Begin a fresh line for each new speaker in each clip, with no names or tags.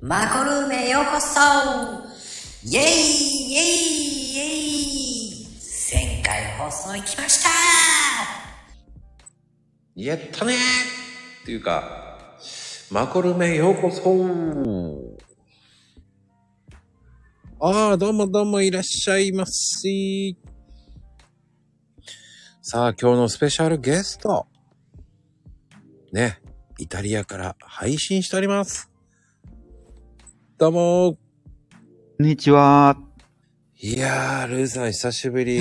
マコルームへようこそイェイイェイイェイ前回放送行きました
やったねーっていうか、マコルメようこそああ、どうもどうもいらっしゃいませ。さあ、今日のスペシャルゲスト。ね、イタリアから配信しております。どうも
こんにちは。
いやー、ルーさん久しぶ り。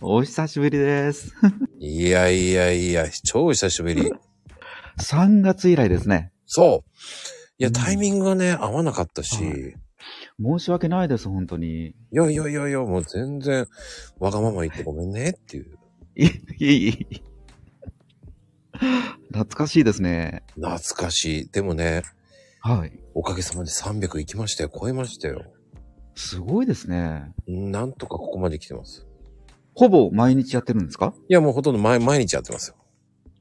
お久しぶりです。
いやいやいや、超久しぶり。
3月以来ですね。
そう。いや、
うん
タイミングがね、合わなかったし。
はい申し訳ないです、本当に。
いやいやいやいや、もう全然、わがまま言ってごめんねっていう。
いい、いい。懐かしいですね。
懐かしい。でもね、
はい。
おかげさまで300行きましたよ。超えましたよ。
すごいですね。
なんとかここまで来てます。
ほぼ毎日やってるんですか
いや、もうほとんど毎毎日やってますよ。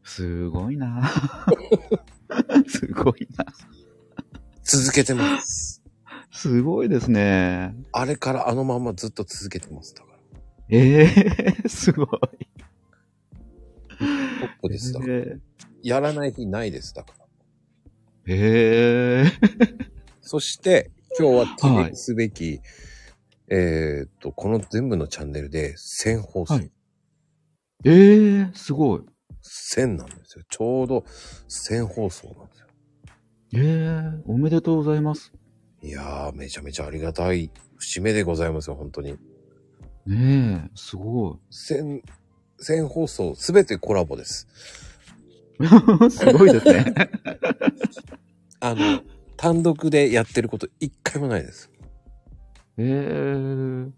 すごいな すごいな。
続けてます。
すごいですね。
あれからあのまんまずっと続けてます。だから。
ええすごい。
トップです。だから。
え
やらない日ないです。だから。
え
そして、今日は記
は
念
い
すべき、えーっと、この全部のチャンネルで1000放送。
はいええすごい。
1000なんですよ。ちょうど1000放送なんですよ。
ええおめでとうございます。
いやー、めちゃめちゃありがたい節目でございますよ、本当に。
ねえ、すごい。
全、全放送、すべてコラボです。
すごいですね。
あの、単独でやってること一回もないです。
えー、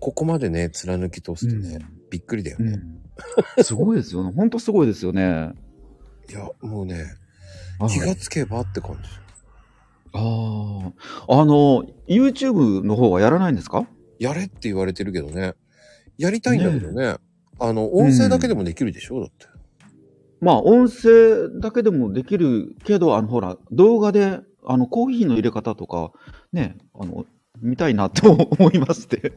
ここまでね、貫き通すとね、びっくりだよ
う
ね。
ん。すごいですよね。ほんとすごいですよね。
いや、もうね、
あ
気がつけばって感じ。
あー。あの、YouTube の方はやらないんですか
やれって言われてるけどね、やりたいんだけどね、あの、音声だけでもできるでしょ、だって。
まあ、音声だけでもできるけど、あの、ほら、動画で、あの、コーヒーの入れ方とか、ね、あの、見たいなと 思いまして。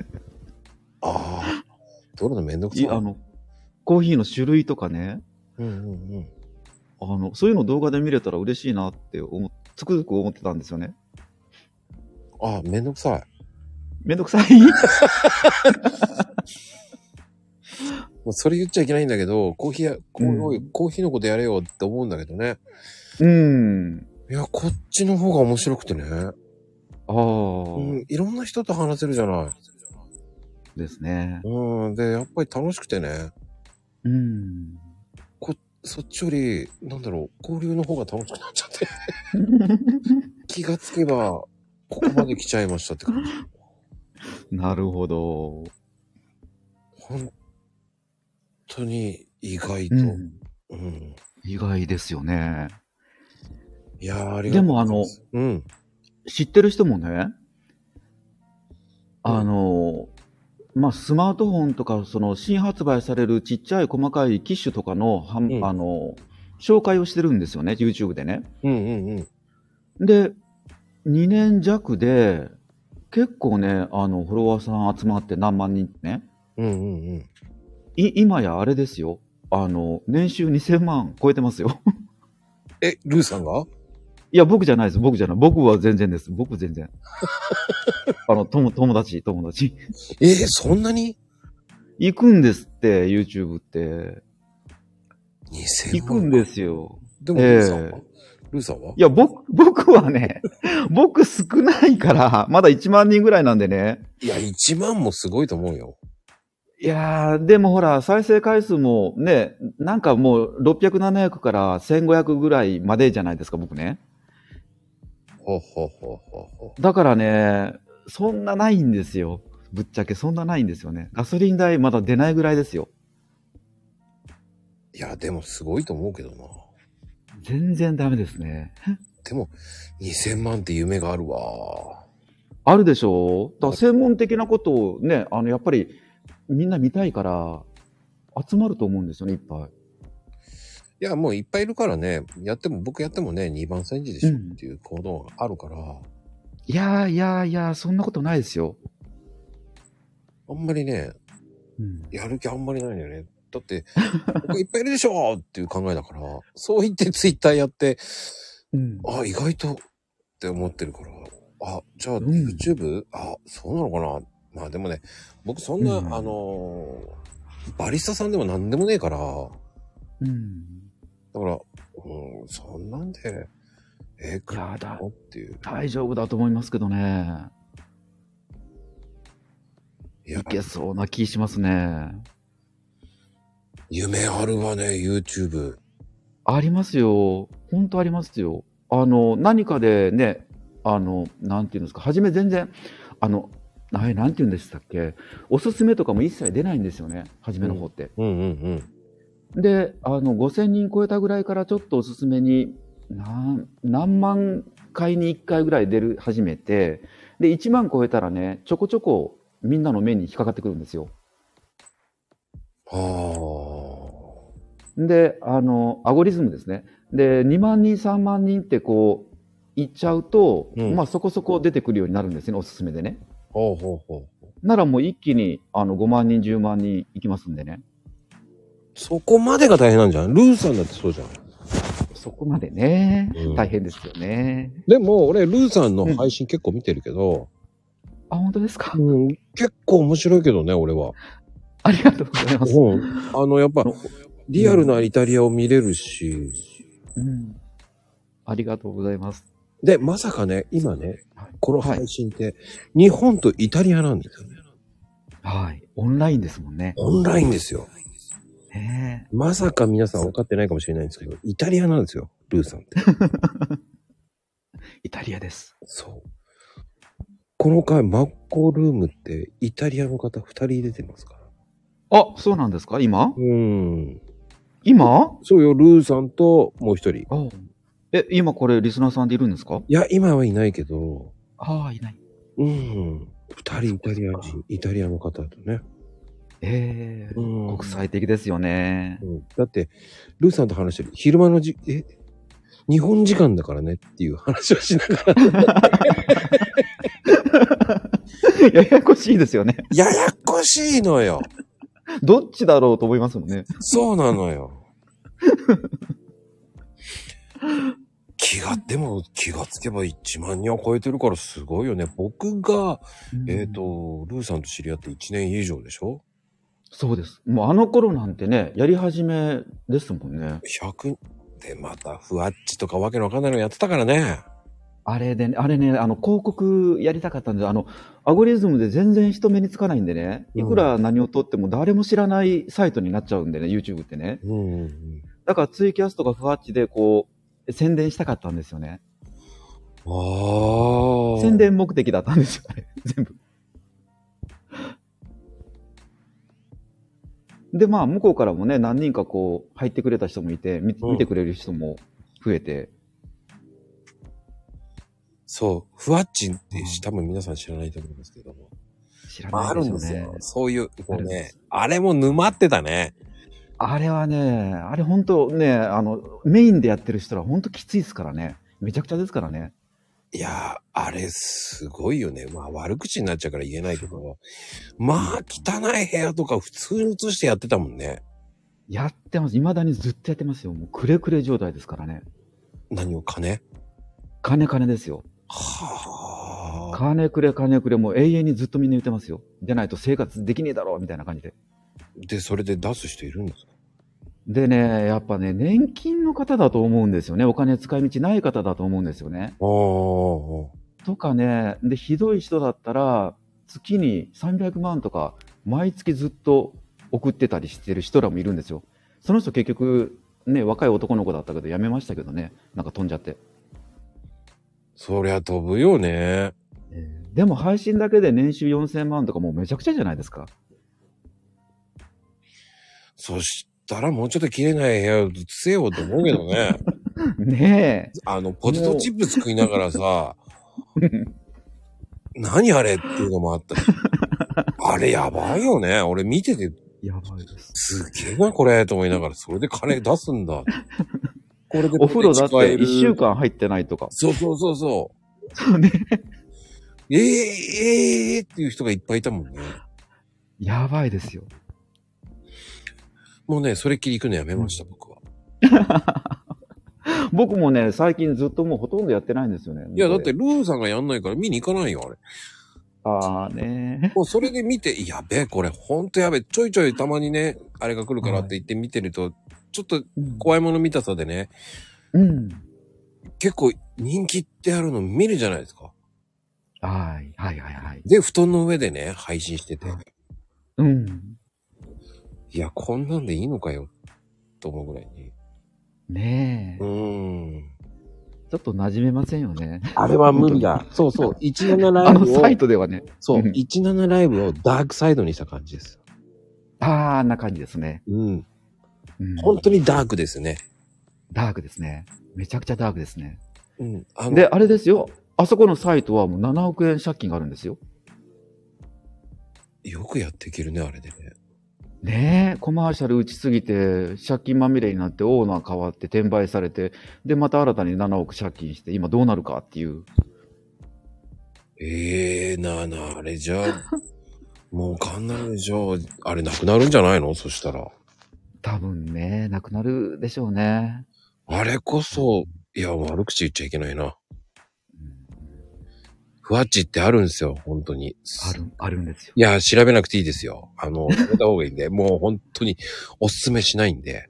ああ、撮るのめんどくさ
い
い。
あの、コーヒーの種類とかね、
うんうんうん。
あの、そういうの動画で見れたら嬉しいなって思っ、つくづく思ってたんですよね。
ああ、めんどくさい。
めんどくさ い
もうそれ言っちゃいけないんだけど、コーヒーや、こう
うん
おいコーヒーのことやれよって思うんだけどね。
うん。
いや、こっちの方が面白くてね。
ああ、
うん、いろんな人と話せるじゃない。
ですね。
うん、で、やっぱり楽しくてね。
うん。
そっちより、なんだろう、交流の方が楽しくなっちゃって。 気がつけば、ここまで来ちゃいましたって感じ。
なるほど。
本当に意外と。
う
うん。
ん、意外ですよね。
いやー、ありがとう
でもあの、
うん。
知ってる人もね、あの、まあ、スマートフォンとか、その新発売されるちっちゃい細かい機種とかの、はん
うん
あの、紹介をしてるんですよね、YouTube でね。
うんうんうん。
で、2年弱で、結構ね、あの、フォロワーさん集まって何万人ってね。
うんうんうん。
い、今やあれですよ。あの、年収2000万超えてますよ。
え、ルーさんが
いや、僕じゃないです。僕じゃない。僕は全然です。僕全 然。あの、とも友達、友達。
えーそんなに
行くんですって、YouTube って。
?2000
行くんですよ。
でも、
ええ
ルーさんは、ルーさんはい
や、僕、僕はね、僕少ないから、まだ1万人ぐらいなんでね。
いや、1万もすごいと思うよ。
いやー、でもほら、再生回数もね、なんかもう600、700から1500ぐらいまでじゃないですか、僕ね。
ほうほうほうほうほ
だからね、そんなないんですよ。ぶっちゃけそんなないんですよね。ガソリン代まだ出ないぐらいですよ。
う。いや、でもすごいと思うけどな。
全然ダメですね。
でも、2000万って夢があるわ。
あるでしょだから専門的なことをね、あの、やっぱりみんな見たいから集まると思うんですよね、いっぱい。
いや、もういっぱいいるからね、やっても、僕やってもね、2番煎じでしょっていう行動があるから、
いやーいやーいやー、そんなことないですよ。
あんまりね、
うん、
やる気あんまりないのよね。だって、 僕いっぱいいるでしょっていう考えだから、そう言ってツイッターやって、
うん、
あ、意外とって思ってるから、あ、じゃあ
ん
YouTube?、あ、そうなのかなまあでもね、僕そんな、
うん
あのーバリスタさんでも何でもねえから、
うん。
だから、うん、そんなんで、えー、
やだ
のっていう。
大丈夫だと思いますけどね。
いや
い、けそうな気しますね。
夢あるわね、YouTube。
ありますよ。本当ありますよ。あの、何かでね、あの、なんていうんですか、初め全然、あの、はい、なんて言うんでしたっけ、おすすめとかも一切出ないんですよね、初めの方って。
うんうん
で、あの、5000人超えたぐらいからちょっとおすすめに、なん何万回に1回ぐらい出る、始めて、で、1万超えたらね、ちょこちょこみんなの目に引っかかってくるんですよ。
うん。
で、あの、アゴリズムですね。で、2万人、3万人ってこう、いっちゃうと、
うん
まあそこそこ出てくるようになるんですね、おすすめでね。
ああ。ほうほうほう。
ならもう一気に、あの、5万人、10万人いきますんでね。
そこまでが大変なんじゃんルーさんだってそうじゃん。
そこまでね
うん、
大変ですよね。
でも、俺、ルーさんの配信結構見てるけど、
あ、本当ですか
う ん、結構面白いけどね、俺は。
ありがとうございます。
うん。あの、やっぱ、リアルなイタリアを見れるし、
うん。ありがとうございます。
で、まさかね、今ね
はい、
この配信って、日本とイタリアなんですよね。
はい。オンラインですもんね。
オンラインですよ。
ね
まさか皆さん分かってないかもしれないんですけど、イタリアなんですよ、ルーさんって。
えイタリアです。
そう。この回、マッコルームって、イタリアの方2人出てますから。
あ、そうなんですか今
うん。
今
そうよ、ルーさんと、もう一人。い
あえ、今これリスナーさんでいるんですか
や、今はいないけど、
ああ、いない。
うん。二人イタリア人、イタリアの方とね。
ええ
うん
国際的ですよね
う。んだって、ルーさんと話してる、昼間のじ、え、日本時間だからねっていう話をしながら、
ややこしいですよね。
ややこしいのよ。
どっちだろうと思いますもんね。
そうなのよ。気が、でも気がつけば1万人は超えてるからすごいよね。僕が、えっ、
うん。
と、ルーさんと知り合って1年以上でしょ
そうです。もうあの頃なんてね、やり始めですもんね。
?100 でまた、ふわっちとかわけのわかんないのやってたからね。
あれでね、あれね、あの、広告やりたかったんで、あの、アゴリズムで全然人目につかないんでね、いくら何を撮っても誰も知らないサイトになっちゃうんでね、YouTube ってね。
うんうんうん。
だからツイキャスとかフワッチでこう、宣伝したかったんですよね。
ああ。
宣伝目的だったんですよ、あれ。 全部。で、まあ、向こうからもね、何人かこう、入ってくれた人もいて、見
うん
見てくれる人も増えて、
そう、ふわっちんってし多分皆さん知らないと思うんですけども。
知ら
まあ、あ
ない
るんで
で
すす
よね
よ。。そういう、もう
あるんで
ね
す、
あれも沼ってたね。
あれはね、あれ本当ね、あの、メインでやってる人は本当きついですからね。めちゃくちゃですからね。
いやー、あれすごいよね。まあ悪口になっちゃうから言えないけど。まあ汚い部屋とか普通に映してやってたもんね。
やってます。未だにずっとやってますよ。もうくれくれ状態ですからね。
何を金
金金ですよ。
はあ。
金くれ金くれ、もう永遠にずっとみんな言ってますよ。でないと生活できねえだろう、みたいな感じで。
で、それで出す人いるんですか
でね、やっぱね、年金の方だと思うんですよね。お金使い道ない方だと思うんですよね。
あー
とかね、で、ひどい人だったら、月に300万とか、毎月ずっと送ってたりしてる人らもいるんですよ。その人結局、ね、若い男の子だったけど、辞めましたけどね、なんか飛んじゃって。
そりゃ飛ぶよね。
でも配信だけで年収4000万とかもうめちゃくちゃじゃないですか。
そしたらもうちょっと綺麗ない部屋を映せようと思うけどね。
ね
あの、ポテトチップ作りながらさ、何あれっていうのもあったし。あれやばいよね。俺見てて
やばいです。
すげえな、これ、と思いながら、それで金出すん だ。これで
お風呂だっ
使え
て
る
1週。間入ってないとか。
そうそうそうそう。
そうね。
ええええっていう人がいっぱいいたもんね。
やばいですよ。
もうね、それっきり行くのやめました、僕は。
僕もね、最近ずっともうほとんどやってないんですよね。
いや、だって、ルーさんがやんないから見に行かないよ、あれ。
ああね。
もうそれで見て、やべえ、これ、ほんとやべえ。ちょいちょいたまにね、あれが来るからって言って見てると、ちょっと怖いもの見たさでね、
うん。
結構人気ってあるの見るじゃないですか。
はい、はい、はい、はい。
で、布団の上でね、配信してて、
うん。
いや、こんなんでいいのかよ、と思うぐらいに。
ね
う
え。
ーん。
ちょっと馴染めませんよね。
あれは無理だ。そうそう、17ラ
あ
イブ
の
を
サ、イトではね。
そう、
うん
17ライブをダークサイドにした感じです。
ああ、な感じですね。
うん。
うん。
本当にダークですね。
ダークですね。めちゃくちゃダークですね。
うん。あの
で、あれですよ。あそこのサイトはもう7億円借金があるんですよ。
よくやっていけるね、あれでね。
ねえ、コマーシャル打ちすぎて、借金まみれになって、オーナー変わって、転売されて、で、また新たに7億借金して、今どうなるかっていう。
ええなあなあ、あれじゃ あ、もうかんないでしょ。あれなくなるんじゃないのそしたら。
多分ね、なくなるでしょうね。
あれこそ、いや、悪口言っちゃいけないな。ふわっちってあるんですよ、本当に。
ある、あるん ですよ。
いや、調べなくていいですよ。あの、やめた方がいいんで、 もう本当におすすめしないんで、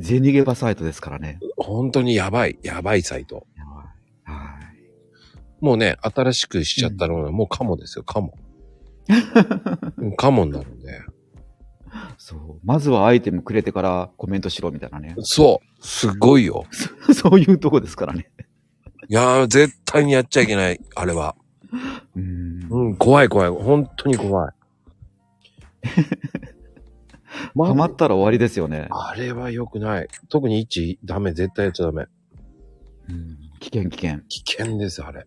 銭ゲバサイトですからね。
本当にやばい、やばいサイト。
やばいはい。
もうね、新しくしちゃったのは、もうカモですよ、カモ。 うんカモになるんで。。
そう。まずはアイテムくれてからコメントしろみたいなね
そう、すごいよ。
そういうとこですからね。
いやー、絶対にやっちゃいけない、あれは。
うん。
うん、怖い怖い。本当に怖い。
溜まったら終わりですよね。
あれは良くない。特に1、ダメ、絶対やっちゃダメ。
うん危険危険。
危険です、あれ。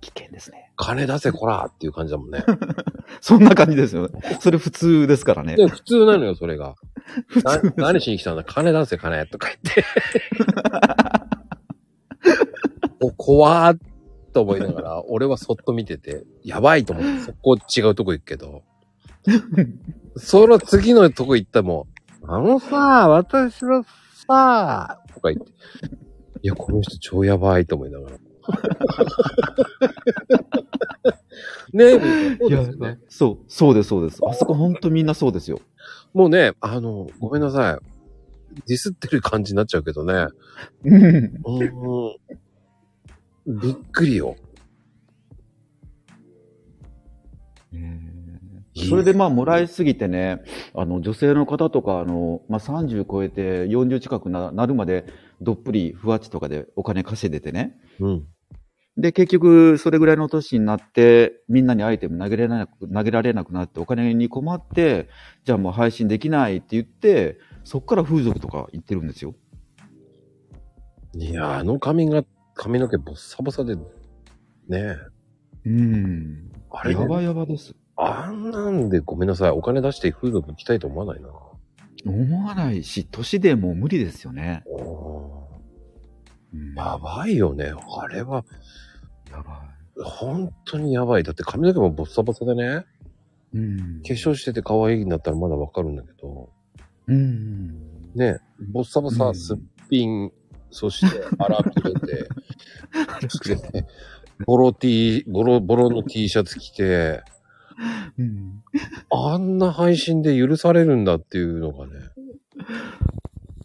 危険ですね。
金出せ、こらっていう感じだもんね。
そんな感じですよね。それ普通ですからね。
で、普通なのよ、それが。な何しに来たんだ金出せ、金とか言って。お、怖ーっと思いながら、俺はそっと見てて、やばいと思って、そこ違うとこ行くけど。その次のとこ行ったらもう、あのさ、私のさ、とか言って。いや、この人超やばいと思いながら。ねえ、そうですよね。
そう、そうです、そうです。あそこほんとみんなそうですよ。
もうね、あの、ごめんなさい。ディスってる感じになっちゃうけどね。
うん。
うーん。びっくりよ。
それでまあ、もらいすぎてね、あの、女性の方とか、あの、まあ、30超えて40近くななるまで、どっぷりふわちとかでお金稼いでてね。
うん。
で、結局、それぐらいの年になって、みんなにアイテム投げられなく、投げられなくなって、お金に困って、じゃあもう配信できないって言って、そっから風俗とか行ってるんですよ。
いや、あの髪が、髪の毛ボッサボサで、ねえ。
うん。
あれ、
やばやばです。
あんなんでごめんなさい。お金出して風俗行きたいと思わないな。
思わないし、年でもう無理ですよね。うん
やばいよね。あれは、
やば
本当にやばい。だって髪の毛もボッサボサでね。
い。うん。
化粧してて可愛いんだったらまだわかるんだけど。
うん。
ねえ、ボッサボ
う
サ、
ん
すっぴん、そ して腹くれて、ボロ T、ボロ、ボロの T シャツ着て、
うん。
あんな配信で許されるんだっていうのがね。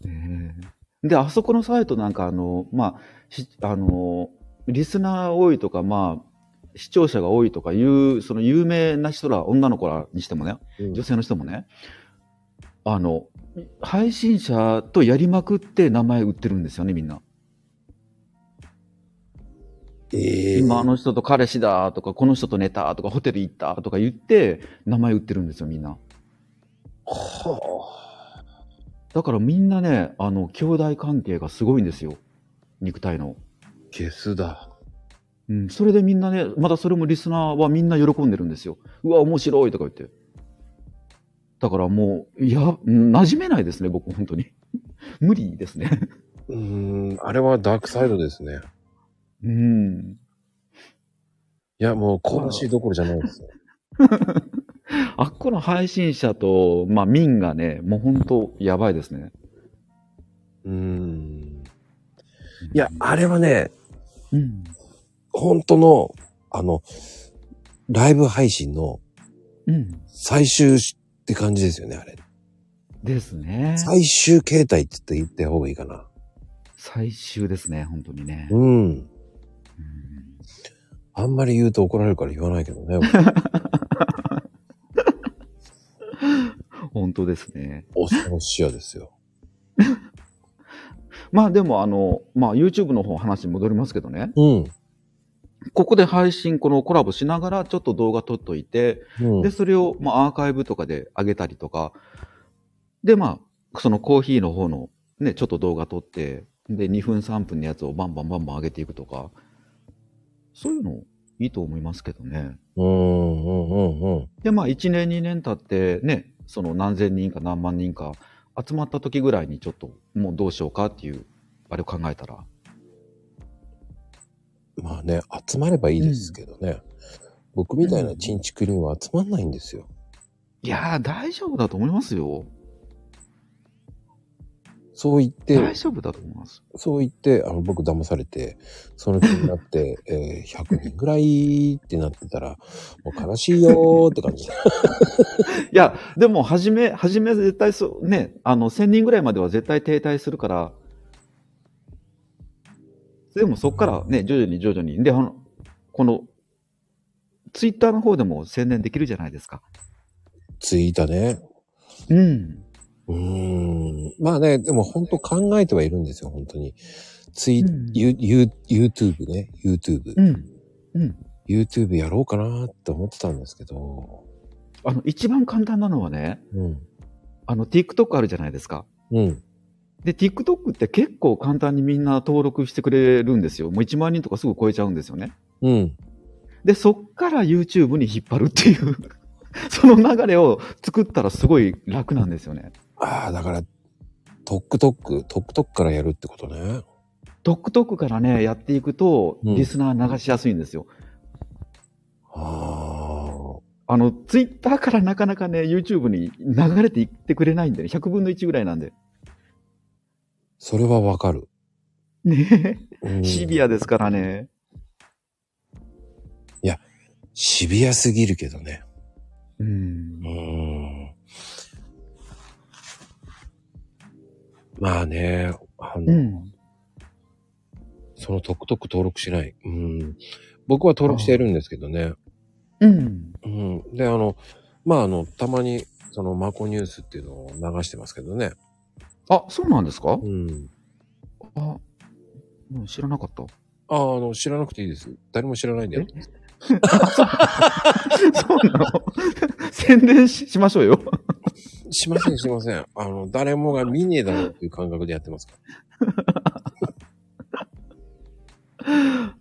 ねえで、あそこのサイトなんか、あの、まあ、しあの、リスナー多いとか、まあ、視聴者が多いとかいう、その有名な人ら、女の子らにしてもね、
うん
女性の人もね、あの、配信者とやりまくって名前売ってるんですよね、みんな。
ええ
今あの人と彼氏だとか、この人と寝たとか、ホテル行ったとか言って、名前売ってるんですよ、みんな。
はあ
だからみんなね、あの、兄弟関係がすごいんですよ。肉体の。
ゲスだ。
うん、それでみんなね、まだそれもリスナーはみんな喜んでるんですよ。うわ、面白いとか言って。だからもう、いや、馴染めないですね、僕、本当に。 無理ですね。
うーん、あれはダークサイドですね。
うん。
いや、もう、香ばしいどころじゃないですよ。
あっこの配信者と、まあ、民がね、もう本当、やばいですね。
うーん。いや、あれはね、
うん。
本当の、あの、ライブ配信の
うん。
最終って感じですよね、あれ。
ですね。
最終形態って言って言った方がいいかな。
最終ですね、本当にね。
うん。
うん
あんまり言うと怒られるから言わないけど ね。
本当ですね。
恐ろしやですよ。
まあでも、あの、まあ YouTube の方話に戻りますけどね。
うん。
ここで配信、このコラボしながらちょっと動画撮っといて、
うん
で、それをまあアーカイブとかで上げたりとか、で、まあ、そのコーヒーの方のね、ちょっと動画撮って、で、2分3分のやつをバンバンバンバン上げていくとか、そういうのいいと思いますけどね。
うんうんうんうん。
で、まあ1年2年経ってね、その何千人か何万人か集まった時ぐらいにちょっともうどうしようかっていう、あれを考えたら、
まあね、集まればいいですけどね。僕みたいなチンチクリンは集まんないんですよ。
いやー、大丈夫だと思いますよ。
そう言って
大、丈夫だと思います。
そう言って、あの、僕騙されて、その気になって、 えー100人ぐらいってなってたら、もう悲しいよーって感じ。
いや、でも、初め、初めは絶対そう、ね、あの、1000人ぐらいまでは絶対停滞するから、でもそこからね、徐々に徐々に。で、あの、この、ツイッターの方でも宣伝できるじゃないですか。
ついたね。
うん。
うーん。まあね、でも本当考えてはいるんですよ、本当に。ツイ、
うん
ユユ YouTube ね、YouTube。
うん。うん。
YouTube やろうかなーって思ってたんですけど。
あの、一番簡単なのはね、
うん。
あの、TikTok あるじゃないですか。
うん。
で、TikTok って結構簡単にみんな登録してくれるんですよ。もう1万人とかすぐ超えちゃうんですよね。
うん。
で、そっから YouTube に引っ張るっていう、 その流れを作ったらすごい楽なんですよね。
ああ、だから、トックトック、トックトックからやるってことね。
TikTok からね、やっていくと、
うん
リスナー流しやすいんですよ。
あ
あの、Twitter からなかなかね、YouTube に流れていってくれないんでね、100分の1ぐらいなんで。
あ、それはわかる。
ね
うん
シビアですからね。
シビアすぎるけどね。
うん
う。ーん。まあね、あの、
うん。
そのトックトック登録しない。うん。僕は登録しているんですけどね。
うん。
うん。で、あの、まああの、たまに、そのマコニュースっていうのを流してますけどね。
あ、そうなんですか
うん。
あ、うん知らなかった。
ああ、あの、知らなくていいです。誰も知らないんだよ。
そうなの 宣伝ししましょうよ。
しません、しません。あの、誰もが見ねえだろうっていう感覚でやってますから。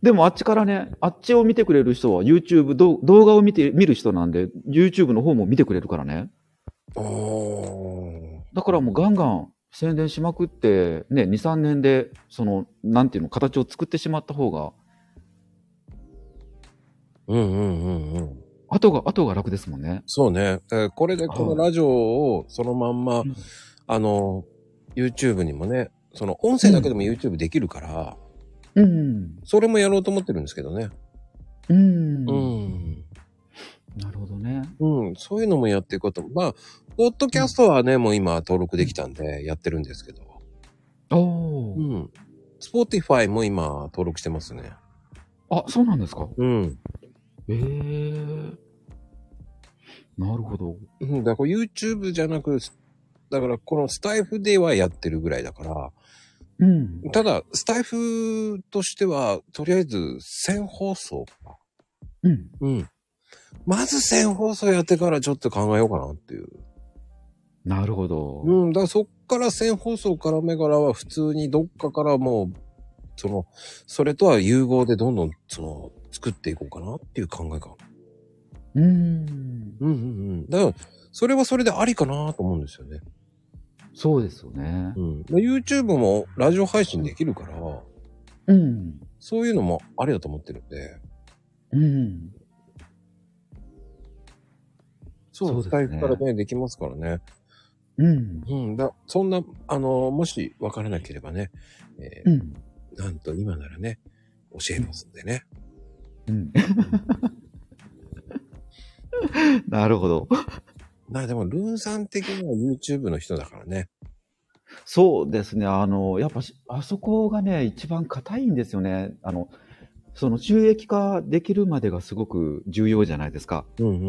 でもあっちからね、あっちを見てくれる人は YouTube、どう動画を見て、見る人なんで、YouTube の方も見てくれるからね。
お
だからもうガンガン宣伝しまくって、ね、2、3年で、その、なんていうの、形を作ってしまった方が、
うんうんうんうん。
後が、後が楽ですもんね。
そうね。だからこれでこのラジオをそのまんま、
うん
あの、YouTube にもね、その音声だけでも YouTube できるから、
うん。
それもやろうと思ってるんですけどね。
うん。
うん。
なるほどね。
うん。そういうのもやっていこうと。まあ、ポッドキャストはね、もう今登録できたんでやってるんですけど。
おお、
うん。Spotify も今登録してますね。
あ、そうなんですか。
うん。
ええなるほど。
うん、だから YouTube じゃなく、だからこのスタイフではやってるぐらいだから、
うん。
ただ、スタイフとしては、とりあえず1000放送か。
うん。
うん。まず1000放送やってからちょっと考えようかなっていう。
なるほど。
うん、だからそっから1000放送から目からは普通にどっかからもう、その、それとは融合でどんどん、その、作っていこうかなっていう考えか。
うん。
うんうんうん。だから、それはそれでありかなと思うんですよね。
そうですよね
う。ん。YouTube もラジオ配信できるから、
うん。
そういうのもありだと思ってるんで、
うん。
そ
そう
う、
ですね
財布からね、できますからね。
うん。
うん。だ、そんな、あの、もし分からなければね、え
うん。
ーなんと今ならね、教えますんでね。
うん。 なるほど。
まあでも、ルーンさん的には YouTube の人だからね。
そうですね。あの、やっぱし、あそこがね、一番硬いんですよね。あの、その収益化できるまでがすごく重要じゃないですか。
うんうんうんうん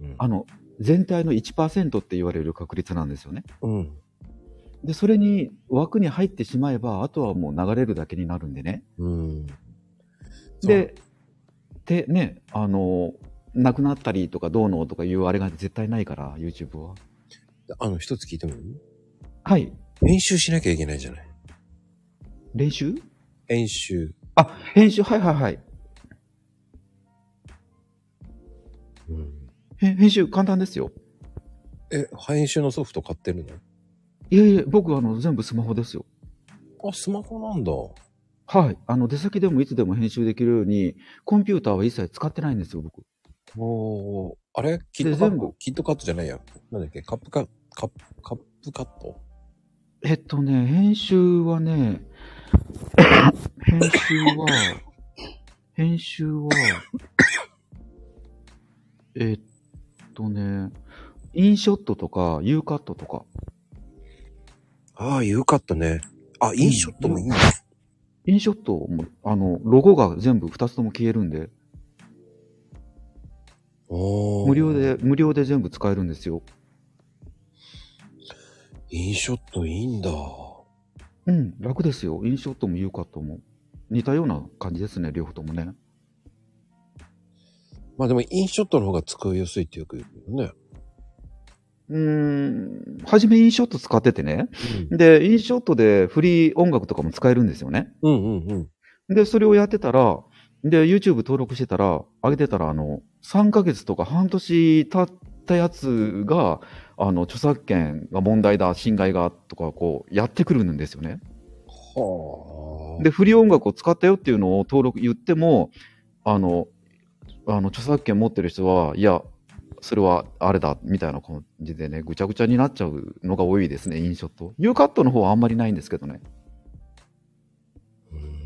うん。
あの、全体の1%って言われる確率なんですよね。
うん。
で、それに枠に入ってしまえば、あとはもう流れるだけになるんでね。
うん。
で、でね、あの、なくなったりとかどうのとかいうあれが絶対ないから、YouTube は。
そう、あの、一つ聞いてもいい
はい。
編集しなきゃいけないじゃない。
練習
編集。
あ、編集、はいはいはい。
うん。
へ編集簡単ですよ。
え、編集のソフト買ってる
いやいや、僕あの、全部スマホですよ。
のあ、スマホなんだ。
はい。あの、出先でもいつでも編集できるように、コンピューターは一切使ってないんですよ、僕。
おーあれキットカ
全
ッ
部
トキットカットじゃないや。なんだっけカップカカップ、カップカット
えっとね、編集はね、 編集は、編集は、えっとね、インショットとか、U カットとか、
ああ、U カットね。あ、インショットもいいね。
インショットも、あの、ロゴが全部2つとも消えるんで、
おー
無料。で、無料で全部使えるんですよ。
インショットいいんだ。
うん、楽ですよ。インショットも U カットも。似たような感じですね、両方ともね。
まあでも、インショットの方が使いやすいってよく言うけどね。
うーん、はじめインショット使っててね。で、インショットでフリー音楽とかも使えるんですよね。
うんうんうん。
で、それをやってたら、で、YouTube 登録してたら、上げてたら、あの、3ヶ月とか半年経ったやつが、あの、著作権が問題だ、侵害が、とか、こう、やってくるんですよね。
はあ。
で、フリー音楽を使ったよっていうのを登録言っても、あの、あの、著作権持ってる人は、いや、それはあれだ、みたいな感じでね、ぐちゃぐちゃになっちゃうのが多いですね、インショット。U カットの方はあんまりないんですけどね。
うん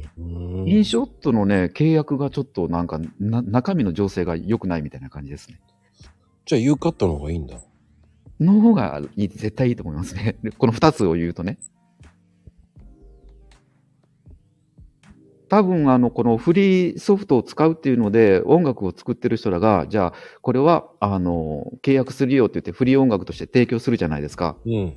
インショットのね、契約がちょっとなんか、な中身の情勢が良くないみたいな感じですね。
じゃあ U カットの方がいいんだ。
の方がいい、絶対いいと思いますね。で この2つを言うとね。多分、あの、このフリーソフトを使うっていうので、音楽を作ってる人らが、じゃあ、これは、あの、契約するよって言って、フリー音楽として提供するじゃないですか。
うん。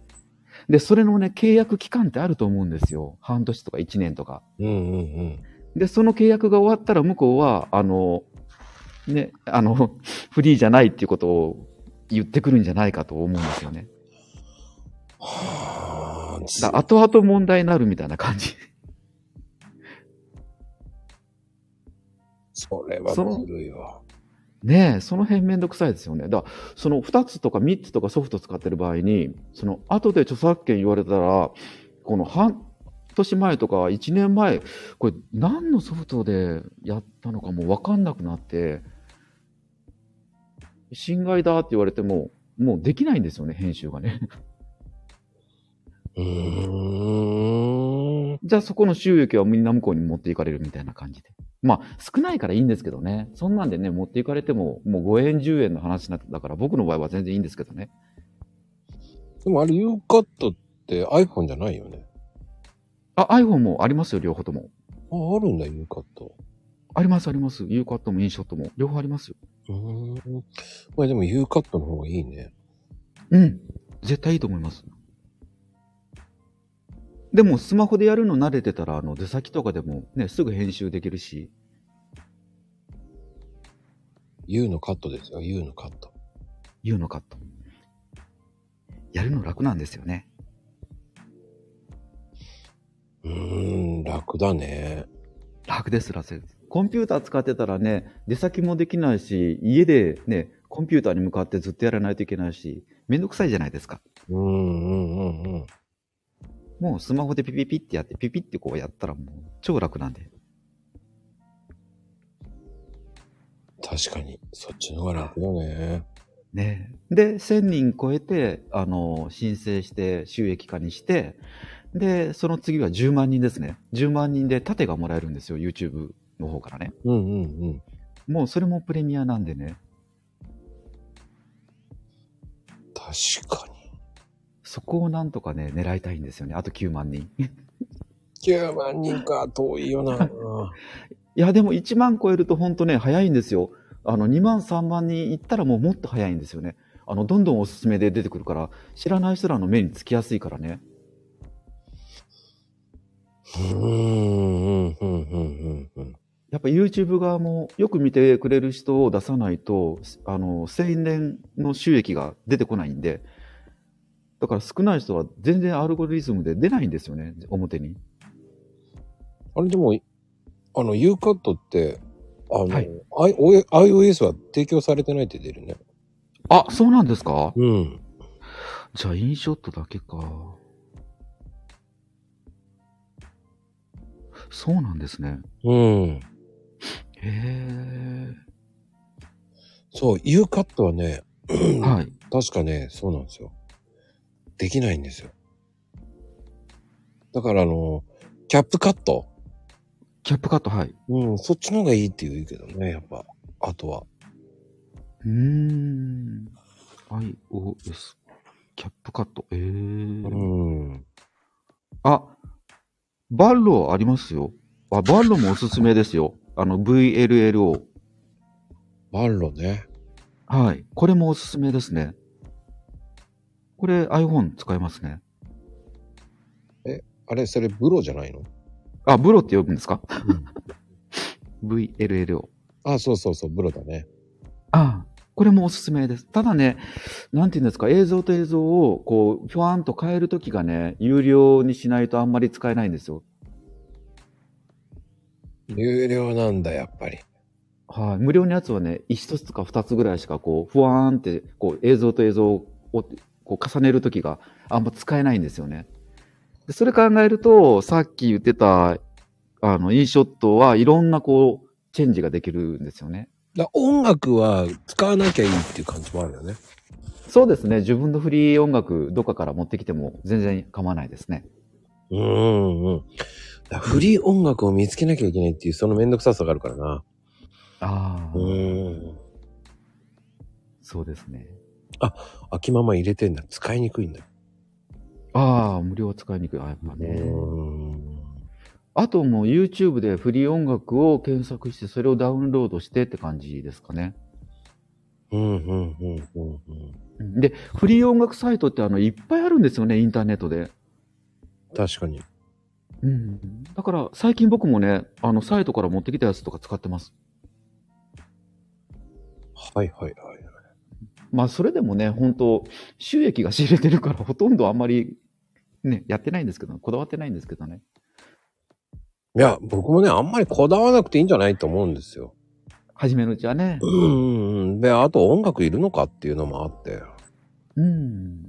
で、それのね、契約期間ってあると思うんですよ。半年とか1年とか。
うんうん
で、その契約が終わったら向こうは、あの、ね、あの、 フリーじゃないっていうことを言ってくるんじゃないかと思うんですよね。
はあず
だ後々問題になるみたいな感じ。
それは
その
ずるいわ。
ねえ、その辺めんどくさいですよね。だからその2つとか3つとかソフト使ってる場合に、その後で著作権言われたら、この半年前とか1年前、これ何のソフトでやったのかもうわかんなくなって、侵害だって言われても、もうできないんですよね、編集がね。
うーん。
じゃあそこの収益はみんな向こうに持っていかれるみたいな感じで。まあ少ないからいいんですけどね。そんなんでね、持っていかれてももう5円10円の話なだから僕の場合は全然いいんですけどね。
でもあれ U カットって iPhone じゃないよね。
あ、iPhone もありますよ、両方とも。
あ、あるんだ U カット。
あります、あります。U カットもインショットも。両方ありますよ。
うーん。まあでも U カットの方がいいね。
うん。絶対いいと思います。でも、スマホでやるの慣れてたら、あの、出先とかでもね、すぐ編集できるし。
U のカットですよ、U のカット。
U のカット。やるの楽なんですよね。
うーん、楽だね。
楽です、楽です。コンピューター使ってたらね、出先もできないし、家でね、コンピューターに向かってずっとやらないといけないし、めんどくさいじゃないですか。
うんうんうんうん。
もうスマホでピピピってやって、ピピってこうやったらもう超楽なんで。
確かに、そっちの方が楽だね。
ねえで、1000人超えて、あの、申請して収益化にして、で、その次は10万人ですね。10万人で盾がもらえるんですよ、YouTube の方からね。
うんうんうん。
もうそれもプレミアなんでね、
確かに。
そこをなんとかね、狙いたいんですよね。あと9万人。い
9万人か、遠いよな。
や、でも1万超えると本当ね、早いんですよ。あの、2万、3万人いったらもうもっと早いんですよね。あの、どんどんおすすめで出てくるから、知らない人らの目につきやすいからね。
うんうんうんうんうん。
やっぱ YouTube 側もよく見てくれる人を出さないと、あの、宣伝の収益が出てこないんで、だから少ない人は全然アルゴリズムで出ないんですよね、表に。
あれでも、あの、U カットって、あの、
は
I O- iOS は提供されてないって出るね。
あ、そうなんですか
うん。
じゃあ、インショットだけか。そうなんですね。
うん。
へえ。
そう、U カットはね、
はい。
確かね、そうなんですよ。できないんですよ。だからあの、キャップカット
キャップカット、はい。
うん、そっちの方がいいって言うけどね、やっぱ。あとは。
うーん。iOS。キャップカット。ええ
うん。
あ、バッローありますよ。あ、バッローもおすすめですよ。 あの、VLLO。
バンロね。
はい。これもおすすめですね。これ iPhone 使えますね。
あれ、それブロじゃないの
あ、ブロって呼ぶんですか、?VLLO。
あ、そうそうそう、ブロだね。
ああ、これもおすすめです。ただね、なんていうんですか、映像と映像を、こう、ぴょわんと変えるときがね、有料にしないとあんまり使えないんですよ。
有料なんだ、やっぱり。
はい。無料のやつはね、一つか二つぐらいしか、こう、ふわーんって、こう、映像と映像を、こう、重ねるときがあんま使えないんですよね。でそれ考えると、さっき言ってた、あの、インショットはいろんな、こう、チェンジができるんですよね。
だ音楽は使わなきゃいいっていう感じもあるよね。
そうですね。自分のフリー音楽、どっかから持ってきても全然構わないですね。
うんうん。だフリー音楽を見つけなきゃいけないっていう、そのめんどくささがあるからな。
ああ。
ん。
そうですね。
空きまま入れてんだ。使いにくいんだ。
ああ、無料は使いにくい。あやっぱね。
ん。
あともう YouTube でフリー音楽を検索して、それをダウンロードしてって感じですかね。
うんうんうんうんうん。
で、フリー音楽サイトってあのいっぱいあるんですよね、インターネットで。
確かに。
うん。だから最近僕もね、あのサイトから持ってきたやつとか使ってます。
はいはいはい。
まあそれでもね、本当収益が仕入れてるからほとんどあんまりね、やってないんですけど、こだわってないんですけどね。
いや、僕もね、あんまりこだわらなくていいんじゃないと思うんですよ。
初めのうちはね。
うんうんうん。で、あと音楽いるのかっていうのもあって。
うん。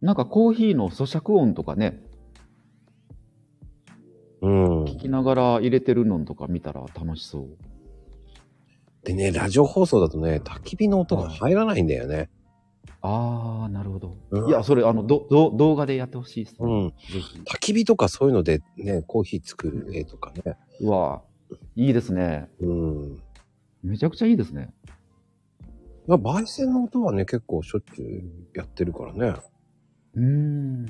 なんかコーヒーの咀嚼音とかね、
うん。
聞きながら入れてるのとか見たら楽しそう。
でね、ラジオ放送だとね、焚き火の音が入らないんだよね。
ああ、なるほど。
うん
いや、それ、あの、ど、ど、動画でやってほしいです、
う
ね。
ん。
ぜひ。
焚き火とかそういうのでね、コーヒー作る絵とかね。
うわいいですね。
うん。
めちゃくちゃいいですね。
まあ、焙煎の音はね、結構しょっちゅうやってるからね。
うーん。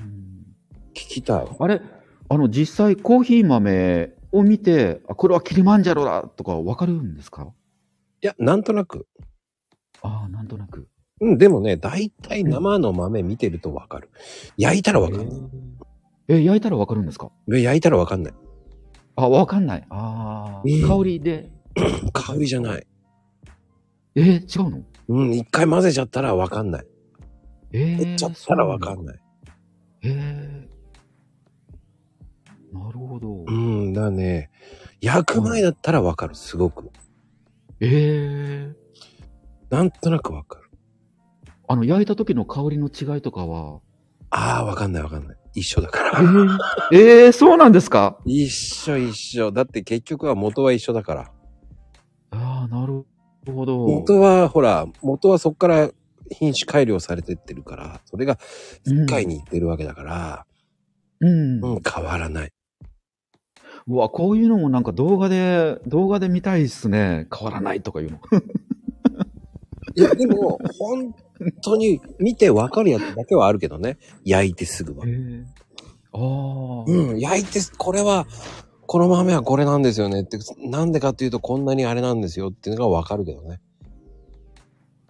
聞きたい。
あれ、あの、実際コーヒー豆を見て、あ、これはキリマンジャロだとかわかるんですか
いや、なんとなく。
ああ、なんとなく。
うん、でもね、大体生の豆見てるとわかる。焼いたらわかんない。
え、焼いたらわかるんですか
で焼いたらわかんない。
あ、わかんない。ああ、
えー
香りで。
香りじゃない。
えー、違うの
うん、一回混ぜちゃったらわかんない。
えー、
えっちゃったらわか
ない
んない。
へえ。なるほど
う。ん、だね。焼く前だったらわかる、すごく。
ええ。
なんとなくわかる。
あの、焼いた時の香りの違いとかは。
ああ、わかんないわかんない。一緒だから。
ええそうなんですか
一緒一緒。だって結局は元は一緒だから。
ああ、なるほど。
元はほら、元はそこから品種改良されてってるから、それが世界に行ってるわけだから、
うん。
うん、変わらない。
うわ、こういうのもなんか動画で、動画で見たいっすね。変わらないとかいうの。
いや、でも、本当に見てわかるやつだけはあるけどね。焼いてすぐは。
ああ、
うん、焼いて、これは、この豆はこれなんですよねって、なんでかっていうとこんなにあれなんですよっていうのがわかるけどね。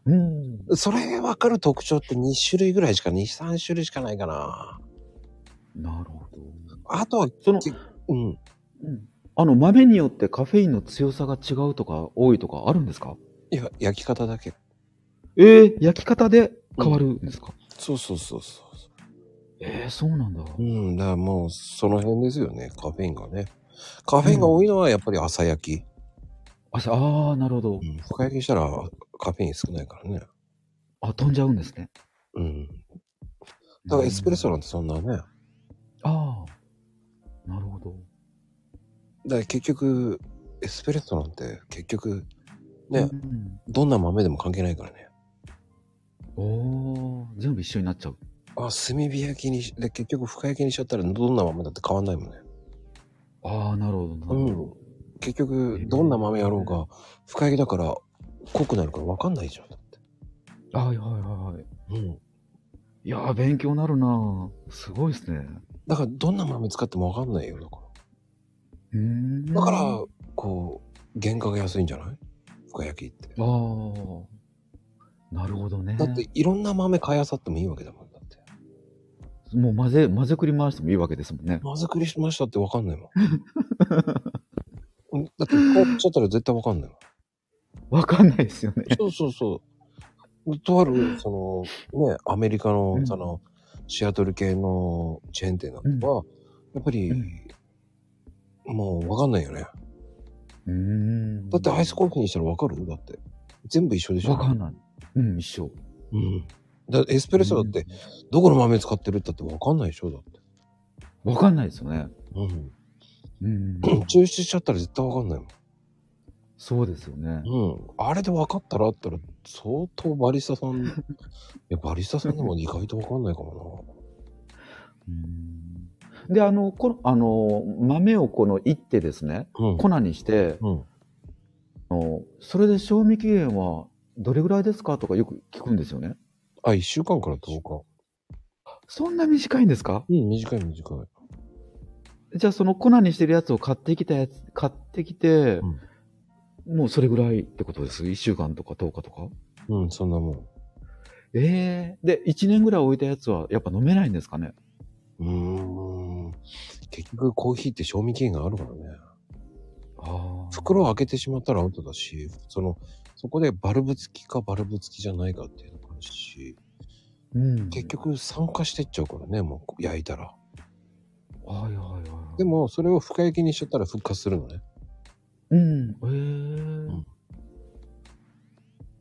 うん。
それわかる特徴って2種類ぐらいしか、2、3種類しかないかな。
なるほど。
あとは、
その、
うん。
うんあの、豆によってカフェインの強さが違うとか多いとかあるんですか
いや、焼き方だけ。
ええ焼き方で変わるんですか、
そうそうそうそう。
ええそうなんだ。
うん、だからもうその辺ですよね、カフェインがね。カフェインが多いのはやっぱり朝焼き。
あしああ、なるほ
う。
ど
ん、深焼きしたらカフェイン少ないからね。
あ、飛んじゃうんですね。
うん。だからエスプレッソなんてそんなね。だか
ああ、なるほど。
ら結局、エスプレッソなんて結局、ね
う、ん
どんな豆でも関係ないからね。
おお、全部一緒になっちゃう。
あ、炭火焼きにし、で結局深焼きにしちゃったらどんな豆だって変わんないもんね。
ああ、なるほど、なるほど。
結局、どんな豆やろうが、深焼きだから濃くなるからわかんないじゃん。だって
はいはいはいはい。
うん。
いやー、勉強になるなーすごいですね。
だからどんな豆使ってもわかんないよ、だから。
うーん。
だから
あ、
こう、原価が安いんじゃない深焼きって。
あー、なるほどね。
だって、いろんな豆買いあさってもいいわけだもん。だって。
もう混ぜ、混ぜくり回してもいいわけですもんね。
まずくりしましたってわかんないもん。うんだって、こうしちゃったら絶対わかんないもん。
わかんないですよね。
そうそうそう。とある、その、ね、アメリカの
う、ん
その、シアトル系のチェーン店なんかは、やっぱり、
うん
もうわかんないよね。
うーん。
だってアイスコーヒーにしたらわかるだって。全部一緒でしょ
わかんない。うん、一緒。
うん。だエスプレッソだって、どこの豆使ってるってだってわかんないでしょだって。
うん。わかんないですよね。
うん。
うん。
抽出しちゃったら絶対わかんないも
そうですよね。
ん。うん。あれで分かったらあったら、相当バリスタさ ん、いや、バリスタさんでも意外と分かんないかも
うん。で、あの、この、あの、豆をこの、いってですね、
な。うん。
粉にして、
うん。
あのそれで賞味期限はどれぐらいですかとかよく聞くんですよね。
あ、1週間から10日。
そんな短いんですか
うん、短い短い。
じゃあその粉にしてるやつを買ってきたやつ、買ってきて、もうそれぐらいってことです。1週間とか10日とか。
うん、そんなもん。
ええで、1年ぐらい置いたやつはやっぱ飲めないんですかね
うーん。結局コーヒーって賞味期限があるからね。
ああ。
袋を開けてしまったらアウトだし、その、そこでバルブ付きかバルブ付きじゃないかっていうのもあるし、
うん。
結。局酸化してっちゃうからね、もう焼いたら。
はいはいはい。
で、も、それを深焼きにしちゃったら復活するのね。
うん。ええ
ん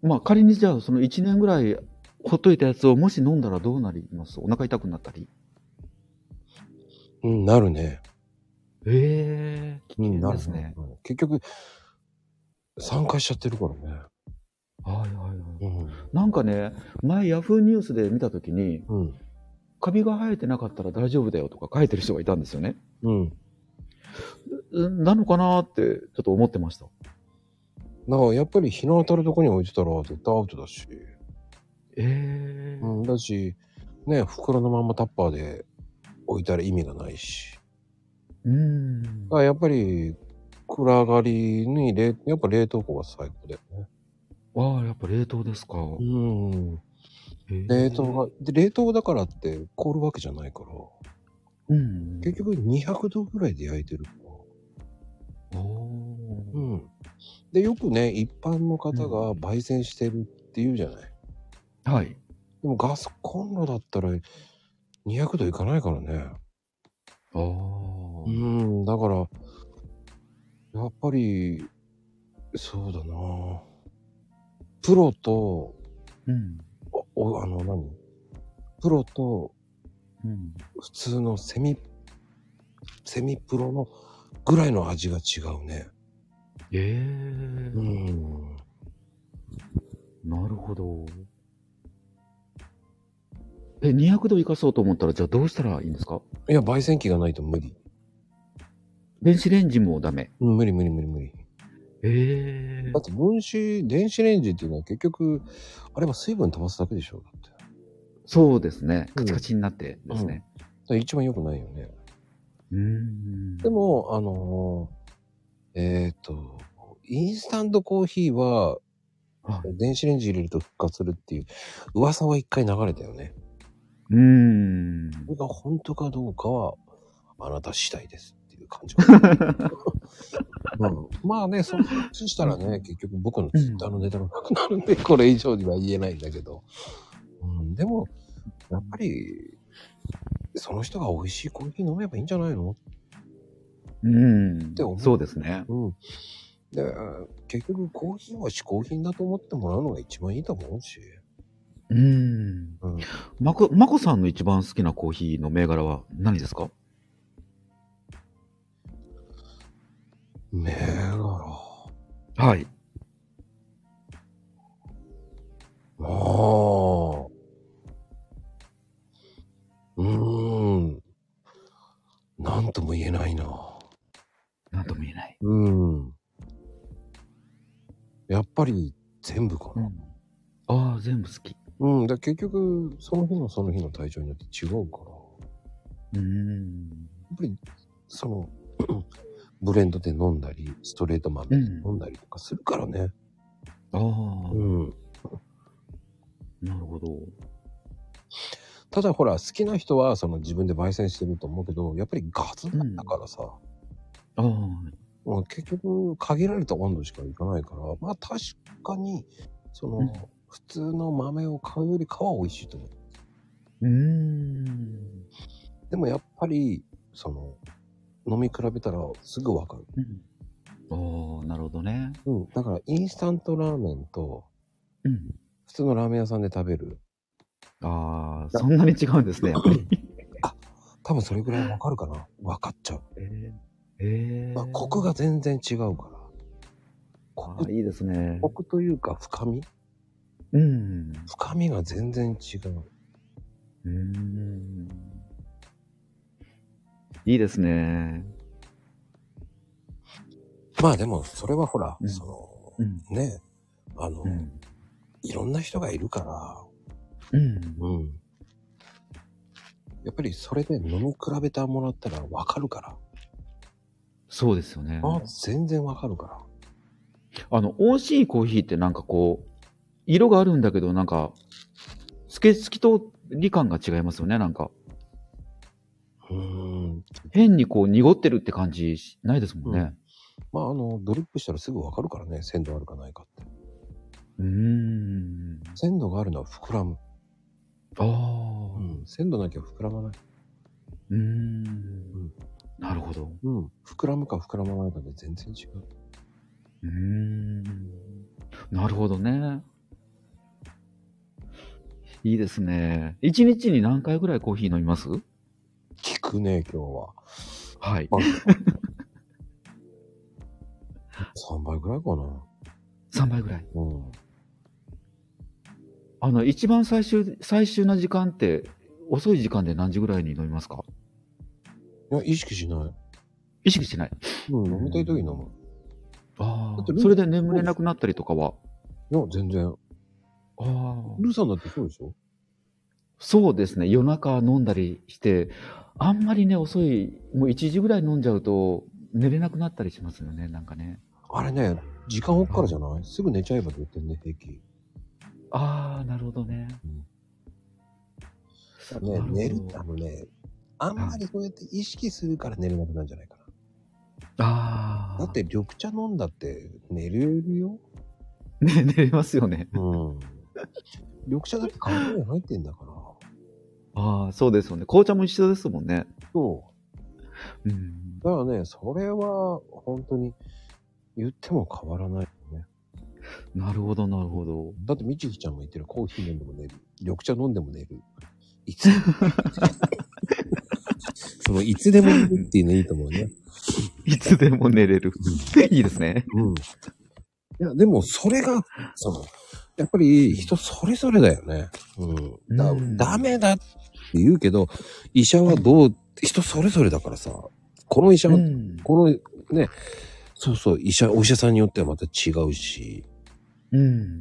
まあ仮にじゃあその1年ぐらいほっといたやつをもし飲んだらどうなりますお腹痛くなったり。
うん、なるね。
ええ
うん、
なる
ですね。結局、酸化しちゃってるからね。
はいはいはい。
うん。
なんかね、前ヤフーニュースで見たときに、
うん。
カビが生えてなかったら大丈夫だよとか書いてる人がいたんですよね。
うん。
うんなのかなーってちょっと思ってました。
だから、やっぱり日の当たるとこに置いてたら絶対アウトだし。
ええ
うん、だし、ね、袋のまんまタッパーで置いたら意味がないし。
うん
だか。らやっぱり、暗がりに冷、やっぱ冷凍庫が最高だよね。
ああ、やっぱ冷凍ですか。
うん。
へー
冷凍が、で、冷凍だからって凍るわけじゃないから、
うん。
結局200度ぐらいで焼いてるから。
おー
うん。で、よくね、一般の方が焙煎してるって言うじゃない。
はい。
でもガスコンロだったら200度いかないからね。
ああ。
うん、だから、やっぱり、そうだなプロと、
うん。
おお、あの、何プロと、
うん。
普通のセミ、セミプロのぐらいの味が違うね。
ええ
うん。
なるほど。え、200度生かそうと思ったら、じゃあどうしたらいいんですか
いや、焙煎機がないと無理。
電子レンジもダメ。
うん無理無理無理無理。
ええ
だって分子、電子レンジっていうのは結局、あれは水分飛ばすだけでしょだって。だか
そうですね。カチカチになってですね。
ら一番良くないよね。
うーん。
で、も、あのーえっ、と、インスタントコーヒーは
はい
電子レンジ入れると復活するっていう噂は一回流れたよね。
うーん。
それが本当かどうかは、あなた次第ですっていう感じ。 うん、まあね、その話したらね、結局僕のツイッターのネタがなくなるんで、これ以上には言えないんだけど。うん、でも、やっぱり、その人が美味しいコーヒー飲めばいいんじゃないの
う
て思
ー。
うん
そうですね。
うん。で、結局コーヒーは嗜好品だと思ってもらうのが一番いいと思うし。
うーん。
うん。
まこ、まこさんの一番好きなコーヒーの銘柄は何ですか
銘柄。
はい。
ああ。うーん。なんとも言えないな。
なんとも言えない。
うん。やっぱり全部か
う
な。
ん。ああ、全部好き。
うん。だ結局、その日のその日の体調によって違うから。
うーん。
やっぱり、その、 ブレンドで飲んだり、ストレートマンで飲んだりとかするからね。
ああ、
うん
なるほど。
ただほら、好きな人はその自分で焙煎してると思うけど、やっぱりガツンだからさ、
ああ、
まあ結局限られた温度しかいかないから、まあ確かに、その、
うん
普通の豆を買うよりかは美味しいと思う。
うーん。
でもやっぱり、その、飲み比べたらすぐわかる。
うん、ああ、なるほどね。
うん。だからインスタントラーメンと、
うん。
普通のラーメン屋さんで食べる。
ああ、そんなに違うんですね、やっぱり。
多分それぐらいわかるかな。わかっちゃう。
ええ
まあ、コクが全然違うから。コク
ああ、いいですね。
コクというか深み
うん。う
深みが全然違う。
ーん。いいですね。
まあでも、それはほら、
うん
そ
うん。
の、ね、あの、
うん。
いろんな人がいるか
うん
ら、うん。やっぱりそれで飲み比べてもらったらわかるから。
そうですよね。
あ全然わかるから。
あの、美味しいコーヒーってなんかこう、色があるんだけど、なんか、透け、透き通り感が違いますよね、なんか。
うーん。
変にこう、濁ってるって感じしないですもんね。
まああの、ドリップしたらすぐわかるからね、鮮度あるかないかって。
うーん。
鮮度があるのは膨らむ。
ああ。
う。
うん
鮮度なきゃ膨らまない。
ーん。なるほど。
うん。膨らむか膨らまないかで全然違う。
うーん。なるほどね。いいですね。一日に何回ぐらいコーヒー飲みます
聞くね、今日は。
はい。
3倍ぐらいかな。
3杯ぐらい。
うん。
あの、一番最終、最終な時間って、遅い時間で何時ぐらいに飲みますか
いや、意識しない。
意識しない。
うん、飲みたい時に飲む。
あ
だってル
あ。それで眠れなくなったりとかは。
いや、全然。
ああ。
ルーさんだってそうでしょ
そうですね。夜中飲んだりして、あんまりね、遅い、もう1時ぐらい飲んじゃうと、寝れなくなったりしますよね、なんかね。
あれね、時間置くからじゃないすぐ寝ちゃえば絶対ね、平気。
ああ、なるほどね。
ね
なる、ほど
寝るあのね、あんまりそうやって意識するから寝れなくなるんじゃないか
あ
な。
あ。
だって、緑茶飲んだって寝れるよ。
ね、寝れますよね。
うん。 緑茶だってカフェイン入ってんだから。
ああ、そうですよね。紅茶も一緒ですもんね。
そ
うん
う。。だからね、それは本当に言っても変わらないよね。
なるほど、なるほど。
だって、みちひちゃんも言ってる。コーヒー飲んでも寝る。緑茶飲んでも寝る。いつ その、いつでも寝るっていうのいいと思うね。
いつでも寝れる。いいですね。
うん。いや、でも、それが、その、やっぱり人それぞれだよね。うん。だ
うん
ダメだって言うけど、医者はどう、人それぞれだからさ、この医者は、
ん。
このね、そうそう、医者、お医者さんによってはまた違うし、
うん
う。ん。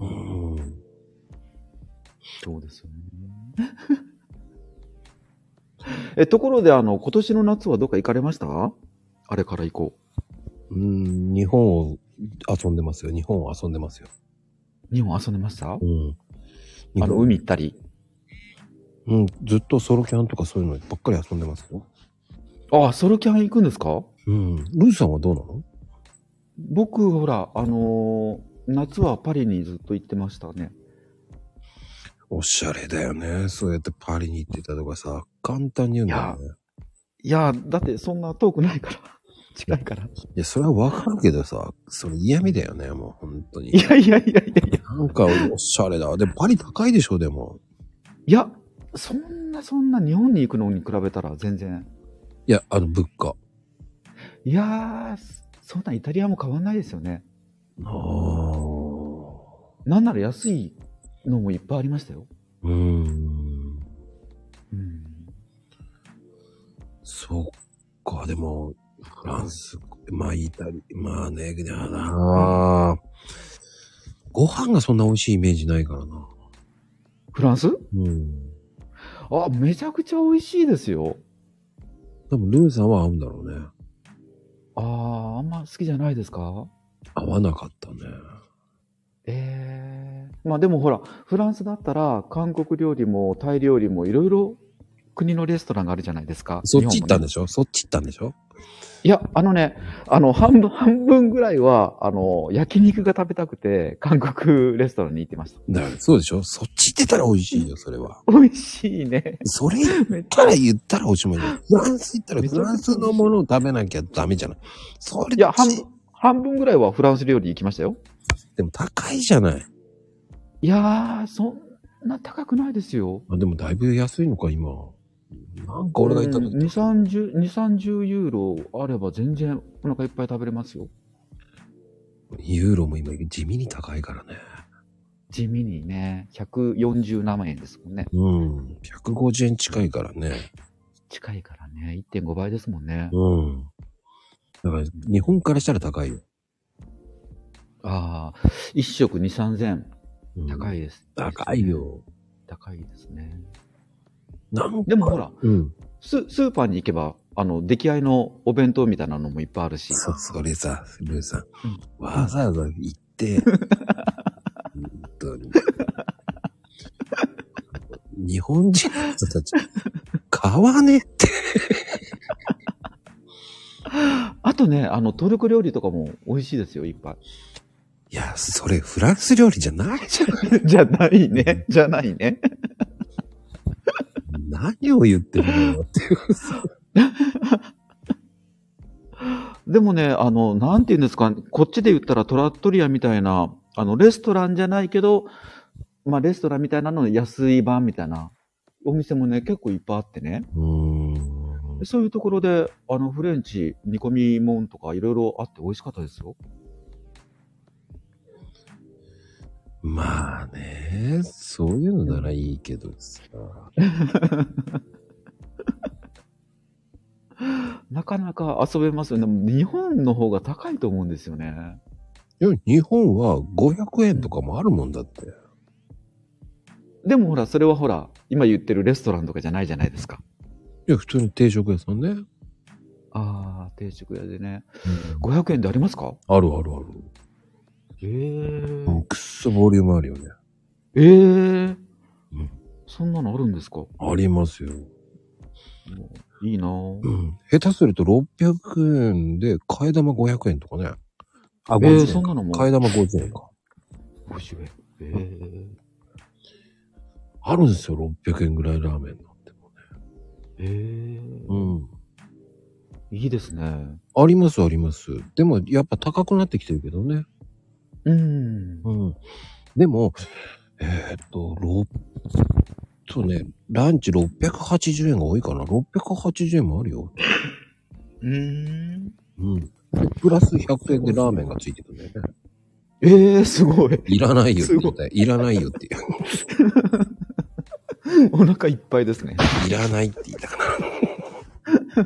そうですよね。え、ところで、あの、今年の夏はどっか行かれましたあれから行こ
うん、日本を遊んでますよ。日本を遊んでますよ。
う。日本遊んでました
うん。
あの、海行ったり。
うん、ずっとソロキャンとかそういうのばっかり遊んでますよ。
あ、ソロキャン行くんですか
うん。ルーさんはどうなの
僕、ほら、あのー夏はパリにずっと行ってましたね。
おしゃれだよね。そうやってパリに行ってたとかさ、簡単に言うんだよね。
いやー、だってそんな遠くないから。 近いから。
いや、それはわかるけどさ、それ嫌味だよね、もう本当に
い。やいやいやいやいや。
なんかおしゃれだ。でもパリ高いでしょ、でも。
いや、そんなそんな日本に行くのに比べたら全然。
いや、あの、物価。
いやー、そんなイタリアも変わんないですよね。
ああ。
なんなら安いのもいっぱいありましたよ。
うーん。
うん。
そっか、でも、フランス、まあ、イタリア、まあね、だよな。ご飯がそんな美味しいイメージないからな。
フランス
うん。
あ、めちゃくちゃ美味しいですよ。
多分、ルーさんは合うんだろうね。
あー、あんま好きじゃないですか
合わなかったね。
ええまあでもほら、フランスだったら韓国料理もタイ料理もいろいろ国のレストランがあるじゃないですか。
そっち行ったん
日本もね
でしょそっち行ったんでしょ
いや、あのね、あの、半分、 半分ぐらいは、あの、焼肉が食べたくて、韓国レストランに行ってました。
だからそうでしょそっち行ってたら美味しいよ、それは。
美味しいね。
それ言ったら言ったらおしまいだよ。フランス行ったらフランスのものを食べなきゃダメじゃない。それ
いや、半分、半分ぐらいはフランス料理行きましたよ。
でも高いじゃない。
いやー、そんな高くないですよ。
あでもだいぶ安いのか、今。なんか俺が行った時
うん、2、30、2、30ユーロあれば全然お腹いっぱい食べれますよ。
ユーロも今地味に高いからね。
地味にね、140何円ですもんね。
うん。150円近いからね。
近いからね、1.5倍ですもんね。
うん。だから日本からしたら高いよ。
ああ、1食2、3000。
うん
高いです。
高い。よ。
高いですね。
なんか
でもほら、
うん。
ススーパーに行けば、あの、出来合いのお弁当みたいなのもいっぱいあるし。
そ、それさ、ルーさん、わざわざ行 って、本当に。日本人の人たち、買わねえって。
あとね、あの、トルコ料理とかも美味しいですよ、いっぱい。
いや、それフランス料理じゃないじゃん。
じゃないね。じゃないね。
何を言ってるのっていう。
でもね、あの、なんて言うんですか、こっちで言ったらトラットリアみたいな、あの、レストランじゃないけど、まあ、レストランみたいなのの安い版みたいなお店もね、結構いっぱいあってね。
うーん。
そういうところで、あの、フレンチ、煮込みもんとかいろいろあって美味しかったですよ。
まあね、そういうのならいいけどさ。
なかなか遊べますよね。でも日本の方が高いと思うんですよね。
いや、日本は500円とかもあるもんだって。
でもほら、それはほら、今言ってるレストランとかじゃないじゃないですか。
いや、普通に定食屋さんね。
ああ、定食屋でね。500円でありますか
あるあるある。
ええ
うんくっそボリュームあるよね。
ええ
うん
そんなのあるんですか
ありますよ。
いいなぁ
うん。下手すると600円で、替え玉500円とかね。あ、
え
50
え
円か。
そんなのも
替え玉50円か。
50円。え
あるんですよ、600円ぐらいラーメンなんても
ええ
ね。
えいいですね。
うん。あります、あります。でも、やっぱ高くなってきてるけどね。
うん。
うん。でも、えーっと、ろそうね、ランチ680円が多いかな。680円もあるよ。
うん。
うん。でプラス100円でラーメンがついてくるんだよね。
ええー、すごい。
いらないよって言
す
いたい。いらないよって言う。
お腹いっぱいですね。
いらないって言ったかな。普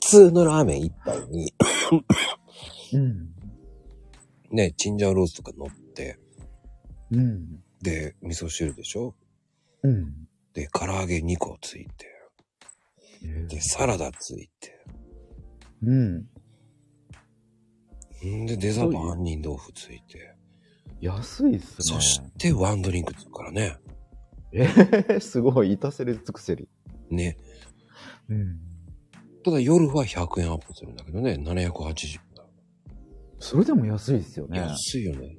通のラーメン一杯に、
うん。
ね、チンジャオロースとか乗って、
うん。
で、味噌汁でしょ
うん。
で、唐揚げ2個ついて、で、サラダついて、
うん。
んで、デザート杏仁豆腐ついて、
安いっす
そ
ね。
してワンドリンクつくからね。
えー、 すごい。いたせり尽くせり。
ね。
うん。
ただ夜は100円アップするんだけどね、780円だ。
それでも安いっすよね。
安いよね。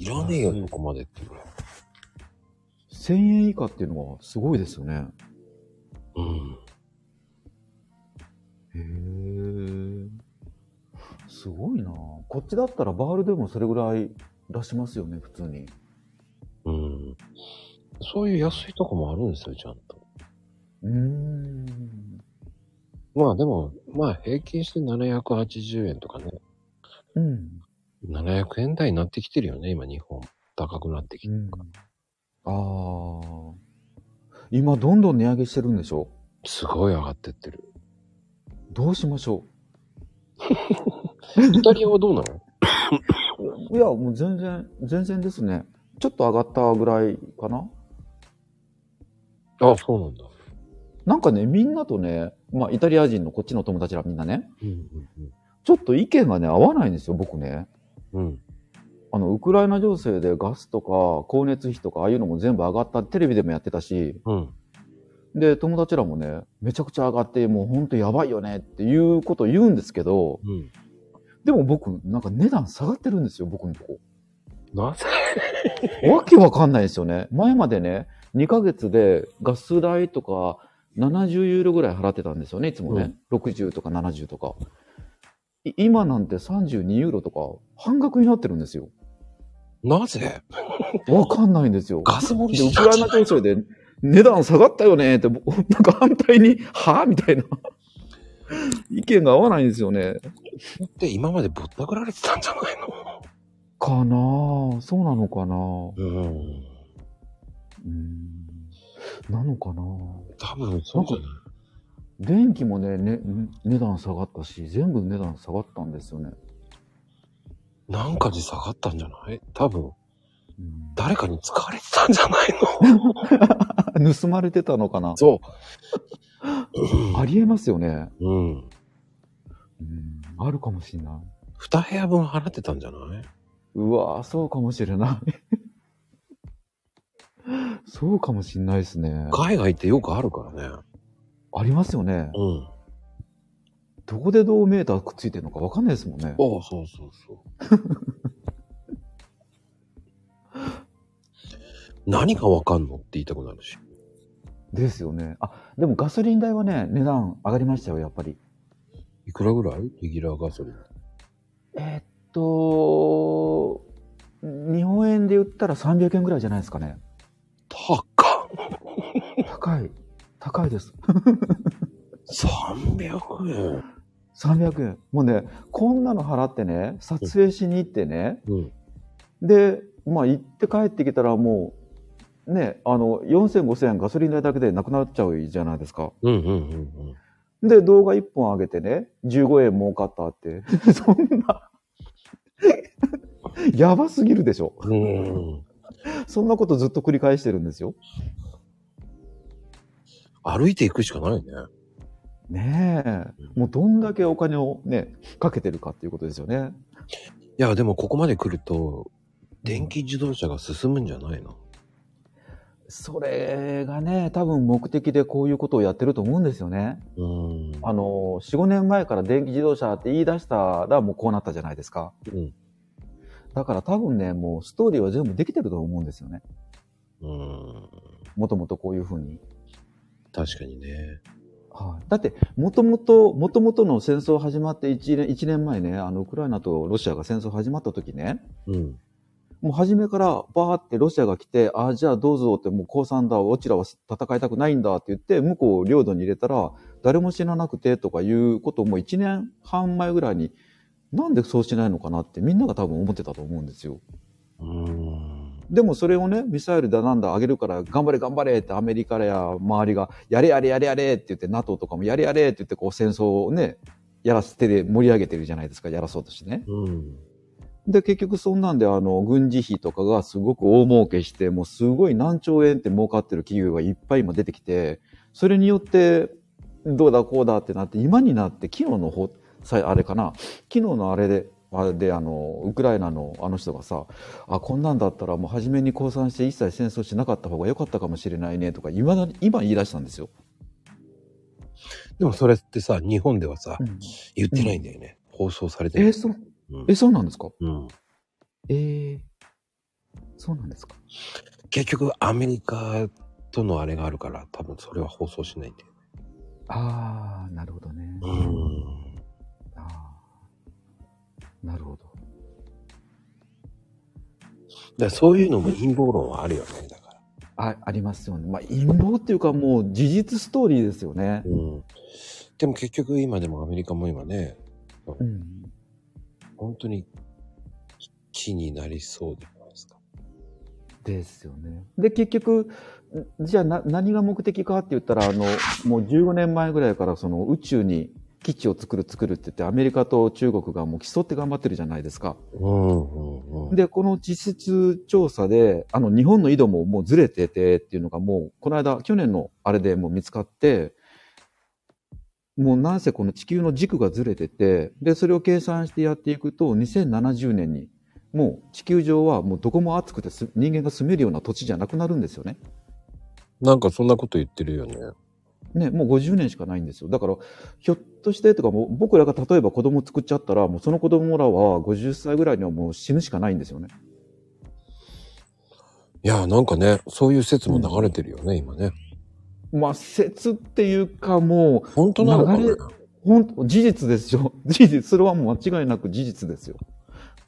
いらねえよ、ここまでっていうぐらい。
1000円以下っていうのはすごいですよね。
うん。
へえ。すごいなこっちだったらバールでもそれぐらい出しますよね、普通に。
うん。そういう安いとこもあるんですよ、ちゃんと。
うーん。
まあでも、まあ平均して780円とかね、
うん。
700円台になってきてるよね、今日本。高くなってきて。
ああ。今どんどん値上げしてるんでしょ
すごい上がってってる。
どうしましょ
イタリアはどうなの
ういや、もう全然、全然ですね。ちょっと上がったぐらいかな
あそうなんだ。
なんかね、みんなとね、まあイタリア人のこっちの友達らみんなね、
うん
ちょっと意見がね、合わないんですよ、僕ね。
うんうん。
あの、ウクライナ情勢でガスとか光熱費とかああいうのも全部上がった、テレビでもやってたし、
うん。うん。
で、友達らもね、めちゃくちゃ上がって、もうほんとやばいよねっていうことを言うんですけど、
うん。
でも僕、なんか値段下がってるんですよ、僕のとこ。
なぜ
わけわかんないですよね。前までね、2ヶ月でガス代とか70ユーロぐらい払ってたんですよね、いつもね。60とか70とか。い今なんて32ユーロとか半額になってるんですよ。
なぜ
わかんないんですよ。
ガス盛り
で、ウ
し
クライナ情勢で値段下がったよねって、ぼなんか反対に、はぁみたいな。意見が合わないんですよね。
って今までぼったくられてたんじゃないの
かなぁ。そうなのかなぁ。
うん。
うーん。なのかなぁ。
多分そうじゃない。
電気もねねん値段下がったし全部値段下がったんですよね、
なんかで下がったんじゃない多分、
うん
誰かに使われてたんじゃないの
盗まれてたのかな
そう。
ありえますよね、
うん。
うん、あるかもしれない
二部屋分払ってたんじゃないう
わーそうかもしれない そうかもしれないですね
海外ってよくあるからね。
ありますよね
うん。あ
どこでどうメーターくっついてるのかわかんないですもんね
そうそう そう。何がわかんのって言いたくなるし。
ですよねあでもガソリン代はね値段上がりましたよやっぱり
いくらぐらいレギュラーガソリン。
えーっと日本円で言ったら300円ぐらいじゃないですかね
高っ
高い高いです
!300 円。
300円もうねこんなの払ってね撮影しに行ってね
うん。
でまあ行って帰ってきたらもうねあの40005000円ガソリン代だけでなくなっちゃうじゃないですか
うんうんうん
で動画1本上げてね15円儲かったって そんな やばすぎるでしょ
うん。うん。
そんなことずっと繰り返してるんですよ
歩いていくしかないね。
ねえもうどんだけお金をねかけてるかっていうことですよね
いや、でもここまで来ると、電気自動車が進むんじゃないの
それがね、多分目的でこういうことをやってると思うんですよね。
うん。
あの、4、5年前から電気自動車って言い出したらもうこうなったじゃないですか。
うん。
だから多分ね、もうストーリーは全部できてると思うんですよね。
うん。
もともとこういうふうに。
確かにね。
はい。だって、もともと、もともとの戦争始まって1年、1年前ね、あの、ウクライナとロシアが戦争始まった時ね、
うん。
もう初めからバーってロシアが来て、ああ、じゃあどうぞって、もう降参だ、オチラは戦いたくないんだって言って、向こうを領土に入れたら、誰も死ななくてとかいうことをもう1年半前ぐらいに、なんでそうしないのかなってみんなが多分思ってたと思うんですよ。
うん。
でもそれをね、ミサイルだなんだ上げるから、頑張れ頑張れってアメリカや周りが、やれやれやれやれって言って、NATO とかもやれやれって言って、こう戦争をね、やらせて盛り上げてるじゃないですか、やらそうとしてね。
うん。
で、結局そんなんで、あの、軍事費とかがすごく大儲けして、もうすごい何兆円って儲かってる企業がいっぱい今出てきて、それによって、どうだこうだってなって、今になって、昨日のほ、さあれかな、昨日のあれで、あれで、あの、ウクライナのあの人がさ、あ、こんなんだったらもう初めに降参して一切戦争しなかった方が良かったかもしれないねとか、今だに、今言い出したんですよ。
でもそれってさ、日本ではさ、言ってないんだよね。放送されて
え
ない。
そう、
うん
え、そうなんですか
うん。
えーそうなんですか
結局、アメリカとのあれがあるから、多分それは放送しないんだよ。
ああ、なるほどね。
うん。
ああ、なるほど。
だからそういうのも陰謀論はあるよね、だから。
あ、ありますよね。まあ、陰謀っていうかもう事実ストーリーですよね。
うん。でも結局、今でもアメリカも今ね、
うん。
本当に、木になりそうじゃないですか。
ですよね。で、結局、じゃあな、何が目的かって言ったら、あの、もう15年前ぐらいからその宇宙に基地を作る作るって言って、アメリカと中国がもう競って頑張ってるじゃないですか。
うん、うん、うん。
で、この実質調査で、あの、日本の緯度ももうずれててっていうのがもう、この間、去年のあれでもう見つかって、もうなんせこの地球の軸がずれてて、で、それを計算してやっていくと、2070年に、もう地球上はもうどこも暑くてす人間が住めるような土地じゃなくなるんですよね。
なんかそんなこと言ってるよね。
ね、もう50年しかないんですよ。だから、ひょっとしてとかもう、僕らが例えば子供作っちゃったら、もうその子供らは50歳ぐらいにはもう死ぬしかないんですよね。
いや、なんかね、そういう説も流れてるよね、今ね。
まあ、説っていうかもう、
本当なのか
流
ね
れ。本当、事実ですよ。 事実、それはもう間違いなく事実ですよ。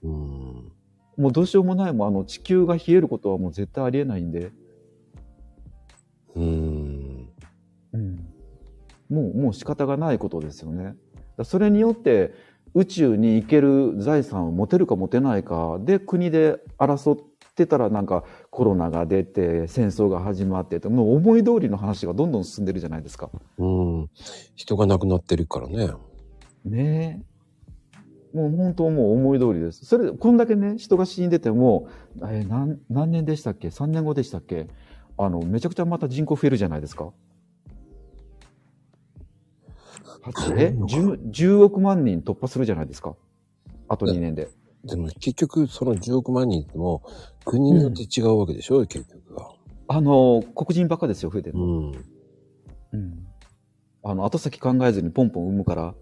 うん。
もうどうしようもないもん、あの、地球が冷えることはもう絶対ありえないんで、
うん。
うん。もう、もう仕方がないことですよね。だからそれによって、宇宙に行ける財産を持てるか持てないか、で、国で争ってたらなんかコロナが出て、戦争が始まってと、もう思い通りの話がどんどん進んでるじゃないですか。
うん。人が亡くなってるからね。
ねえ。もう本当もう思い通りです。それ、こんだけね、人が死んでても、えー何、何年でしたっけ ?3 年後でしたっけあの、めちゃくちゃまた人口増えるじゃないですか。
増え
え
るのか
10, 10億万人突破するじゃないですか。あと2年で。
でも結局、その10億万人っても、国によって違うわけでしょ、結局が。
あの、黒人ばっかですよ、増えてる
う
の。
ん。
うん。あの、後先考えずにポンポン産むから。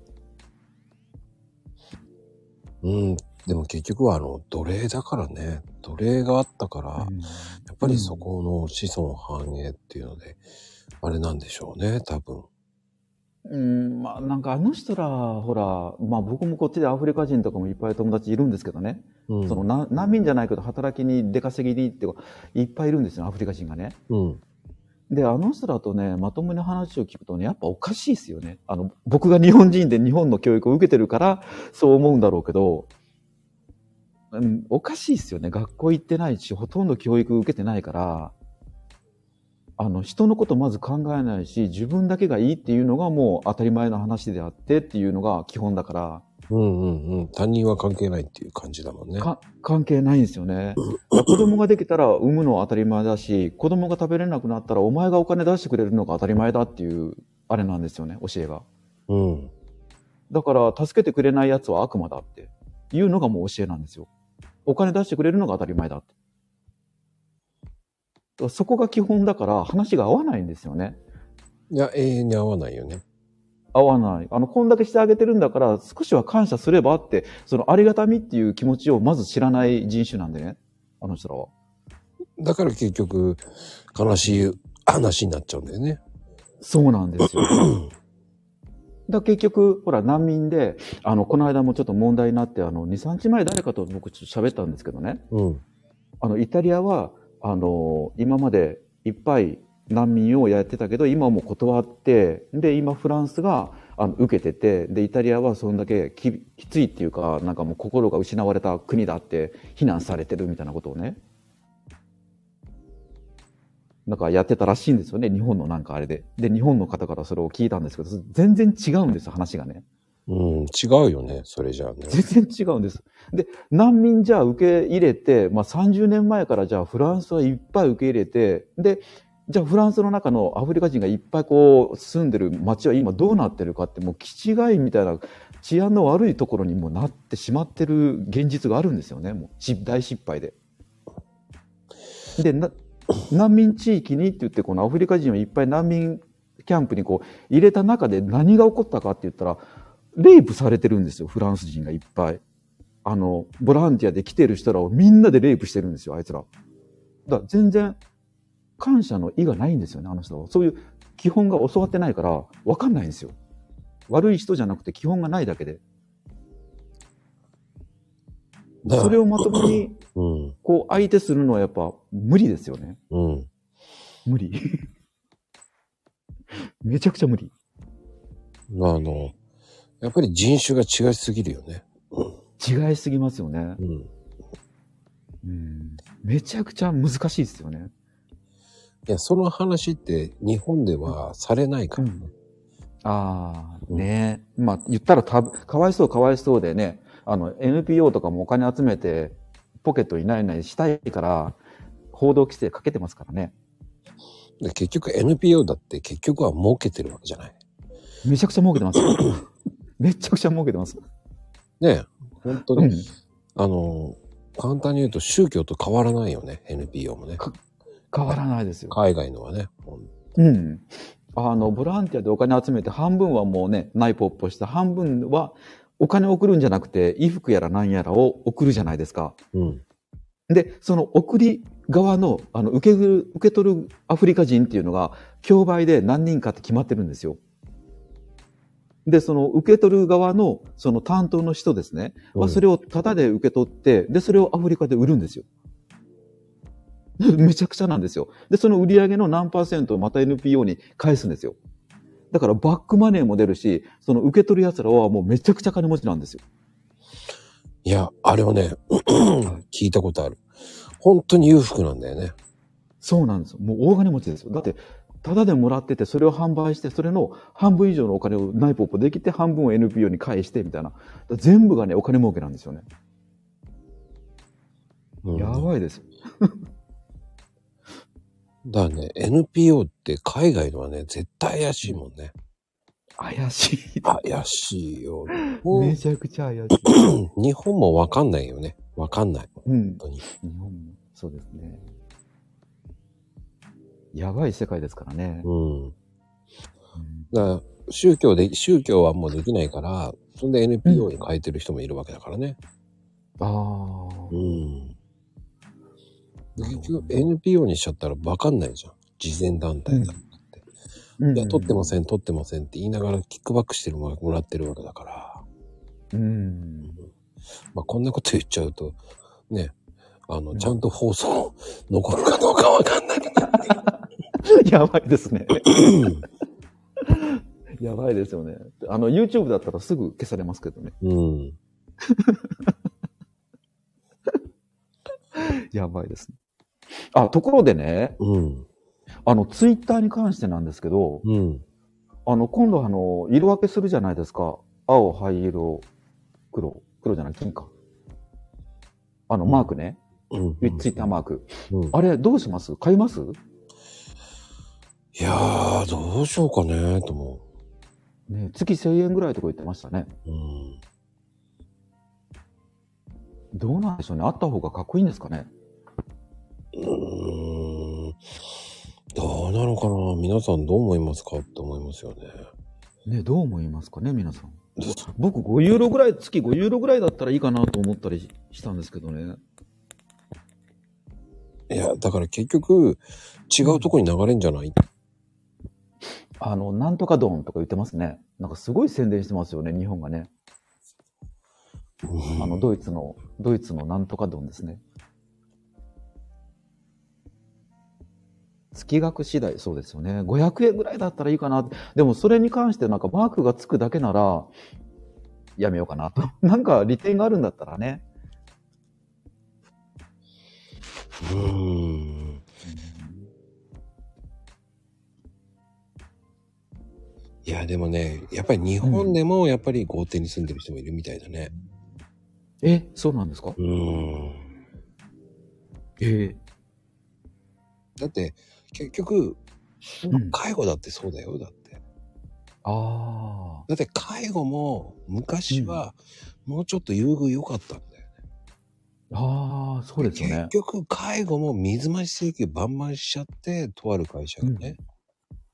うん。でも結局は、あの、奴隷だからね。奴隷があったから、
うん
やっぱりそこの子孫繁栄っていうので、あれなんでしょうね、多分。
うん、まあなんかあの人ら、ほら、まあ僕もこっちでアフリカ人とかもいっぱい友達いるんですけどね。
うん。
そのな難民じゃないけど働きに出稼ぎにっていっぱいいるんですよアフリカ人がね。
うん。
であの人だとねまともに話を聞くとねやっぱおかしいですよねあの僕が日本人で日本の教育を受けてるからそう思うんだろうけど、うん、おかしいですよね学校行ってないしほとんど教育受けてないからあの人のことまず考えないし自分だけがいいっていうのがもう当たり前の話であってっていうのが基本だから。
うんうんうん。他人は関係ないっていう感じだもんね。
か関係ないんですよね。子供ができたら産むのは当たり前だし、子供が食べれなくなったらお前がお金出してくれるのが当たり前だっていう、あれなんですよね、教えが。
うん。
だから、助けてくれない奴は悪魔だっていうのがもう教えなんですよ。お金出してくれるのが当たり前だって。だからそこが基本だから話が合わないんですよね。
いや、永遠に合わないよね。
合わない。あの、こんだけしてあげてるんだから少しは感謝すればって、そのありがたみっていう気持ちをまず知らない人種なんでね、あの人らは。
だから結局、悲しい話になっちゃうんだよね。
そうなんですよ。だから結局、ほら、難民で、あの、この間もちょっと問題になって、あの、2、3日前誰かと僕ちょっと喋ったんですけどね。
うん。
あの、イタリアは、あの、今までいっぱい難民をやってたけど、今はもう断って、で、今フランスが、あの、受けてて、で、イタリアはそんだけききついっていうか、なんかもう心が失われた国だって非難されてるみたいなことをね、なんかやってたらしいんですよね、日本のなんかあれで。で、日本の方からそれを聞いたんですけど、全然違うんですよ、話がね。
うん、違うよね、それじゃあね。
全然違うんです。で、難民じゃあ受け入れて、まあ、30年前からじゃあフランスはいっぱい受け入れて、で、じゃあフランスの中のアフリカ人がいっぱいこう住んでる街は今どうなってるかってもう気違いみたいな治安の悪いところにもうなってしまってる現実があるんですよね。もうし大失敗で。で、な難民地域にって言ってこのアフリカ人をいっぱい難民キャンプにこう入れた中で何が起こったかって言ったらレイプされてるんですよ、フランス人がいっぱい。あの、ボランティアで来てる人らをみんなでレイプしてるんですよ、あいつら。だから全然、感謝の意がないんですよね、あの人は。そういう基本が教わってないから、わかんないんですよ。悪い人じゃなくて基本がないだけで。
だ
それをまともに、
うん、
こう、相手するのはやっぱ無理ですよね。
うん。
無理。 めちゃくちゃ無理。
あの、やっぱり人種が違いすぎるよね。
違いすぎますよね。
うん。
うん。めちゃくちゃ難しいですよね。
いや、その話って日本ではされないからね。
ああ、
うん
ねえ。まあ、言ったらたぶ、かわいそうかわいそうでね、あの、NPO とかもお金集めて、ポケットにないないしたいから、報道規制かけてますからね。
で結局 NPO だって結局は儲けてるわけじゃない。
めちゃくちゃ儲けてます。めちゃくちゃ儲けてます。
ねえ本当
う
に、
ん。
あの、簡単に言うと宗教と変わらないよね、NPO もね。
か変わらないですよ。
海外のはね。
うん。あの、ボランティアでお金集めて、半分はもうね、ナイポッポして、半分はお金送るんじゃなくて、衣服やら何やらを送るじゃないですか。
うん。
で、その送り側の、あの、受ける、受け取るアフリカ人っていうのが、競売で何人かって決まってるんですよ。で、その受け取る側の、その担当の人ですね。は、そ
れ
れをタダで受け取って、で、それをアフリカで売るんですよ。 めちゃくちゃなんですよ。で、その売り上げの何パーセントをまた NPO に返すんですよ。だからバックマネーも出るし、その受け取る奴らはもうめちゃくちゃ金持ちなんですよ。
いや、あれはね、聞いたことある。本当に裕福なんだよね。
そうなんですよ。もう大金持ちですよ。だって、ただでもらってて、それを販売して、それの半分以上のお金をナイポッポできて、半分を NPO に返して、みたいな。だから全部がね、お金儲けなんですよね。
うん
やばいですよ。
だからね、NPO って海外のはね、絶対怪しいもんね。
怪しい。
怪しいよ。
め
日
ちゃくちゃ怪しい。
本日本もわかんないよね。わかんない。本
うん。
当に。
日本も、そうですね。やばい世界ですからね。
うん。だから宗教で、宗教はもうできないから、そんで NPO に変えてる人もいるわけだからね。
あ
うん。
なる
結
ほど
局 NPO にしちゃったらわかんないじゃん。慈善団体だ。
あ。
いや、取ってませ
ん。
ん、取ってませんって言いながらキックバックしてるもらってるわけだから。
うん。
まあ、こんなこと言っちゃうと、ね、あ
う
の、
ん
ちゃんと放送残るかどうかわかんない。
やばいですね。やばいですよね。あの、YouTube だったらすぐ消されますけどね。
うん。
やばいですね。あ、ところでね、
うん。
あの、ツイッターに関してなんですけど、
うん。
あの、今度あの、色分けするじゃないですか。青、灰色、黒、黒じゃない、金か。あの、マークね。
うん。
ツイッターマーク。
うん
あれ、どうします買います
いやー、どうしようかね、と思
ね、月1000円ぐらいとか言ってましたね。
う。うん。
どうなんでしょうね。あった方がかっこいいんですかね。
うーん。どうなのかな皆さんどう思いますかって思いますよね。
ね、どう思いますかね、皆さん。僕5ユーロぐらい、月5ユーロぐらいだったらいいかなと思ったりししたんですけどね。
いや、だから結局、違うとこに流れんじゃない
あの、なんとかドンとか言ってますね。なんかすごい宣伝してますよね、日本がね。あの、ドイツの、ドイツのなんとかドンですね。月額次第、そうですよね。500円ぐらいだったらいいかなって。でもそれに関してなんかマークがつくだけなら、やめようかなと。 なんか利点があるんだったらね。
うーん。いや、でもね、やっぱり日本でもやっぱり豪邸に住んでる人もいるみたいだね。
え、そうなんですか
うーん。
え
だって、結局、
えうん、
介護だってそうだよ、だって。
ああ。
だって介護も昔はもうちょっと優遇良かったんだよ。
ああ、そうですよね
結。局、介護も水増し請求バンバンしちゃって、とある会社がね。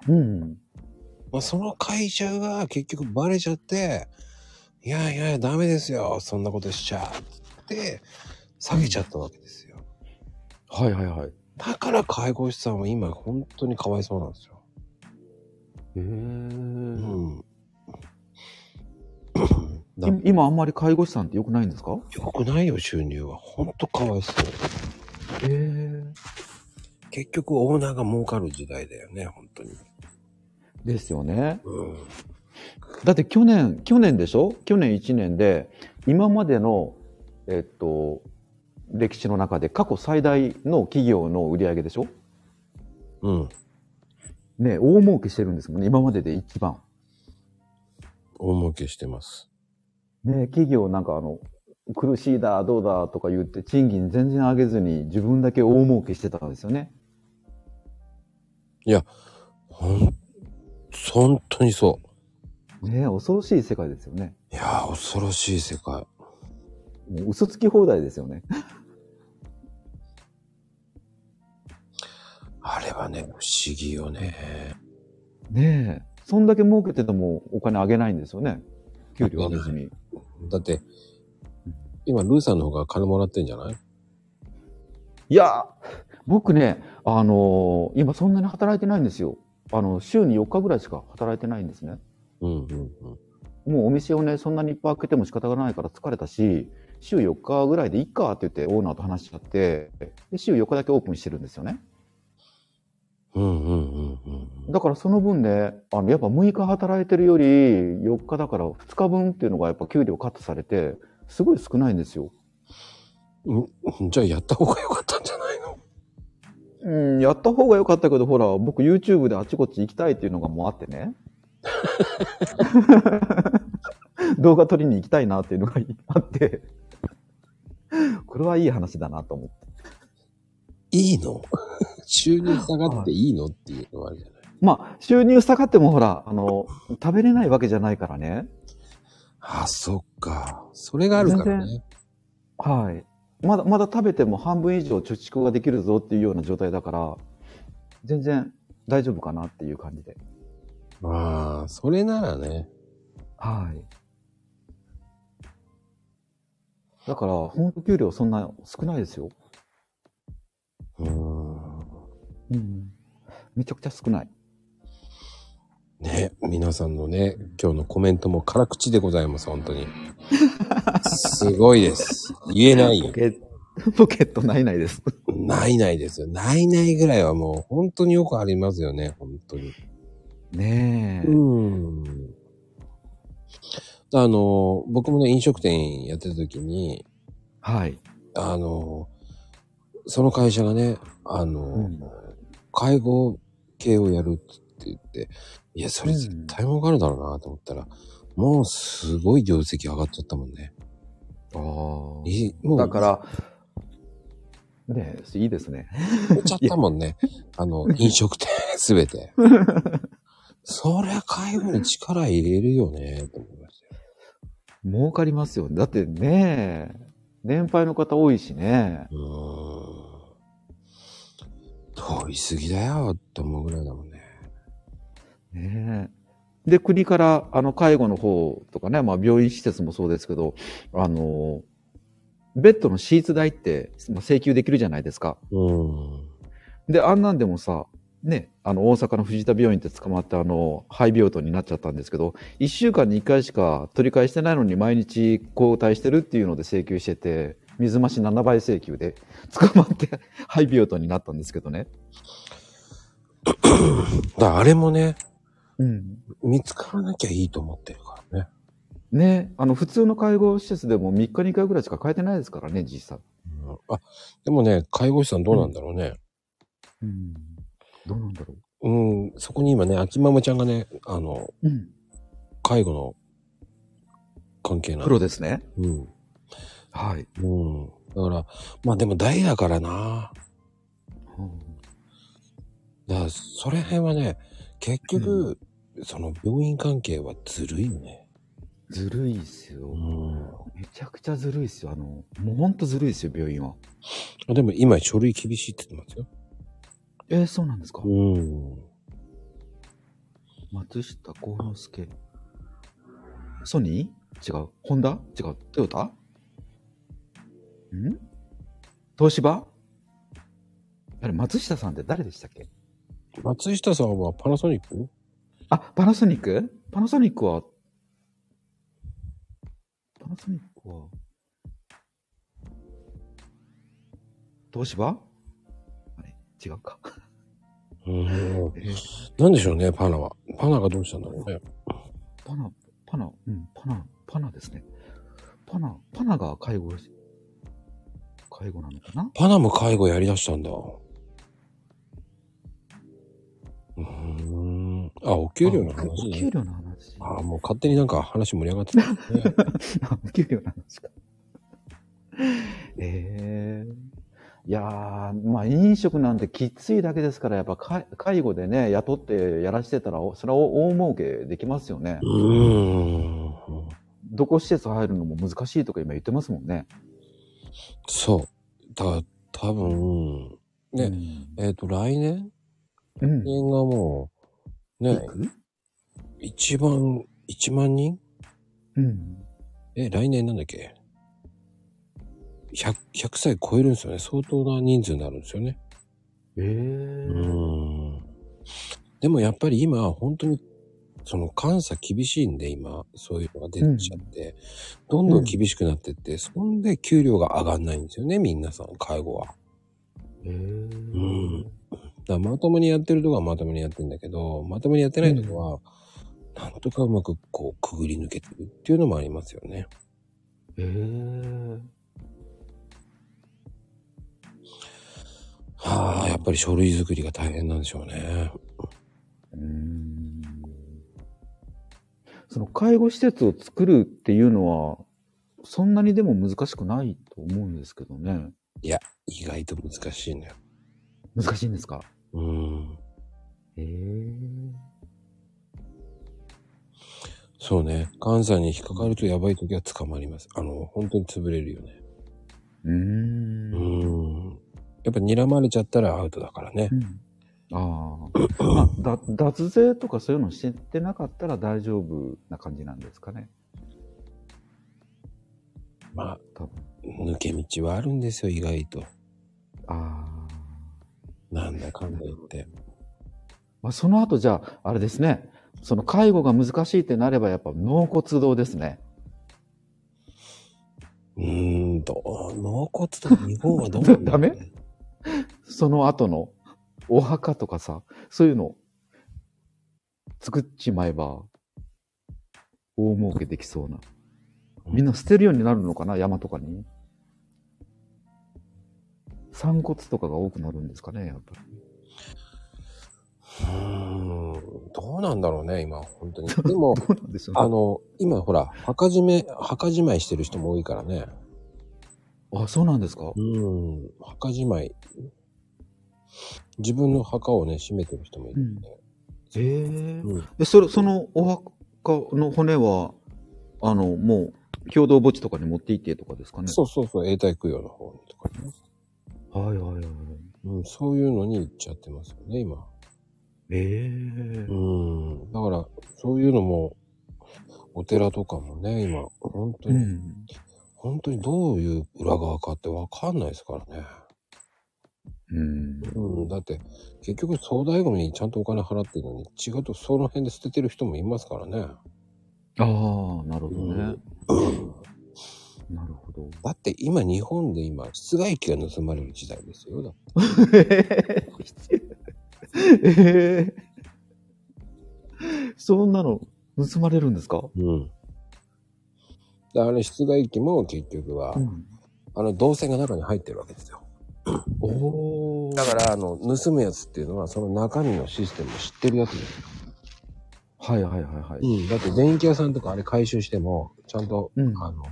うん。
まあ、その会社が結局バレちゃって、いやいや、ダメですよ、そんなことしちゃって、下げちゃったわけですよ。
はいはいはい。
だから介護士さんは今本当にかわいそうなんですよ。
ええ
うん。だ
い今あんまり介護士さんって良くないんですか
よくないよ、収入は。本当かわいそう。
ええ
結局、オーナーが儲かる時代だよね、本当に。
ですよね。
うん。
だって去年、去年でしょ去年1年で、今までの、えっと、歴史の中で過去最大の企業の売り上げでしょ
うん。
ね、大儲けしてるんですもんね。今までで一番。
大儲けしてます。
ね、企業なんかあの、苦しいだ、どうだとか言って、賃金全然上げずに自分だけ大儲けしてたんですよね。
ほん、本当にそう。
ね、恐ろしい世界ですよね。
いやー、恐ろしい世界。
もう嘘つき放題ですよね。
あれはね、不思議よね。
ねえ。そんだけ儲けててもお金上げないんですよね。給料上げずに。
だって、今、ルーさんの方が金もらってんじゃない
いや、僕ね、あのー今そんなに働いてないんですよ。あの、週に4日ぐらいしか働いてないんですね。
うんうんうん。
もうお店をね、そんなにいっぱい開けても仕方がないから疲れたし、週4日ぐらいでいっかって言ってオーナーと話しちゃって、で週4日だけオープンしてるんですよね。
うんうんうんうん。
だからその分ね、あの、やっぱ6日働いてるより4日だから2日分っていうのがやっぱ給料カットされて、すごい少ないんですよ。
うんじゃあ、やった方が良かったんじゃないの
うん、やった方が良かったけど、ほら、僕 YouTube であちこち行きたいっていうのがもうあってね。動画撮りに行きたいなっていうのがあって、これはいい話だなと思って。
いいの 収入下がっていいのっていうのはあるじゃない。
まあ、収入下がってもほら、あの、食べれないわけじゃないからね。
あ、そっか。それがあるからね。
はい。まだ、まだ食べても半分以上貯蓄ができるぞっていうような状態だから、全然大丈夫かなっていう感じで。
ああ、それならね。
はい。だから、本当給料そんな少ないですよ。
うーん。
うん。めちゃくちゃ少ない。
ね、皆さんのね、今日のコメントも辛口でございます、本当に。すごいです。言えないよ
ポ。ケ ポケットないないです。
ないないですよ。ないないぐらいはもう本当によくありますよね、本当に。
ねえ。
ん。あの、僕もね、飲食店やってた時に、
はい。
あの、その会社がね、あの、
うん
介護系をやるって言って、いや、それ絶対儲かるだろうなと思ったら、もうすごい業績上がっちゃったもんね。
ああ。
いもう、
だから、ねえ、いいですね。
売っちゃったもんね。あの、飲食店すべて。そりゃ介護に力入れるよね、と思いましたよ。
儲かりますよ。だってねえ、年配の方多いしね。
うーん。通り過ぎだよ、って思うぐらいだもんね。
ねえ。で、国から、あの、介護の方とかね、まあ、病院施設もそうですけど、あの、ベッドのシーツ代って、まあ、請求できるじゃないですか。
うん。
で、あんなんでもさ、ね、あの、大阪の藤田病院って捕まって、あの、肺病棟になっちゃったんですけど、1週間に1回しか取り返してないのに毎日交代してるっていうので請求してて、水増し7倍請求で捕まって肺病棟になったんですけどね。
だからあれもね、
うん。
見つからなきゃいいと思ってるからね。
ね、あの、普通の介護施設でも3日に1回ぐらいしか変えてないですからね、実際。
うんあ、でもね、介護士さんどうなんだろうね。
うん。どうなんだろ
うん、そこに今ね、秋ママちゃんがね、あの、
う。うん。
介護の関係な
プロですね。
うん。
はい。
うん。だから、まあでも大だからな。だから、それ辺はね、結局、その病院関係はずるいよね。
ずるいっすよ
う。ん。
めちゃくちゃずるいっすよ。あの、もうほんとずるいっすよ、病院は。
でも今書類厳しいって言ってますよ。
えー、そうなんですか。
うん。
松下幸之助。ソニー違う。ホンダ違う。トヨタん東芝あれ、松下さんって誰でしたっけ
松下さんはパナソニック
あ、パナソニックパナソニックは、パナソニックは、東芝あれ違うか。
うん。
えー
なんでしょうね、パナは。パナがどうしたんだろうね。
パナ、パナ、うん、パナ、パナですね。パナ、パナが介護し、介護なのかな
パナも介護やりだしたんだ。うーん。あ、お給料の
あ
話
お
ね
給。料の話。
あもう勝手になんか話盛り上がってた、 ね。
お 給料の話か。ええいやー、まあ飲食なんてきついだけですから、やっぱ介介護でね、雇ってやらしてたら、おそれは大儲けできますよね。
うーん。
どこ施設入るのも難しいとか今言ってますもんね。
そう。だから、多分、ねえっ、と、来年
うん。うん。
年がもう、ね
行、く
一番、一万人
うん。
え、来年なんだっけ ?100、100歳超えるんですよね。相当な人数になるんですよね。
ええ
うーん。でもやっぱり今、本当に、その監査厳しいんで、今、そういうのが出ちゃって、どんどん厳しくなってって、そんで給料が上がんないんですよね、みんなさん、介護は。
ええ
んだからまともにやってるとこはまともにやってんだけど、まともにやってないとこは、なんとかうまくこう、くぐり抜けてるっていうのもありますよね。
ええ
はあ、やっぱり書類作りが大変なんでしょうね。
うーんその介護施設を作るっていうのは、そんなにでも難しくないと思うんですけどね。
意外と難しいんだよ。
難しいんですか
うん。
ええ
そうね。監査に引っかかるとやばい時は捕まります。あの、本当に潰れるよね。
うーん。
う
うん
ん。やっぱ睨まれちゃったらアウトだからね。
ああ、まあだ。脱税とかそういうの知ってなかったら大丈夫な感じなんですかね。
まあ、
多分。
抜け道はあるんですよ、意外と。
ああ。
なんだかんだ言って。
まあ、その後じゃあ、あれですね。その介護が難しいってなればやっぱ納骨堂ですね。
うーんと、納骨とか日本はどう なんだろう
ダその後のお墓とかさ、そういうの作っちまえば大儲けできそうな。みんな捨てるようになるのかな山とかに。散骨とかが多くなるんですかねやっぱ
うーん、どうなんだろうね、今、本 当に。でも
り。、どうなんでしょ
あ
うね
の、今ほら、墓じめ、墓じまいしてる人も多いからね。
あ、そうなんですか
うん、墓じまい。自分の墓をね、閉めてる人もいるんで。
ええ
うん、
で、それ、そのお墓の骨は、あの、もう、共同墓地とかに持って行ってとかですかね
そうそうそう、永代供養の方にとかね。
う。はいはいはい。
うん、そういうのに行っちゃってますよね、今。
ええ
うん。だから、そういうのも、お寺とかもね、今、本当
う
に、
ん。
本当にどういう裏側かってわかんないですからね。
うん。
うん、だって、結局、総大醐にちゃんとお金払ってるのに、違うとその辺で捨ててる人もいますからね。
ああ、なるほどね。なるほど。
だって今、日本で今、室外機が盗まれる時代ですよ。だって
えええ そんなの盗まれるんですか、
うん。で、あの室外機も結局は、
ん、
あの導線が中に入ってるわけですよ。
おお
だから、あの、盗むやつっていうのは、その中身のシステムを知ってるやつです。
はいはいはいはい。
うん。だって電気屋さんとかあれ回収しても、ちゃんと、
うん
あの、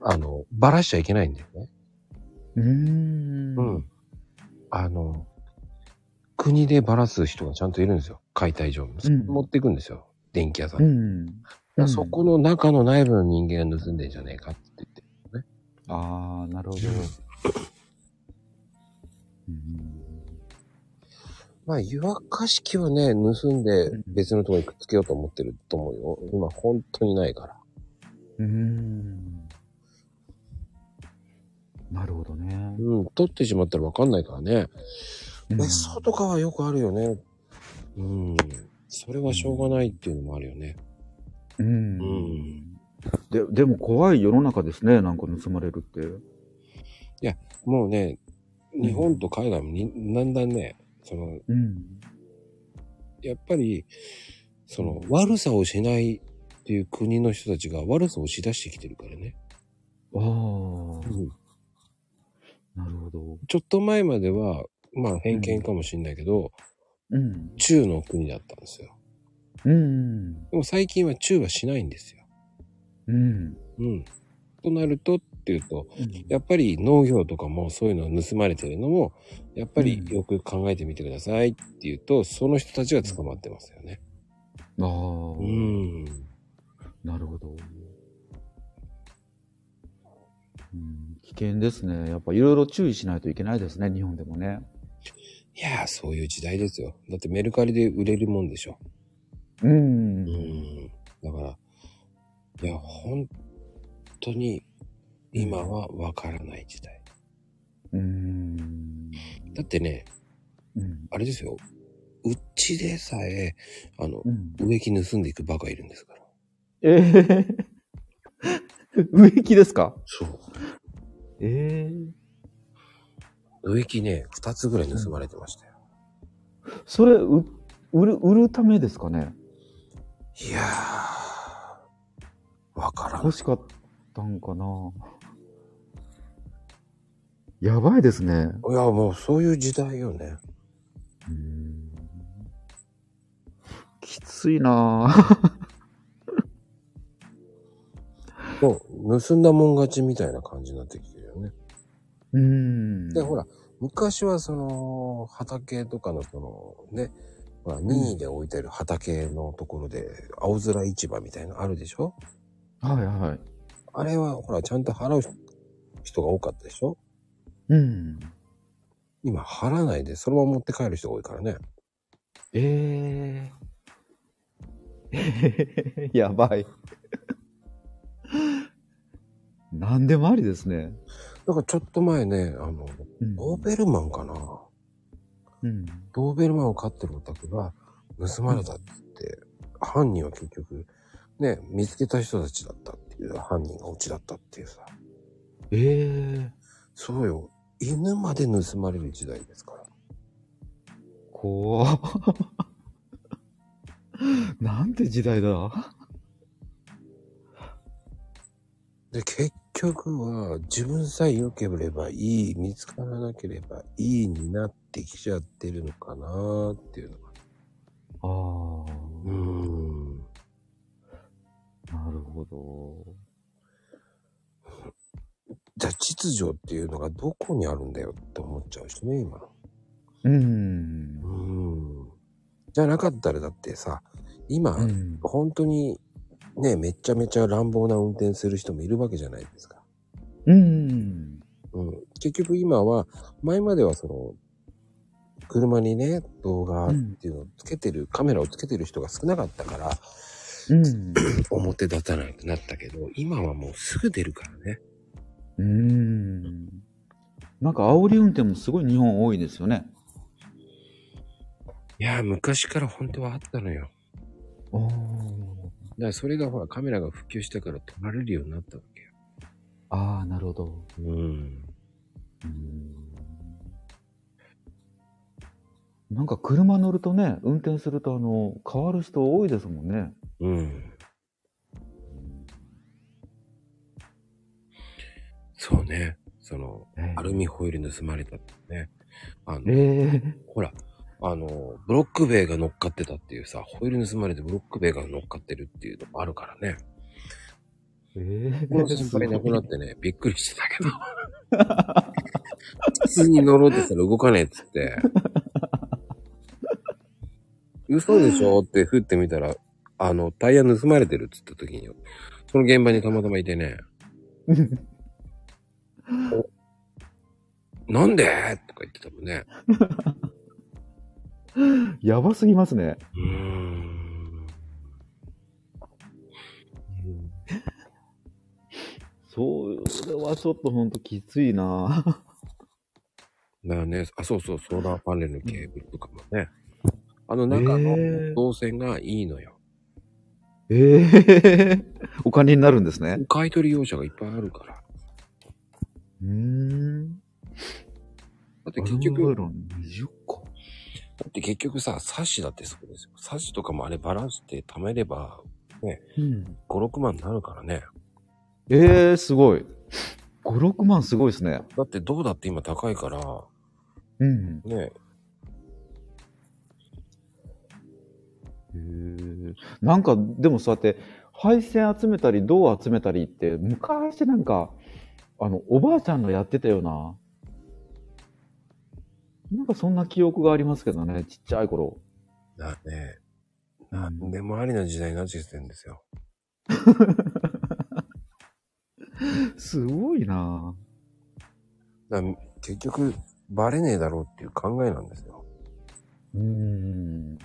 あの、ばらしちゃいけないんだよね。
うーん。
うん。あの、国でばらす人がちゃんといるんですよ。解体場に。
うん
持っていくんですよ。電気屋さん。だ
う
か
ん。
らそこの中の内部の人間が盗んでんじゃねえかって言って。
ああ、なるほど。うん
まあ、湯沸かし器はね、盗んで
うん
別のとこにくっつけようと思ってると思うよ。今、本当にないから。
うーん。なるほどね。
うん、取ってしまったらわかんないからね。
うん
別荘とかはよくあるよね。うん。それはしょうがないっていうのもあるよね。
うん
うん
ででも怖い世の中ですね、なんか盗まれるって。
もうね、
ん
日本と海外もに、だんだんね、その、
うん。
やっぱり、その、悪さをしないっていう国の人たちが悪さをしだしてきてるからね。
ああ、なるほど。
ちょっと前までは、まあ偏見かもしんないけど、
うん。
中の国だったんですよ。
うん。
でも最近は中はしないんですよ。
うん。
うん。となるとっていうと、やっぱり農業とかもそういうの盗まれてるのも、やっぱりよく考えてみてくださいっていうと、その人たちが捕まってますよね。
ああ、
うん。
なるほど。うん、危険ですね。やっぱいろいろ注意しないといけないですね、日本でもね。
いやー、そういう時代ですよ。だってメルカリで売れるもんでしょ。
う
う
ん。
ん。だから、いや、本当に今はわからない時代。
うん。
だってね、
うん。
あれですよ。うちでさえ、あの、
うん
植木盗んでいくバカいるんですから。
ええ 植木ですか
そう。
え
植木ね、二つぐらい盗まれてましたよ。
えそれう売る、売るためですかね
いやー、わからん
欲。しかったんかなやばいですね。
いや、もうそういう時代よね。
きついな ぁ。
そう、盗んだもん勝ちみたいな感じになってきてるよね。
うん。
で、ほら、昔はその、畑とかのその、ね、ほら、任意で置いてある畑のところで、青空市場みたいなのあるでしょ
はいはい。
あれは、ほら、ちゃんと払う人が多かったでしょ
うん。
今、払わないで、そのまま持って帰る人が多いからね。
ええやばい。なんでもありですね。
だからちょっと前ね、あの、
うん
ドーベルマンかな
うん。
ドーベルマンを飼ってるお宅が盗まれたって言って、犯人は結局、ね、見つけた人たちだったっていう、犯人がオチだったっていうさ。
ええ
そうよ。犬まで盗まれる時代ですから。
怖っ なんて時代だ。
で、結局は自分さえ良ければいい、見つからなければいいになってきちゃってるのかなーっていうのが。
ああ、
うーん。
なるほど。
じゃあ秩序っていうのがどこにあるんだよって思っちゃうしね、今。
うん
う。ーん。じゃなかったらだってさ、今、
うん。
本当にね、めちゃめちゃ乱暴な運転する人もいるわけじゃないですか。
うん。
うん、結局今は、前まではその、車にね、動画っていうのをつけてる、カメラをつけてる人が少なかったから、
うん。
表立たないくなったけど、今はもうすぐ出るからね。
うん。なんか煽り運転もすごい日本多いですよね。
いやー、昔から本当はあったのよ。
あ
だからそれがほら、カメラが普及したから撮られるようになったわけよ。
あー、なるほど。
うん。
うんなんか車乗るとね、運転するとあの、変わる人多いですもんね。
うん。そうね。その、
え
アルミホイル盗まれたってね。あの、
え
ほら、あの、ブロック塀が乗っかってたっていうさ、ホイル盗まれてブロック塀が乗っかってるっていうのもあるからね。
ええ
この心配なくなってね、びっくりしてたけど。普通に乗ろうとしたら動かねえっつって。嘘でしょって振ってみたら、あの、タイヤ盗まれてるっつった時によ。その現場にたまたまいてね。おなんでとか言ってたもんね。
やばすぎますね。
うーん。
そう、それはちょっとほんときついなぁ
だからね、あ、そうそう、ソーラーパネルのケーブルとかもね。あの中の動線がいいのよ。
ええお金になるんですね。
買い取り業者がいっぱいあるから。
うーん。
だって結局、
ア
だ
ルロン20個。
って結局さ、サッシだってそうですよ。サッシとかもあれバラして貯めれば、
うん、
5、6万になるからね。
ええすごい。5、6万すごいですね。
だってどうだって今高いから、
うん。
ね、
へーなんかでもそうやって配線集めたり銅集めたりって昔なんかあのおばあちゃんがやってたようななんかそんな記憶がありますけどねちっちゃい頃
な、ね、なんでもありな時代になってきてるんですよ。
すごいなぁ
だから結局、バレねえだろうっていう考えなんですよ。
うーん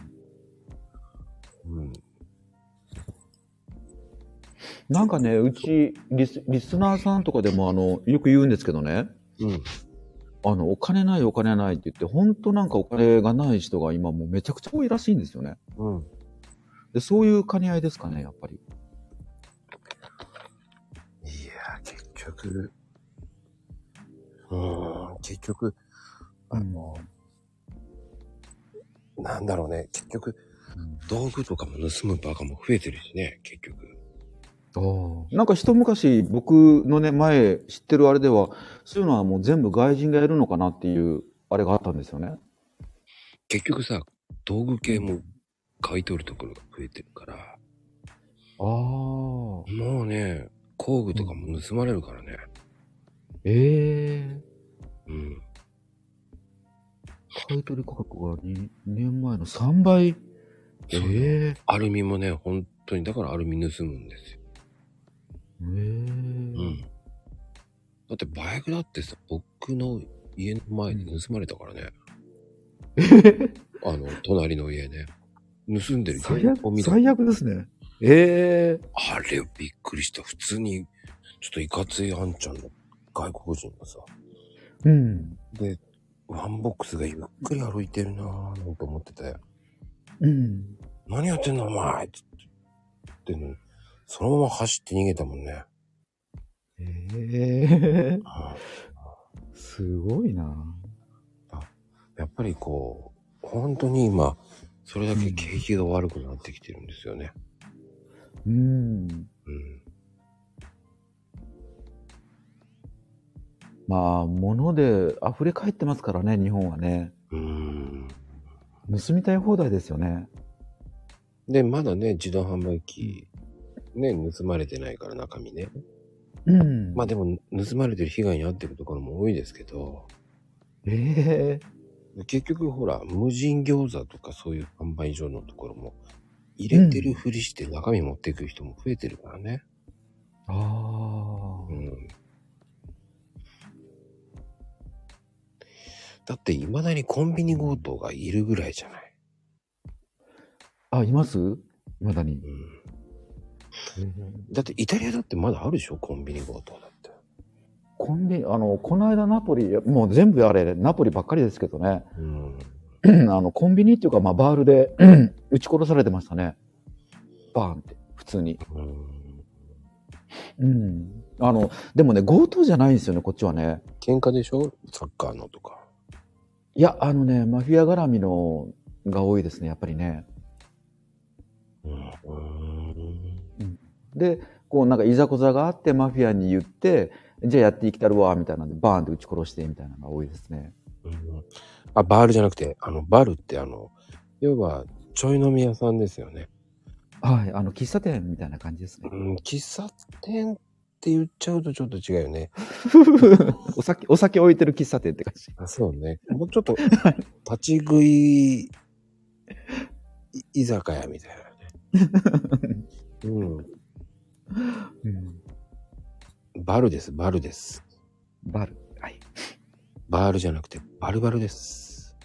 うん。
なんかねうちリスリスナーさんとかでもあのよく言うんですけどね
うん。
あのお金ないお金ないって言って本当なんかお金がない人が今もうめちゃくちゃ多いらしいんですよね
うん。
でそういう兼ね合いですかねやっぱり
いやー、結局、うーん、結局、あの、なんだろうね、結局、
うん
道具とかも盗むバカも増えてるしね、結局。
なんか一昔僕のね、前知ってるあれでは、そういうのはもう全部外人がやるのかなっていう、あれがあったんですよね。
結局さ、道具系も買い取るところが増えてるから、
ああ。
もうね、工具とかも盗まれるからね。
ええ
うん。
買い取り価格が 2, 年前の3倍。ええ
そうよアルミもね、本当に、だからアルミ盗むんですよ。
ええ
うん。だってバイクだってさ、僕の家の前で盗まれたからね。 あの、隣の家ね。盗んでる
最悪
見た。
最悪ですね。ええ
あれ、びっくりした。普通に、ちょっといかついあんちゃんの外国人がさ。
うん。
で、ワンボックスがゆっくり歩いてるなぁ、なんて思ってて。
うん。
何やってんだお前って言ってんのにそのまま走って逃げたもんね。
ええ
うん
すごいな。
やっぱりこう、本当に今、それだけ景気が悪くなってきてるんですよね。
うん。
うん。
まあ、物で溢れ返ってますからね、日本はね。
うーん。
盗みたい放題ですよね。
で、まだね、自動販売機、ね、盗まれてないから中身ね。
うん。
まあでも、盗まれてる被害に遭ってるところも多いですけど、
ええ
結局ほら、無人餃子とかそういう販売所のところも、入れてるふりして中身持っていく人も増えてるからね。う
ああ。
ん。だって、未だにコンビニ強盗がいるぐらいじゃない。
あ、いますまだに。
うんだってイタリアだってまだあるでしょコンビニ強盗だって。
コンビニ、あの、この間ナポリ、もう全部あれ、ナポリばっかりですけどね。
うん。
あの、コンビニっていうか、まあ、バールで撃ち殺されてましたね。バーンって、普通に。
うん。
うん。あの、でもね、強盗じゃないんですよね、こっちはね。
喧嘩でしょサッカーのとか。
いや、あのね、マフィア絡みのが多いですね、やっぱりね。
うん
で、こうなんかいざこざがあってマフィアに言って、じゃあやっていきたるわ、みたいなんで、バーンって撃ち殺してみたいなのが多いですね。
あ、バールじゃなくて、あの、バルってあの、要は、ちょい飲み屋さんですよね。
はい、あの、喫茶店みたいな感じです ね。
うん、喫茶店って言っちゃうとちょっと違うよね。
お酒、お酒置いてる喫茶店って感じ。
あそう ね。もうちょっと、立ち食い、い居酒屋みたい なね。うん。バルです、バルです。
バル。はい。
バールじゃなくて、バルバル です。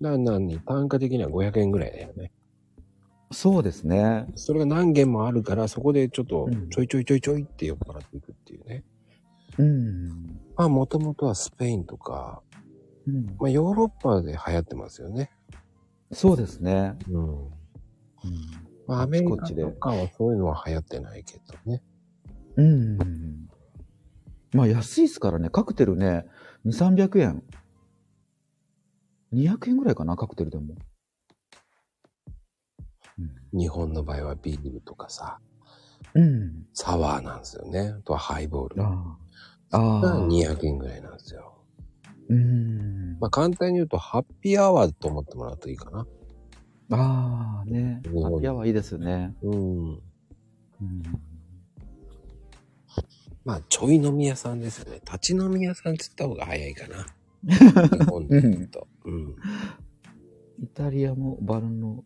なんなんに、単価的には500円ぐらいだよね。
そうですね。
それが何軒もあるから、そこでちょっと
うん、
ちょいちょいちょいちょいって酔っ払っていくっていうね。
うん。
まあ、もともとはスペインとか、
うん、
まあ、ヨーロッパで流行ってますよね。
そうですね。
うん。
う
まあ、
あ
アメリ
こ
カ
っちで
とかはそういうのは流行ってないけどね。
ん。うん、まあ安いですからね、カクテルね、2、300円。200円ぐらいかな、カクテルでも。
日本の場合はビールとかさ、
うん。
サワーなんですよね。あとはハイボールが
ああ。ああ。
200円ぐらいなんですよ。
うん。
まあ、簡単に言うと、ハッピーアワーと思ってもらうといいかな。
ああ、ね。
日本
いやはいいですよね。
うん。
うん。
まあ、ちょい飲み屋さんですよね。立ち飲み屋さんって言った方が早いか な。日本で言うと。うん。
イタリアもバルの、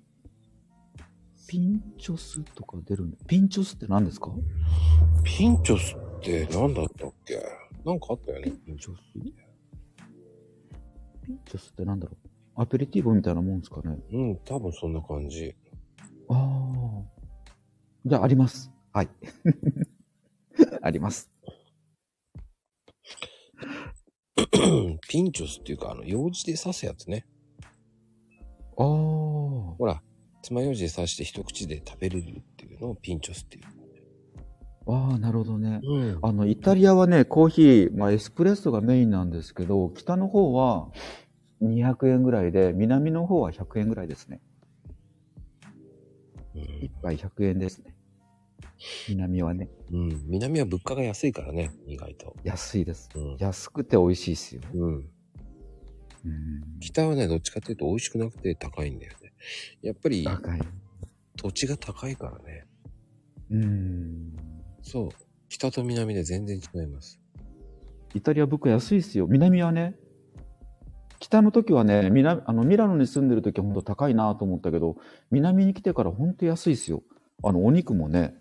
ピンチョスとか出るのピンチョスって何ですか
ピンチョスって何だったっけなんかあったよね、ピンチョス。
ピンチョスって何だろうアペリティーボみたいなもんですかね。
うん、多分そんな感じ。
ああ。じゃあ、あります。 はい。あります。
ピンチョスっていうか、あの、用事で刺すやつね。
ああ。
ほら、爪楊枝で刺して一口で食べれるっていうのをピンチョスっていう。
ああ、なるほどね。
うん。
あの、イタリアはね、コーヒー、まあ、エスプレッソがメインなんですけど、北の方は200円ぐらいで、南の方は100円ぐらいですね。1杯100円ですね。南はね、
うん。南は物価が安いからね、意外と。
安いです。
うん。
安くて美味しいですよ。
うん。
うん。
北はね、どっちかっていうと美味しくなくて高いんだよね。やっぱり
高い。
土地が高いからね。
うん。
そう。北と南で全然違います。
イタリア物価安いですよ。南はね、北の時はね、南あのミラノに住んでる時は本当高いなと思ったけど、南に来てから本当安いですよ。あの、お肉もね、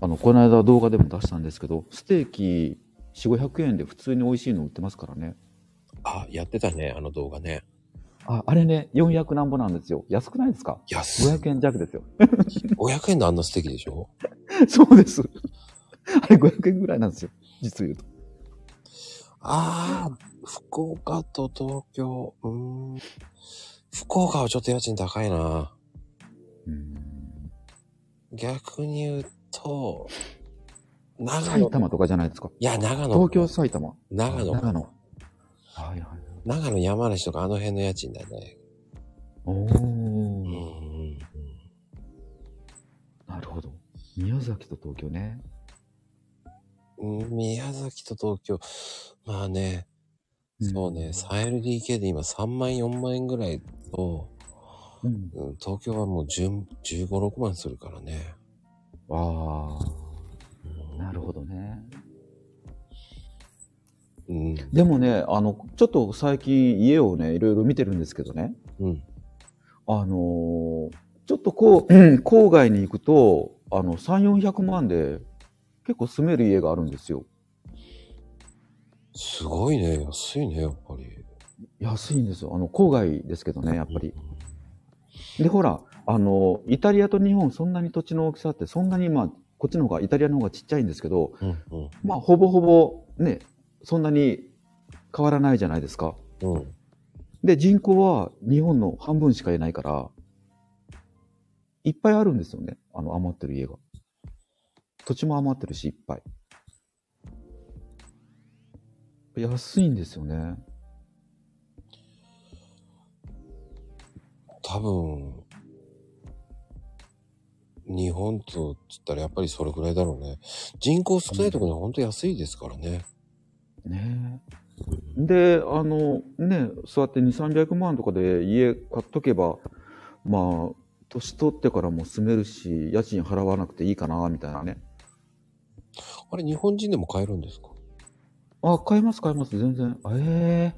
あの、この間動画でも出したんですけど、ステーキ4、500円で普通に美味しいの売ってますからね。
あ、やってたね、あの動画ね。
あ、あれね、400なんぼなんですよ。安くないですか
安い。
500円弱ですよ。
500円であんなステーキでしょ
そうです。 あれ500円ぐらいなんですよ。実を言うと。
ああ、福岡と東京。うーん。福岡はちょっと家賃高いな。逆に言うと、長野。
埼玉とかじゃないですか。
いや、長野。
東京、埼玉。
長野。
長野。はいはい。
長野、山梨とかあの辺の家賃だね。
お
う
お、
んうん
なるほど。宮崎と東京ね。
うん。うん宮崎と東京。まあね、そうね、
ん
3LDK で今3万、4万円ぐらいと、
うん、
うん東京はもう10 15、6万するからね。
ああ、
う
なるほどね。
ん。
でもね、あの、ちょっと最近家をね、いろいろ見てるんですけどね。
うん。
あのーちょっとこう、うん郊外に行くと、あの、3、400万で結構住める家があるんですよ。
すごいね、安いね、やっぱり。
安いんですよ。あの、郊外ですけどね、やっぱり。で、ほら、あの、イタリアと日本、そんなに土地の大きさって、そんなにまあ、こっちの方が、イタリアの方がちっちゃいんですけど、
うん、うん、
まあ、ほぼほぼね、そんなに変わらないじゃないですか。
うん。
で、人口は日本の半分しかいないから、いっぱいあるんですよね。あの、余ってる家が。土地も余ってるし、いっぱい。ぱ安いんですよね。
多分、日本とつったらやっぱりそれぐらいだろうね。人口少ないところには本当安いですからね。
ねえで、あの、ね、そうやって2、300万とかで家買っとけば、まあ、年取ってからも住めるし、家賃払わなくていいかな、みたいなね。
あれ、日本人でも買えるんですか
あ、買います、買います、全然。あえ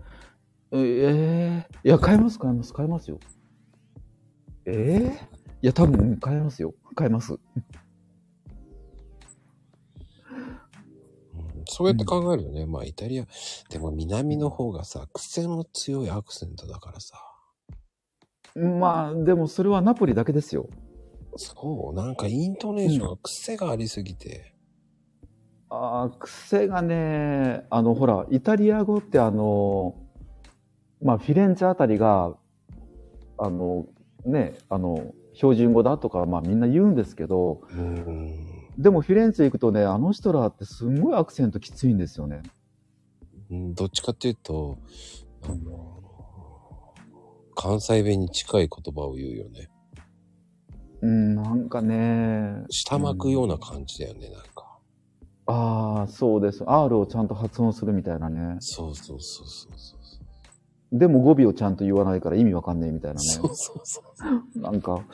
えええいや、買います、買います、買いますよ。ええいや、多分、買いますよ。買います。
うんそうやって考えるよね。まあ、イタリア、でも南の方がさ、癖の強いアクセントだからさ。
まあ、でも、それはナポリだけですよ。
そう、なんかイントネーションが癖がありすぎて。
ああ、癖がね、あの、ほら、イタリア語ってあの、まあ、フィレンツェあたりが、あの、ね、あの、標準語だとか、まあ、みんな言うんですけど、
うーん。
でもフィレンツェ行くとね、あの人らってすんごいアクセントきついんですよね。
うんどっちかっていうと、あの、関西弁に近い言葉を言うよね。
うん、なんかね、
下巻くような感じだよね、なんか。
ああ、そうです。R をちゃんと発音するみたいなね。
そうそうそうそうそう。
でも語尾をちゃんと言わないから意味わかんねえみたいな
そ
ね
う。そうそう。
なんか、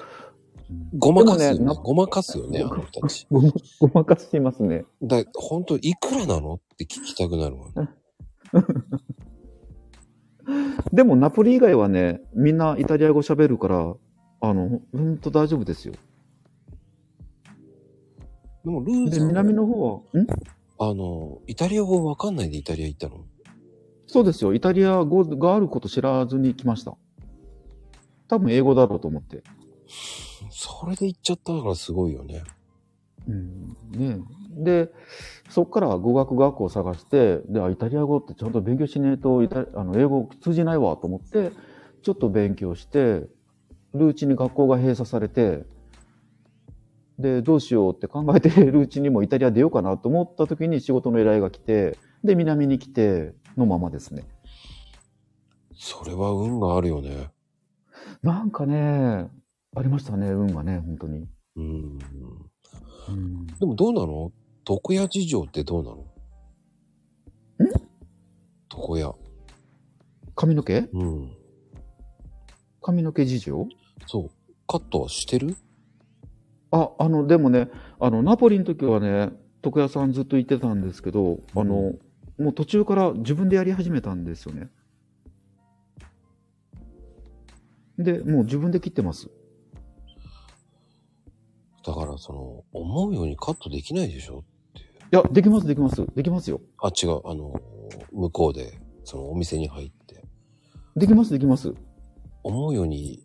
ごまかすよ
でも
ね。
ね
ごまかすよね、あの人たち。
ごまごまかしていますね。
だ、本当いくらなのって聞きたくなるもんね。
でもナポリ以外はね、みんなイタリア語喋るから、あの、ほんと大丈夫ですよ。
でも、ルー
で、
ズ
南の方は、ん
あの、イタリア語わかんないでイタリア行ったの
そうですよ。イタリア語があること知らずに来ました。多分英語だろうと思って。
それで行っちゃったからすごいよね。
うん。ねで、そっから語学学校を探して、で、あイタリア語ってちゃんと勉強しないと、イタあの英語通じないわと思って、ちょっと勉強して、ルーチに学校が閉鎖されて、で、どうしようって考えて、 ルーチにもイタリア出ようかなと思った時に仕事の依頼が来て、で、南に来てのままですね。
それは運があるよね。
なんかね、ありましたね、運がね、本当に。
うん。で
うん
もどうなの床屋事情ってどうなの
ん
床屋。
髪の毛
うん。
髪の毛事情
そう。カットはしてる
あ、あの、でもね、あの、ナポリの時はね、床屋さんずっと行ってたんですけど、あの、もう途中から自分でやり始めたんですよね。で、もう自分で切ってます。
だからその、思うようにカットできないでしょ
いや、できます、できます、できますよ。
あ、違う。あの、向こうで、そのお店に入って、
できます、できます。
思うように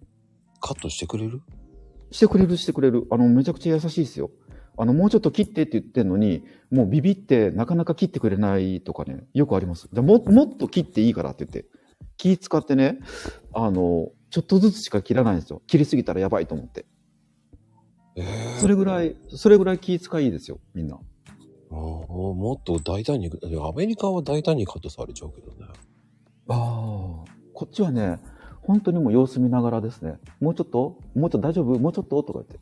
カットしてくれる
してくれる、してくれる。あの、めちゃくちゃ優しいですよ。あの、もうちょっと切ってって言ってんのに、もうビビってなかなか切ってくれないとかね、よくあります。じゃあも、もっと切っていいからって言って、気使ってね、あの、ちょっとずつしか切らないんですよ。切りすぎたらやばいと思って。
ええ
それぐらい、それぐらい気使いいですよ、みんな。
ああもっと大胆に、いやアメリカは大胆にカットされちゃうけどね。
ああ、こっちはね、本当にもう様子見ながらですね、もうちょっともうちょっと大丈夫もうちょっととか言って。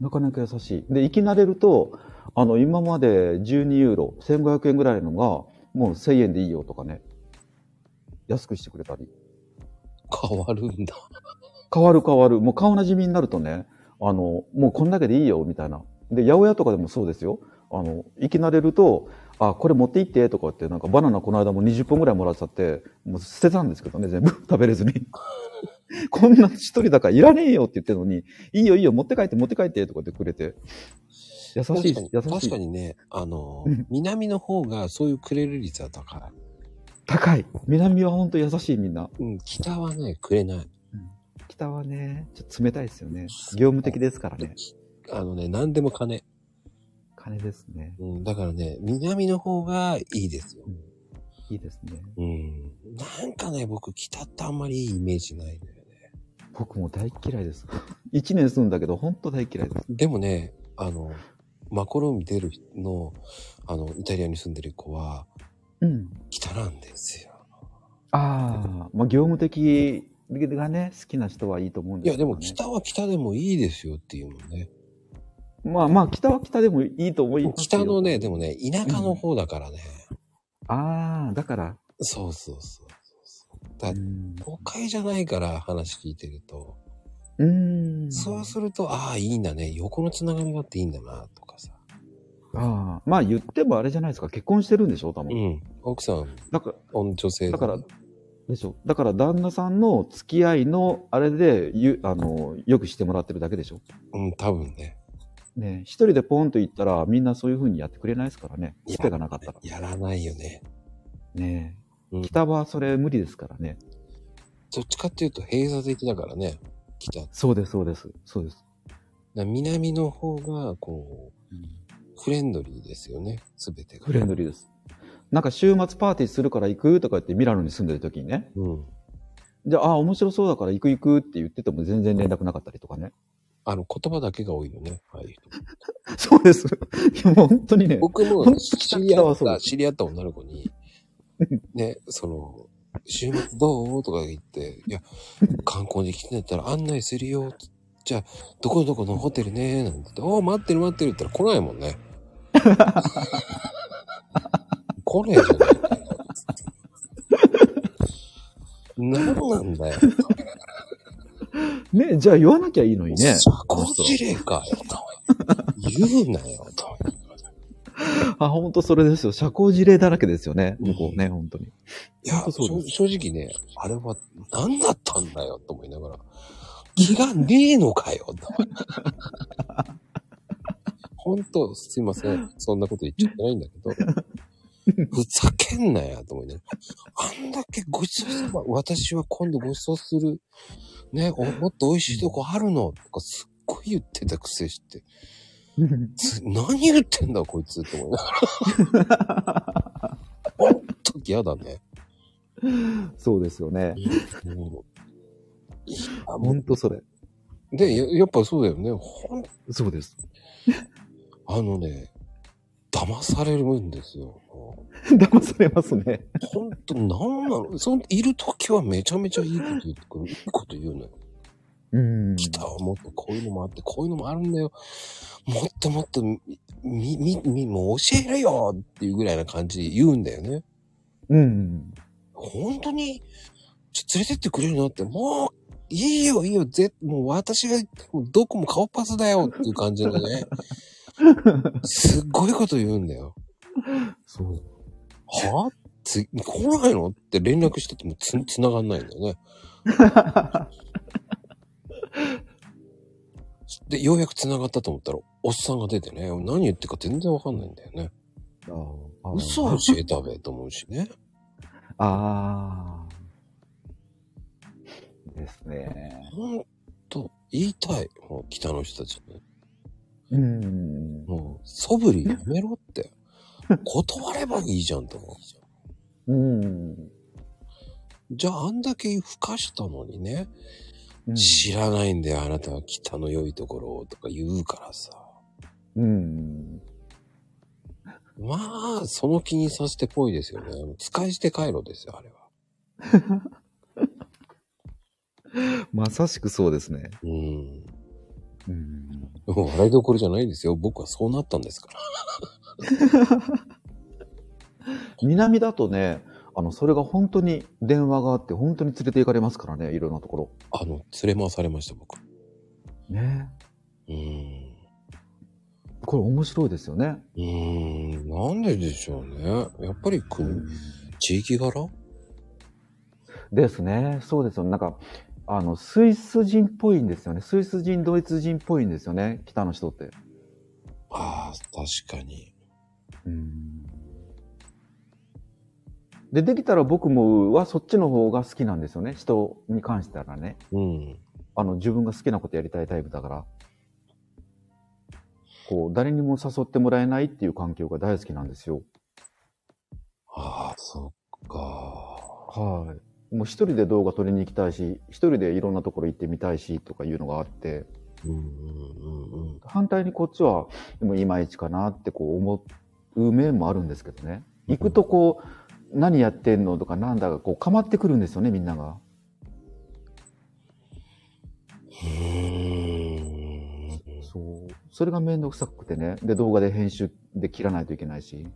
なかなか優しい。で、生き慣れると、あの、今まで12ユーロ、1500円ぐらいのが、もう1000円でいいよとかね。安くしてくれたり。
変わるんだ。
変わる変わる。もう顔なじみになるとね、あの、もうこんだけでいいよ、みたいな。で、八百屋とかでもそうですよ。あの、いきなれると、あ、これ持って行って、とかって、なんかバナナこの間も20本ぐらいもらっちゃって、もう捨てたんですけどね、全部 食べれずに。こんな一人だからいらねえよって言ってるのに、いいよいいよ、持って帰って持って帰って、とかってくれて。優し
確
い
かに、、
優し
確か
い。
にね、あの
うん、
南の方がそういうくれる率は高い。
高い。南は本当優しいみんな。
うん、北はね、くれない。
北はね、ちょっと冷たいですよね。業務的ですからね。
あのね、何でも金。
金ですね。
うん、だからね、南の方がいいですよ。
いいですね。
うん。なんかね、僕、北ってあんまりいいイメージないんだよね。
僕も大嫌いです。一年住んだけど、本当大嫌いです。
でもね、あの、マコロンビ出るの、あの、イタリアに住んでる子は、
うん。
北なんですよ。
ああ、まあ業務的がね、好きな人はいいと思うん
い
で
や、
す
で
けど、
も
ね。
北は北でもいいですよっていうもんね。
まあまあ、北は北でもいいと思いますよ
北のね、でもね、田舎の方だからね。
ああ、だから。
そうそうそうそう。
う
だ
ん。
都会じゃないから話聞いてると、
うん
そうすると、ああ、いいんだね。横のつながりがあっていいんだな、とかさ。
ああ、まあ言ってもあれじゃないですか。結婚してるんでしょ多
う
分。
ん。奥さん、
だか
女性
ら、
だ
だから
ね、
でしょ。だから旦那さんの付き合いの、あれで、ゆ、あの、よくしてもらってるだけでしょ
うん、多分ね。
ね一人でポンと行ったら、みんなそういう風にやってくれないですからね。スペがなかったら。
やらないよね。
ね
うん
北はそれ無理ですからね。
どっちかっていうと閉鎖的だからね。北。だか
そうです、そうです。そうです。
ら南の方が、こう、フレンドリーですよね。すべてが。
フレンドリーです。なんか週末パーティーするから行くとか言ってミラノに住んでる時にね。
うん。
じゃあ、あー面白そうだから行く行くって言ってても全然連絡なかったりとかね。
あの、言葉だけが多いよね。ああいう人。
そうです。いや、もう本当にね。
僕も
本当に
知り合っ
そう
た、
です
知り合った女の子 に、ね、その、週末どうとか言って、いや、観光に来てんだったら案内するよ。じゃあ、どこどこのホテルね、なんて言って、おー待ってる待ってるって言ったら来ないもん ね。来ねえじゃない かよ。何なんだよ。
ね、じゃあ言わなきゃいいのにね。
社交辞令かよ、と言うなよ、と。
あ、本当それですよ。社交辞令だらけですよね。向こうね、本当に。
いや、
本当そうです
正正直ね、あれは何だったんだよと思いながら、気がねえのかよと。本当、すいません。そんなこと言っちゃってないんだけど、ふざけんなよと思いながら、あんだけごちそうすれば、私は今度ごちそうする、ね、おもっと美味しいとこあるのとかすっごい言ってたくせして、つ何言ってんだこいつと思いながら。ほんと嫌だね。
そうですよね。
もういやも
本当それ。
うで、ややっぱそうだよね。ほん、
そうです。
あのね、騙されるんですよ。
騙されますね。
ほんと、なんなのその、いるときはめちゃめちゃいいこと言ってくる。いいこと言うのよ。
うん。
北はもっとこういうのもあって、こういうのもあるんだよ。もっともっと、み、み、み、もう教えるよっていうぐらいな感じで言うんだよね。
うん。
本当に、ちょ連れてってくれるのって、もう、いいよ、いいよ、ぜ、もう私が、もうどこも顔パスだよっていう感じのね、すっごいこと言うんだよ。
そう。
はつ、来ないのって連絡しててもつ、つながんないんだよね。で、ようやく繋がったと思ったら、おっさんが出てね、何言ってるか全然わかんないんだよね。
あー
嘘を教えたべと思うしね。
あーですね。
ほんと、言いたい。もう北の人たちに。
うん。
もう、素振りやめろって。断ればいいじゃんと思うんですよ。
うん。
じゃあ、あんだけ吹かしたのにね、
うん
知らないんだよ、あなたは北の良いところをとか言うからさ。
うん。
まあ、その気にさせてぽいですよね。使い捨て回路ですよ、あれは。
まさしくそうですね。
うん。
うん。
もう笑いどころじゃないですよ。僕はそうなったんですから。
南だとね、あの、それが本当に電話があって、本当に連れて行かれますからね、いろんなところ。
あの、連れ回されました、僕。
ね
うん。
これ面白いですよね。
うん、なんででしょうね。やっぱり国、地域柄
ですね。そうですよね。なんか、あの、スイス人っぽいんですよね。スイス人、ドイツ人っぽいんですよね。北の人って。
ああ、確かに。
で、できたら僕もはそっちの方が好きなんですよね。人に関してはね。
うん。
あの、自分が好きなことやりたいタイプだから。こう、誰にも誘ってもらえないっていう環境が大好きなんですよ。
ああ、そっか。
はい。もう一人で動画撮りに行きたいし、一人でいろんなところ行ってみたいしとかいうのがあって、
うんうんうんうん。
反対にこっちは、でもいまいちかなってこう思う面もあるんですけどね。行くとこう、何やってんのとかなんだかこう構ってくるんですよね、みんなが。
うーん
そう。それがめんどくさくてね。で、動画で編集で切らないといけないし。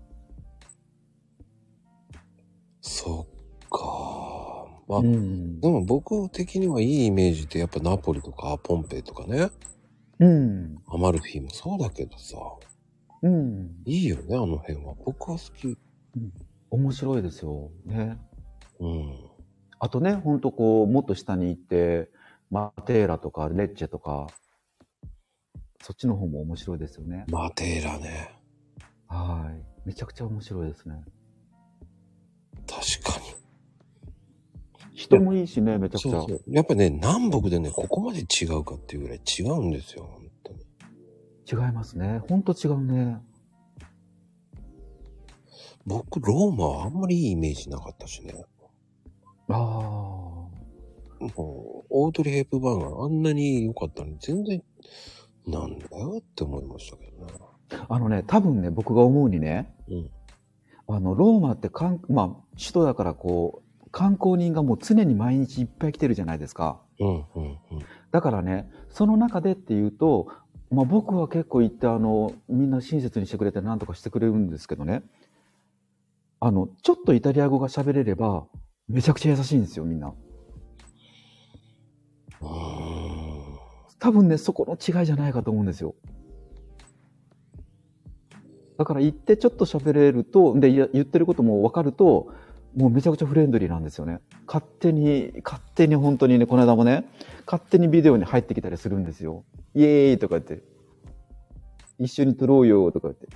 そっか。まあ、
ん
で。も僕的にはいいイメージってやっぱナポリとかポンペイとかね、
うん。
アマルフィもそうだけどさ、
うん。
いいよね、あの辺は。僕は好き。
面白いですよ。ね。
うん。
あとね、ほんとこう、もっと下に行って、マテーラとかレッチェとか、そっちの方も面白いですよね。
マテーラね。
はい。めちゃくちゃ面白いですね。
確かに。
人もいいしね、めちゃくち
そ
ゃ。
うそう。やっぱね、南北でね、ここまで違うかっていうぐらい違うんですよ、本当に。
違いますね。ほんと違うね。
僕、ローマはあんまりいいイメージなかったしね。
あ
もう、オートリー・ヘップバーンがあんなに良かったのに、全然、なんだよって思いましたけどね。
あ。あのね、多分ね、僕が思うにね、
うん
あの、ローマって観、まあ、首都だからこう、観光人がもう常に毎日いっぱい来てるじゃないですか。
うん、うん、うん。
だからね、その中でっていうと、まあ、僕は結構行って、あの、みんな親切にしてくれて何とかしてくれるんですけどね。あの、ちょっとイタリア語が喋れれば、めちゃくちゃ優しいんですよ、みんな。
うーん
多分ね、そこの違いじゃないかと思うんですよ。だから行ってちょっと喋れると、で、いや言ってることも分かると、もうめちゃくちゃフレンドリーなんですよね。勝手に、勝手に本当にね、この間もね、勝手にビデオに入ってきたりするんですよ。イエーイとか言って。一緒に撮ろうよとか言って。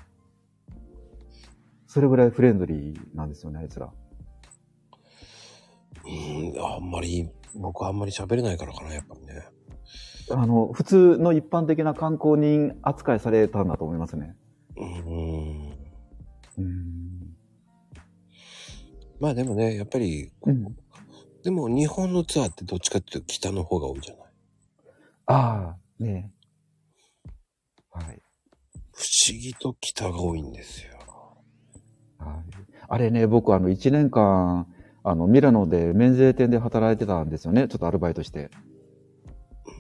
それぐらいフレンドリーなんですよね、あいつら。
うん、あんまり、僕あんまり喋れないからかな、やっぱりね。
あの、普通の一般的な観光人扱いされたんだと思いますね。
うーん。
うん。
まあでもね、やっぱり、
うん。
でも日本のツアーってどっちかっていうと北の方が多いじゃない
ああ、ねえはい。
不思議と北が多いんですよ。
はい。あれね、僕あの1年間、あの、ミラノで免税店で働いてたんですよね。ちょっとアルバイトして。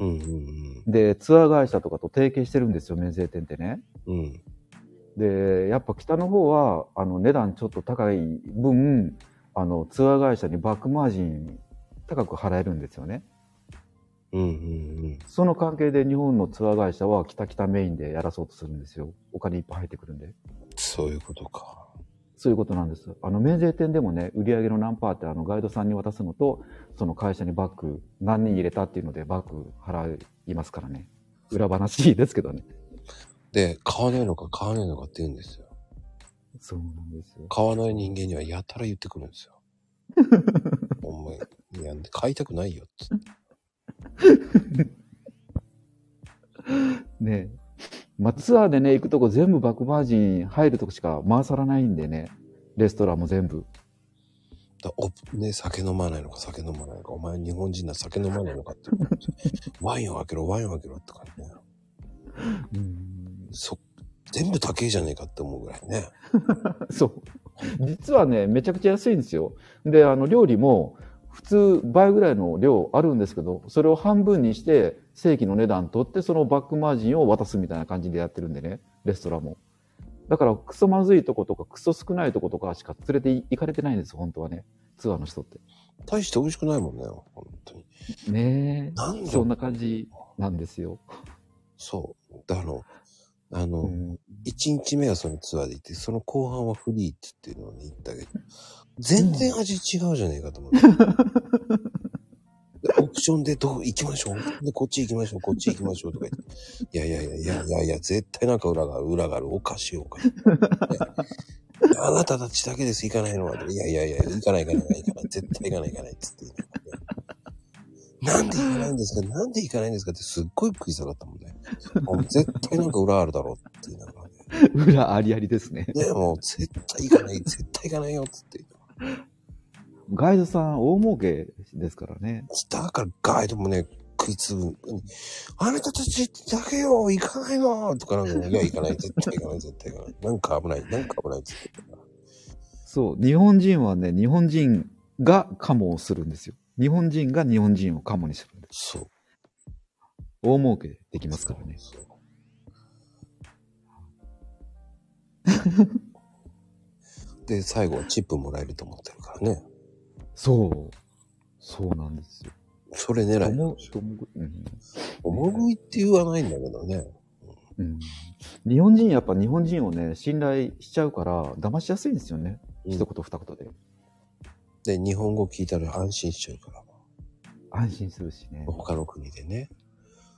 うんうん
で、ツアー会社とかと提携してるんですよ、免税店ってね。
うん。うん。
で、やっぱ北の方は、あの、値段ちょっと高い分、あの、ツアー会社にバックマージン高く払えるんですよね。
うんうん
その関係で日本のツアー会社は北北メインでやらそうとするんですよ。お金いっぱい入ってくるんで。
うん。そういうことか。
そういうことなんです。あの、免税店でもね、売り上げの何パーってあの、ガイドさんに渡すのと、その会社にバッグ、何人入れたっていうのでバッグ払いますからね。裏話ですけどね。
で、買わないのか買わないのかって言うんですよ。
そうなんですよ。
買わない人間にはやたら言ってくるんですよ。お前、いや、買いたくないよっつって。
ねまあ、ツアーでね、行くとこ全部バックバージン入るとこしか回さらないんでね。レストランも全部。
だおね、酒飲まないのか酒飲まないのか、お前日本人なら酒飲まないのかって言うんですよ。 ワインを開けろ、ワインを開けろって感じね。
うん。
そ、全部高えじゃねえかって思うぐらいね。
そう。実はね、めちゃくちゃ安いんですよ。で、あの、料理も、普通倍ぐらいの量あるんですけど、それを半分にして、正規の値段取って、そのバックマージンを渡すみたいな感じでやってるんでね、レストランも。だから、クソまずいとことか、クソ少ないとことかしか連れて行かれてないんですよ、本当はね。ツアーの人って。
大して美味しくないもんね、本当に。
ね
なん
え。
だ
そんな感じなんですよ。
そう。だから、あの、
うん
1日目はそのツアーで行って、その後半はフリーって言ってるのに行ったけど、全然味違うじゃねえかと思って。でオプションでどう行きましょうオプションでこっち行きましょうこっち行きましょうとか言って。いやいやいやいやいやいや、絶対なんか裏がある、裏がある、おかしいおかしい。であなたたちだけです、行かないのは。いやいやいや、行かない行かない行かない、絶対行かない行かないって言って。なんで行かないんですかなんで行かないんですかってすっごい食い下がったもんね。あ絶対なんか裏あるだろうって言いながらね。
裏ありありですね。
ねもう絶対行かない、絶対行かないよっつって。
ガイドさん大儲けですからね。
だからガイドもね、食いつ、うんあなたたちだけよ、行かないのとかなんか、いや、行かない、絶対行かない、絶対行かない。なんか危ない、なんか危ないって言ってた
そう、日本人はね、日本人がカモをするんですよ。日本人が日本人をカモにするんで
そ
す。
う。
大儲けできますからね。
そう。で、最後はチップもらえると思ってるからね。
そう。そうなんですよ。
それ狙い。
思う思ううん
重食いって言わないんだけどね。
うん日本人やっぱ日本人をね信頼しちゃうから騙しやすいんですよね、
うん
一言二言で
で、日本語聞いたら安心しちゃうから。
安心するしね
他の国でね。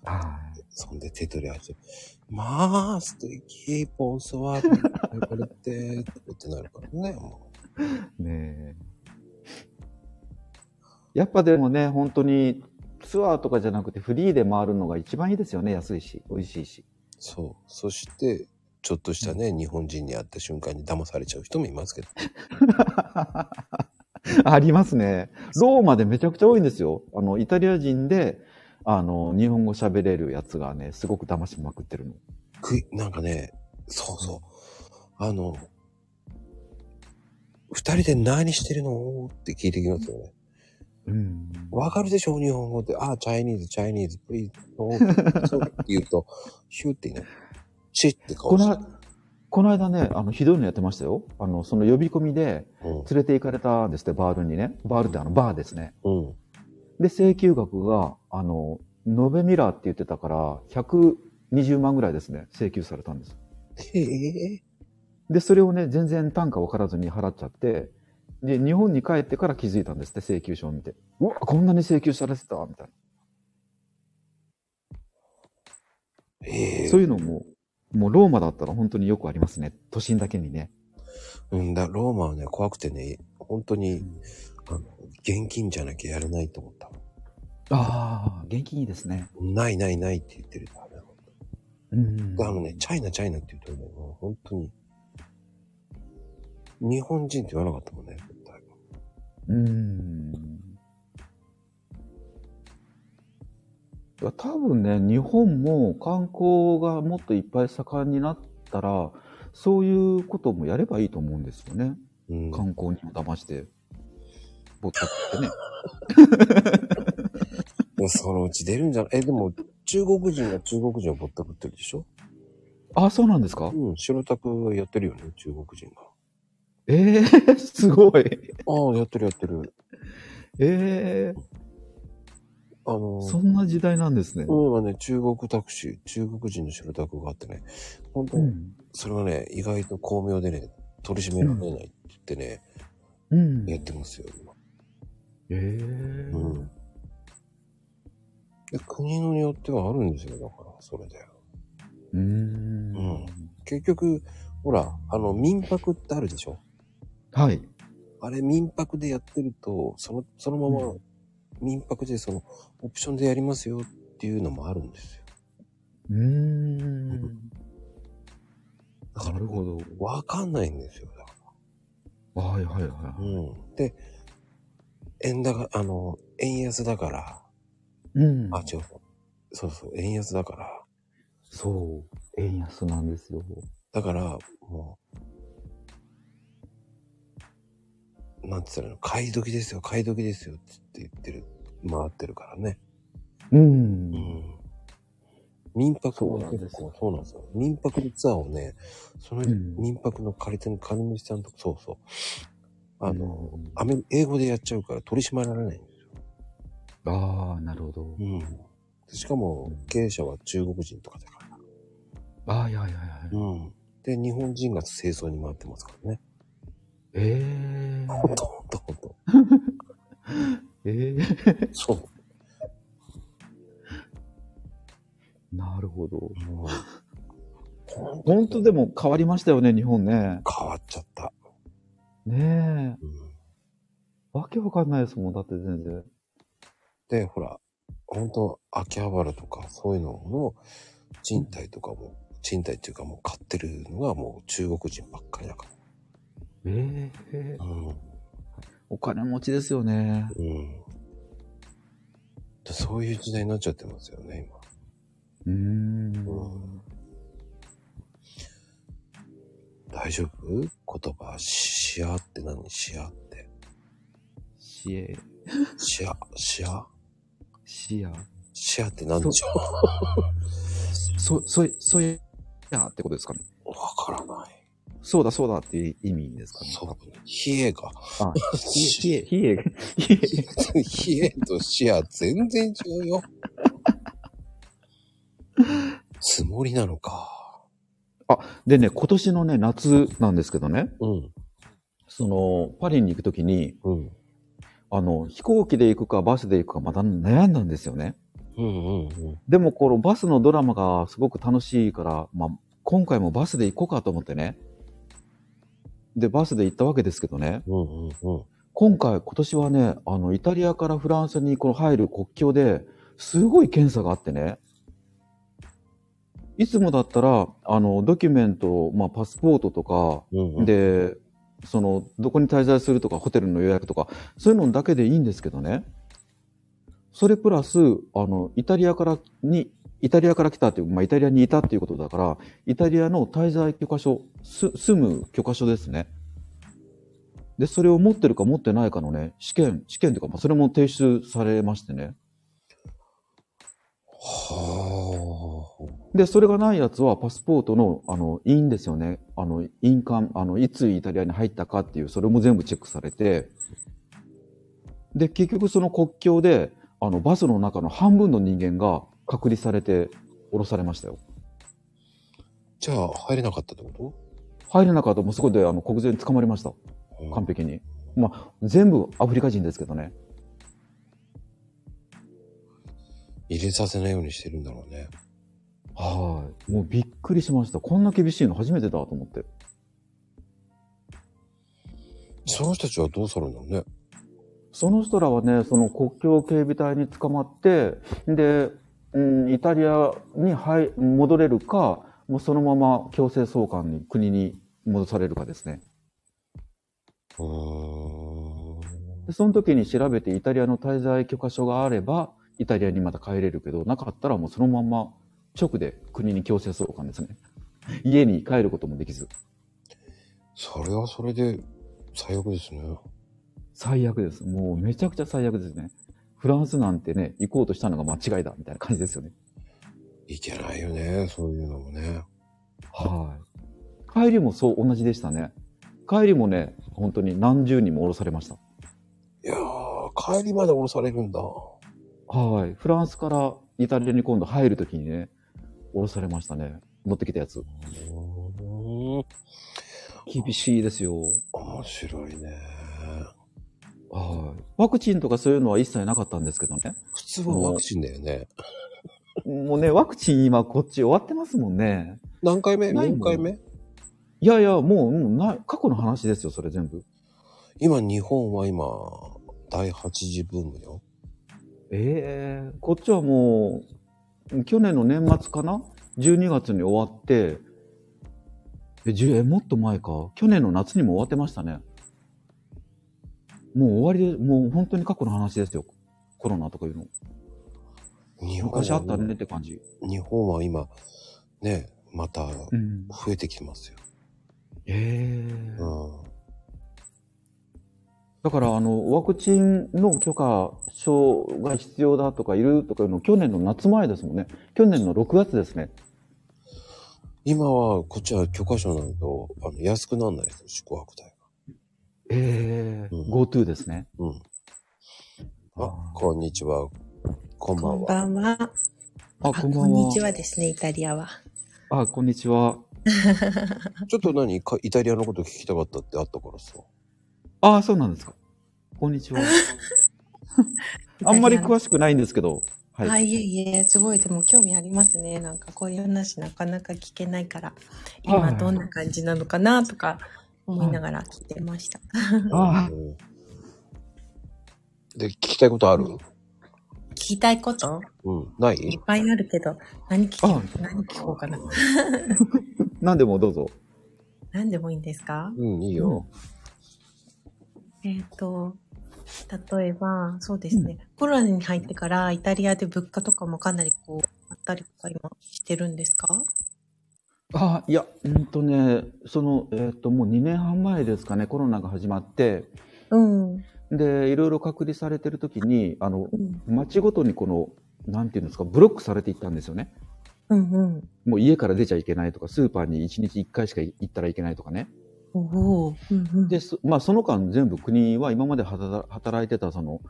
はい
そんで手取り合わせて。まあ、素敵、ポンソワール、これって、ってなるからね。も
ねえやっぱでもね本当にツアーとかじゃなくてフリーで回るのが一番いいですよね安いし美味しいし
うそう。そして、ちょっとしたね、日本人に会った瞬間に騙されちゃう人もいますけど。
ありますねローマでめちゃくちゃ多いんですよあのイタリア人であの日本語喋れるやつがねすごく騙しまくってるの
くい、なんかね、そうそう。あの、二人で何してるのって聞いてきますよね。
うん
わかるでしょ日本語って。あ、チャイニーズ、チャイニーズ、プリーズ、そうって言うと、ヒューっていない。チッって顔
こ
して
の。この間ね、あの、ひどいのやってましたよ。あの、その呼び込みで
うん
連れて行かれたんですって、バールにね。バールってあの、バーですね。
うん。
で、請求額が、あの、延べミラーって言ってたから、120万ぐらいですね、請求されたんです。
へえ。
で、それをね、全然単価分からずに払っちゃって、で、日本に帰ってから気づいたんですって、請求書を見て。うわ、こんなに請求されてたみたい
へ
な。
え
そ。ういうのも、もうローマだったら本当によくありますね。都心だけにね。
うんだ、ローマはね、怖くてね、本当に、あの、現金じゃなきゃやれないと思った。
ああ、現金いいですね。
ないないないって言ってるからね。
うん
であのね、チャイナチャイナって言うとね、もう本当に、日本人って言わなかったもんね、絶対
うーん。いや多分ね、日本も観光がもっといっぱい盛んになったら、そういうこともやればいいと思うんですよね。
うん。
観光にも騙して、ぼったくってね。
でそのうち出るんじゃないえ、でも、中国人が中国人をぼったくってるでしょ
あ、そうなんですか
うん、白タクやってるよね、中国人が。
ええー、 すごい。
ああ、やってるやってる。
ええ
あのー、
そんな時代なんですね。
うん今ね、中国タクシー、中国人の白タクがあってね、本当
う
に、
ん。
それがね、意外と巧妙でね、取り締められないって言ってね、
うん。
やっ
え
てますよ、今。
え
うん。で国のによってはあるんですよ、だから、それで。
うーん。
うん結局、ほら、あの、民泊ってあるでしょ
はい。
あれ、民泊でやってると、その、そのまま
う、
民泊でその、オプションでやりますよっていうのもあるんですよ。
うーん。
だか
な
ら
る、ほど。
わかんないんですよ。だか
はいはいはい
ら
は
うん。で、円高、あの、円安だから、
い。うん
あ、違う。そうそう、円安だから。
そう。円安なんですよ。
だから、もう、なんつったらいいの、買い時ですよ、買い時ですよって言ってる、回ってるからね。
うん。
うん民泊
そう
を
なんですよ
そうなんですよ。民泊のツアーをね、その
うん
民泊の借り手の金持ちさんと、そうそう。あの、
うん
アメ英語でやっちゃうから取り締まられないんですよ。
ああ、なるほど。
うん。しかも、経営者は中国人とかだから。
ああ、いやいやいや。
うん。で、日本人が清掃に回ってますからね。
ええ
ほんとほんとほんと。
ええ
そう。
なるほど。
うんほんと
本当でも変わりましたよね、日本ね。
変わっちゃった。
ねえ。
うん
わけわかんないですもん、だって全然。
で、ほら、本当秋葉原とかそういうのの賃貸とかも、賃貸っていうかもう買ってるのがもう中国人ばっかりだか
ええ
ら。うん。
お金持ちですよね。
うん。そういう時代になっちゃってますよね、今。
うーん。
大丈夫言葉、し、しあって何しあって。
シエ、
しあ、しあ
シア。
しあって何でしょ
そ、そ、そういう、やってことですかね。
うわからない。
そうだそうだっていう意味ですかね。
そう。冷えが。
あ、
し
冷 え、冷え、
冷えと視野全然違うよ。つもりなのか。
でね、今年のね、夏なんですけどね、
うん。
その、パリに行くときに、
うん。
あの、飛行機で行くかバスで行くかまた悩んだんですよね。
うんうん
でもこのバスのドラマがすごく楽しいから、まあ、今回もバスで行こうかと思ってね。で、バスで行ったわけですけどね。
うん。うんうんうん。
今回、今年はね、あの、イタリアからフランスにこの入る国境で、すごい検査があってね。いつもだったら、あの、ドキュメント、まあ、パスポートとか、
うんうん、
で、その、どこに滞在するとか、ホテルの予約とか、そういうのだけでいいんですけどね。それプラス、あの、イタリアからに、イタリアから来たっていう、まあ、イタリアにいたっていうことだから、イタリアの滞在許可証、す、住む許可証ですね。で、それを持ってるか持ってないかのね、試験、試験というか、まあ、それも提出されましてね。
はあ。
で、それがないやつは、パスポートの、あの、印ですよね。あの、印鑑、あの、いつイタリアに入ったかっていう、それも全部チェックされて、で、結局その国境で、あの、バスの中の半分の人間が隔離されて、降ろされましたよ。
じゃあ、入れなかったってこ
入れなかったらもうそこで、あの、国税に捕まりました。
と
完璧に。まあ、全部アフリカ人ですけどね。
入れさせないようにしてるんだろうね。
はい。もうびっくりしました。こんな厳しいの初めてだと思って。
その人たちはどうするんだろうね。
その人らはね、その国境警備隊に捕まって、で、うん、イタリアに入戻れるか、もうそのまま強制送還に、国に戻されるかですね。
うー
でその時に調べてイタリアの滞在許可証があれば、イタリアにまた帰れるけど、なかったらもうそのまんま直で国に強制送還ですね。家に帰ることもできず。
ん。それはそれで、最悪ですね。
最悪です。もうめちゃくちゃ最悪ですね。フランスなんてね、行こうとしたのが間違いだ、みたいな感じですよね。
いけないよね、そういうのもね。
はい。帰りもそう、同じでしたね。帰りもね、本当に何十人も降ろされました。
いやー、帰りまで降ろされるんだ。
はい。フランスからイタリアに今度入るときにね、降ろされましたね。乗ってきたやつ。
面
厳しいですよ。
白いね。
はい。ワクチンとかそういうのは一切なかったんですけどね。
普通はワクチンだよね。
もうね、ワクチン今こっち終わってますもんね。
何回目
ないもん
?4 回目
いやいや、もう、もうない、過去の話ですよ、それ全部。
今、日本は今、第8次ブームよ。
ええこっちはもう、去年の年末かな ?12 月に終わって、え、じゅえ、もっと前か。去年の夏にも終わってましたね。もう終わりで、もう本当に過去の話ですよ。コロナとかいうの。
日本は
昔あったねって感じ。
日本は今、ね、また増
うん。
えてきてますよ。
ええ
うん。
だから、あの、ワクチンの許可証が必要だとかいるとかいうの、去年の夏前ですもんね。去年の6月ですね。
今は、こっちは許可証なんだけど、あの、安くなんないですよ、宿泊代
ええ
うん
GoTo ですね。
が。うん。あ
あ、ー
こんにちは。こんば
こ
ん
ん
は。
ばんは。
あ、
あ
こんばんは。
にちはですね、イタリアは。
あ、こんにちは。
ちょっと何かイタリアのこと聞きたかったってあったからさ。
ああ、そうなんですか。こんに ちは。あんまり詳しくないんですけど。は。
はいい、あいえいえ、すごい、でも興味ありますね。なんかこういう話なかなか聞けないから、
は
今
い
どんな感じなのかなとか思いながら聞いてました。
ああ
うんで、聞きたいことある
聞きたいこと
うん。ない
いっぱいあるけど、何聞
あ
こう何聞こう かな。
何でもどうぞ。
何でもいいんですか
うん、いい
い
よ。
えっ、と、例えば、そうですね、コロナに入ってからイタリアで物価とかもかなりこう、あったりとか今してるんですか
あいや、うんとね、その、えっ、と、もう2年半前ですかね、コロナが始まって、
うん。う
で、いろいろ隔離されてる時に、あの、
ん。
街ごとにこの、なんていうんですか、ブロックされていったんですよね。
うんうん。
もう家から出ちゃいけないとか、スーパーに1日1回しか行ったらいけないとかね。
おお。うんうん。
で、そまあ、その間全部国は今まで働働いてた、その、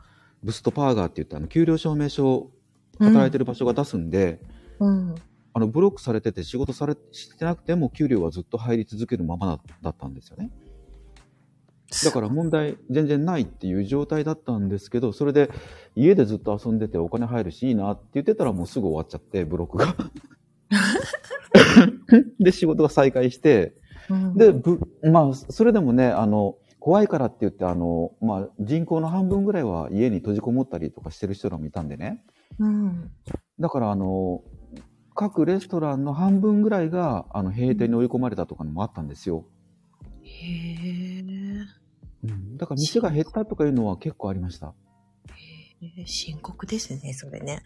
ブストパーガーって言ったあの、給料証明書を働いてる場所が出すんで、
うん。
あの、ブロックされてて仕事され、してなくても給料はずっと入り続けるままだだったんですよね。だから問題全然ないっていう状態だったんですけど、それで家でずっと遊んでてお金入るしいいなって言ってたらもうすぐ終わっちゃって、ブロックが。で、仕事が再開して、
うん、
で、ぶ、まあ、それでもね、あの、怖いからって言って、あの、まあ、人口の半分ぐらいは家に閉じこもったりとかしてる人らもいたんでね。
うん。
だから、あの、各レストランの半分ぐらいが、あの、閉店に追い込まれたとかのもあったんですよ。
へー
うん、だから、店が減ったとかいうのは結構ありました。
えー。深刻ですね、それね。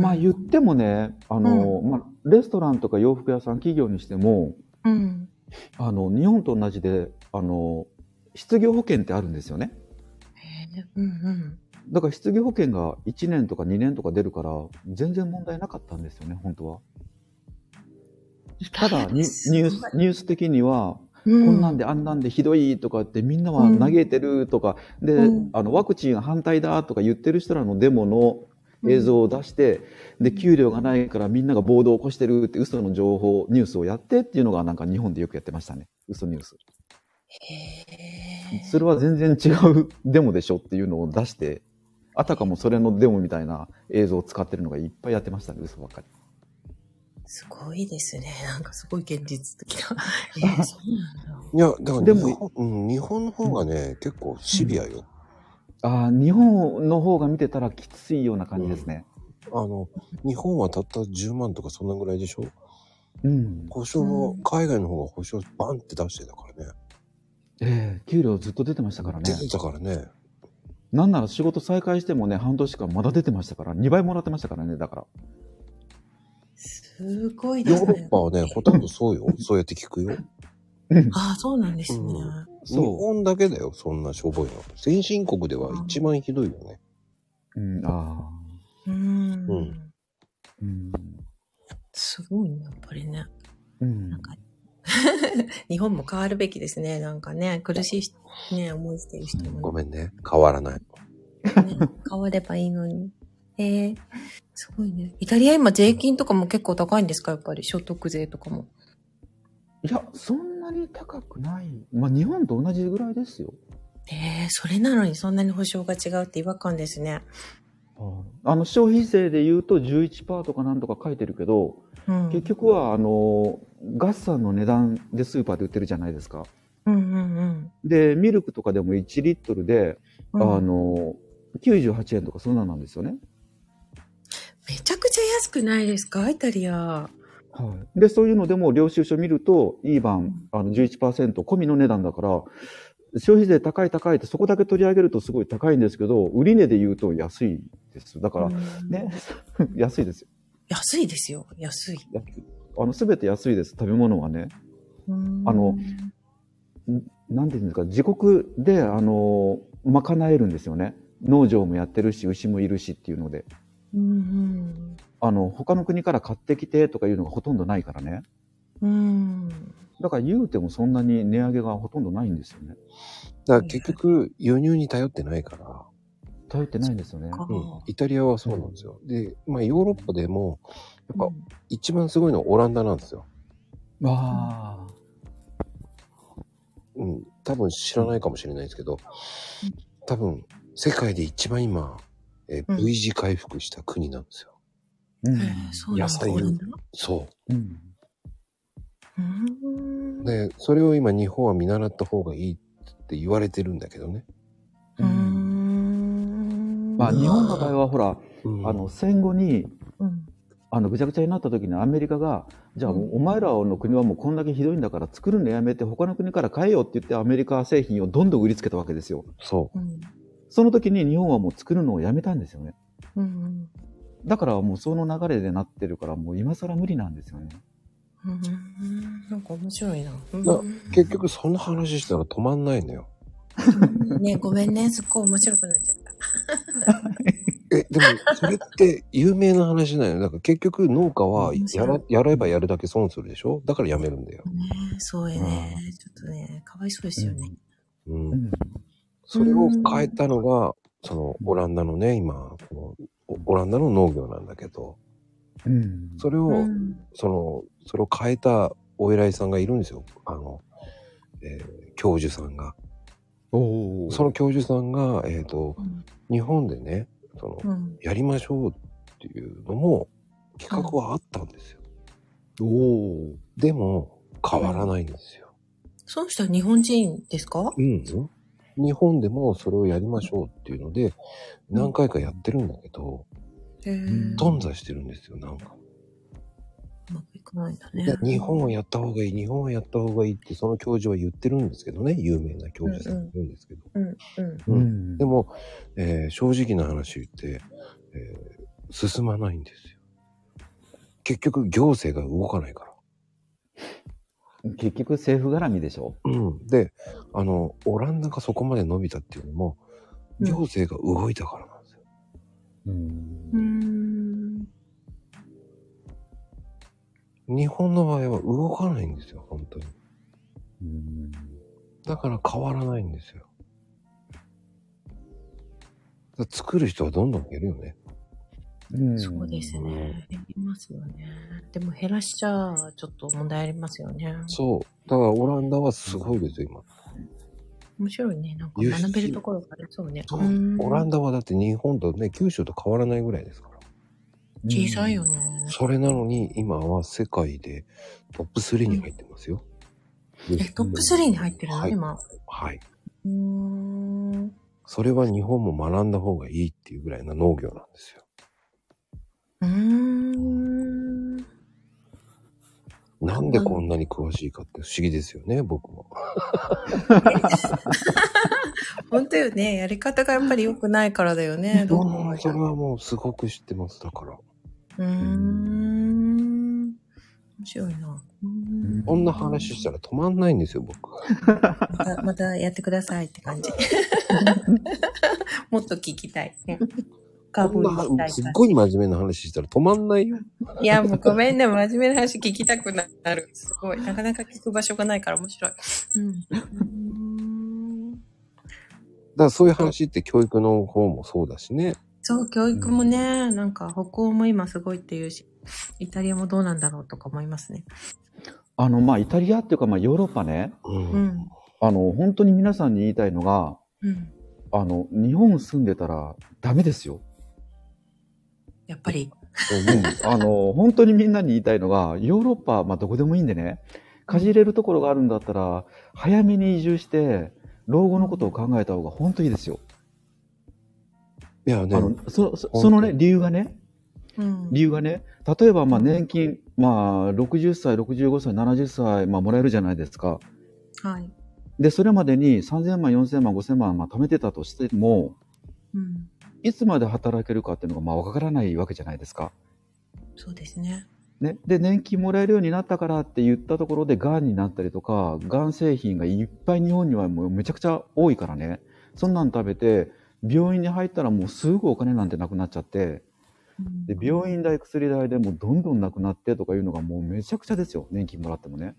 まあ言ってもね、あの、まあ、レストランとか洋服屋さん企業にしても、
うん。
あの、日本と同じで、あの、失業保険ってあるんですよね。
へーうん
だから失業保険が1年とか2年とか出るから、全然問題なかったんですよね、本当は。ただ、ニュニュース、ニュース的には、
うん。
こんなん
で。
であんなんでひどいとかってみんなは嘆いてるとか、で、
うん
あの、ワクチン反対だとか言ってる人らのデモの映像を出して、で、給料がないからみんなが暴動を起こしてるって嘘の情報、ニュースをやってっていうのがなんか日本でよくやってましたね。嘘ニュース。
へー
それは全然違うデモでしょっていうのを出して、あたかもそれのデモみたいな映像を使ってるのがいっぱいやってましたね、嘘ばっかり。
すごいですね。なんかすごい現実的な。えー、そうなんだ。
いや、だから
で
日
も
本、うん、日本の方がね、結構シビアよ。
ああ、日本の方が見てたらきついような感じですね。
あの、日本はたった10万とかそんなぐらいでしょ
うん。
保証
う
も
ん、
海外の方が保証バンって出してたからね。
ええ給料ずっと出てましたからね
出。てたからね。
なんなら仕事再開してもね、半年間まだ出てましたから、2倍もらってましたからね、だから。
すごいで
ヨ
す
ーロッ
ね
パ。はね、ほとんどそうよ。そうやって聞くよ。
ああ、そうなんですね。
うん日
そ
本だけだよ、そんなしょぼいの。先進国では一番ひどいよね。
う。うん、ああ。
う
うんん。
うん。
すごいね、やっぱりね。
うん
なんか日本も変わるべきですね。なんかね、苦しいし、ね、思いしてる人
ご
もね、
めんね。変わらない。
変わればいいのに。えー、すごいね。イタリア今税金とかも結構高いんですかやっぱり所得税とかも。
いや、そんなに高くない。まあ、日本と同じぐらいですよ。
えー、それなのにそんなに保証が違うって違和感ですね。
あの、消費税で言うと11%とかなんとか書いてるけど、
うん。
結局は、あの、ガスさんの値段でスーパーで売ってるじゃないですか。
うんうんうん。
で、ミルクとかでも1リットルで、
うん
あの、98円とかそんなんなんですよね。
めちゃくちゃ安くないですかイタリア。
はい、でそういうのでも領収書見ると、イーバンあの11%込みの値段だから、消費税高い高いってそこだけ取り上げるとすごい高いんですけど、売値で言うと安いです。だから、
うん
ね、 安いですよ。
安いですよ。安い。
安いあの、すべて安いです。食べ物はね。
うん
あの、なんていうんですか、自国で、あの、賄えるんですよね。農場もやってるし、牛もいるしっていうので。
うん
あの、他の国から買ってきてとかいうのがほとんどないからね。
うん。うん。
だから言うてもそんなに値上げがほとんどないんですよね。
だから結局、輸入に頼ってないから。
頼ってないんですよね。
か
うん、イタリアはそうなんですよ。で、まあヨーロッパでも、やっぱ
うん
一番すごいのはオランダなんですよ。
わあ。
うん、多分知らないかもしれないですけど
うん、
多分世界で一番今、え
う
ー
ん
V 字回復した国なんですよ。
う
へーそうな
野
んだ。
菜
オランダ
そ
うん。
うーん
う。で、それを今日本は見習った方がいいって言われてるんだけどね。
うーん。
まあ、日本の場合はほら、
うん
あの、、戦後に、
うん
あの、ぐちゃぐちゃになった時にアメリカが、じゃあ、
うん
お前らの国はもうこんだけひどいんだから作るのやめて他の国から買えよって言ってアメリカ製品をどんどん売りつけたわけですよ。
そ
うん
その時に日本はもう作るのをやめたんですよね。
うん
だからもうその流れでなってるから、もう今更無理なんですよね。
うんうんなんか面白いな。
な
うん
結局そんな話したら止まんないのよ。
ね、ごめんね、すっごい面白くなっちゃった。
え、でも、それって有名な話なんよ。だから結局農家は
面白
や
い
ら、やればやるだけ損するでしょだからやめるんだよ。
ね、そうやね、ちょっとね、かわいそうですよね。
う。
うんん。
それを変えたのが、その、オランダのね、今、このオオランダの農業なんだけど、
うん。
それ
う
を、
ん
その、それを変えたお偉いさんがいるんですよ。あの、えー教授さんが。
おー
その教授さんが、えっ、と
う、ん
日本でね、その、
うん
やりましょうっていうのも、企画はあったんですよ。
おー
でも、変わらないんですよ。
その人は日本人ですか
うん。日本でもそれをやりましょうっていうので、何回かやってるんだけど、
へえ。
ん
頓挫してるんですよ、なんか。
うまくいかないんだ
い
ね
や。日本はやった方がいい、日本はやった方がいいって、その教授は言ってるんですけどね、有名な教授さんが言うんですけど。
うんうん。
うん
ん
でも、えー正直な話言って、えー進まないんですよ。結局、行政が動かないから。
結局政府絡みでしょ
うん。で、あの、オランダがそこまで伸びたっていうのも、
うん
行政が動いたからなんですよ。
うん
うーん。
日本の場合は動かないんですよ、本当に。
うん
だから変わらないんですよ。だから作る人はどんどん減るよね。
うん
そうですね。いますよね。でも減らしちゃ、ちょっと問題ありますよね。
そう。だからオランダはすごいですよ、今。
面白いね。なんか
輸出
学べるところがありそうね。
そう
うーん
オランダはだって日本とね、九州と変わらないぐらいですから。
小さいよね。
それなのに、今は世界でトップ3に入ってますよ。
え、トップ3に入ってるの、
はい
今。
はい。
うーん。
それは日本も学んだ方がいいっていうぐらいな農業なんですよ。
うーん。
なんでこんなに詳しいかって不思議ですよね、僕も。
本当よね。やり方がやっぱり良くないからだよね。どうも。う
それはもうすごく知ってます、だから。
ーん。面白いな。うーん
こんな話したら止まんないんですよ、僕。
また、またやってくださいって感じ。もっと聞きたい。ね。か
こん
ぶ
な
りした
はいすっ
か
ごい真面目な話したら止まんないよ。
ら。いや、もうごめんね。真面目な話聞きたくなる。すごい。なかなか聞く場所がないから面白い。うん。
だからそういう話って教育の方もそうだしね。
そう、教育もね、なんか北欧も今すごいっていうし、イタリアもどうなんだろうとか思いますね。
あのまあイタリアっていうかまあヨーロッパね
う。
うんん。
あの本当に皆さんに言いたいのが
うん。
あの日本住んでたらダメですよ、
やっぱり。
うん、あの本当にみんなに言いたいのがヨーロッパ、まあ、どこでもいいんでねかじれるところがあるんだったら早めに移住して老後のことを考えた方が本当いいですよ、
いやね
あ、のそそ
当
そのね理由がね
うん。
理由がね、例えばまあ年金、まあ、60歳、65歳、70歳、まあ、もらえるじゃないですか。
はい。
で、それまでに3000万、4000万、5000万、まあ、貯めてたとしても、
うん。
いつまで働けるかっていうのがまあわからないわけじゃないですか。
そうですね。
ね、で、年金もらえるようになったからって言ったところで、がんになったりとか、がん製品がいっぱい日本にはもうめちゃくちゃ多いからね、そんなん食べて、病院に入ったらもうすぐお金なんてなくなっちゃって、
うん
で病院代、薬代でもうどんどんなくなってとかいうのがもうめちゃくちゃですよ、年金もらってもね。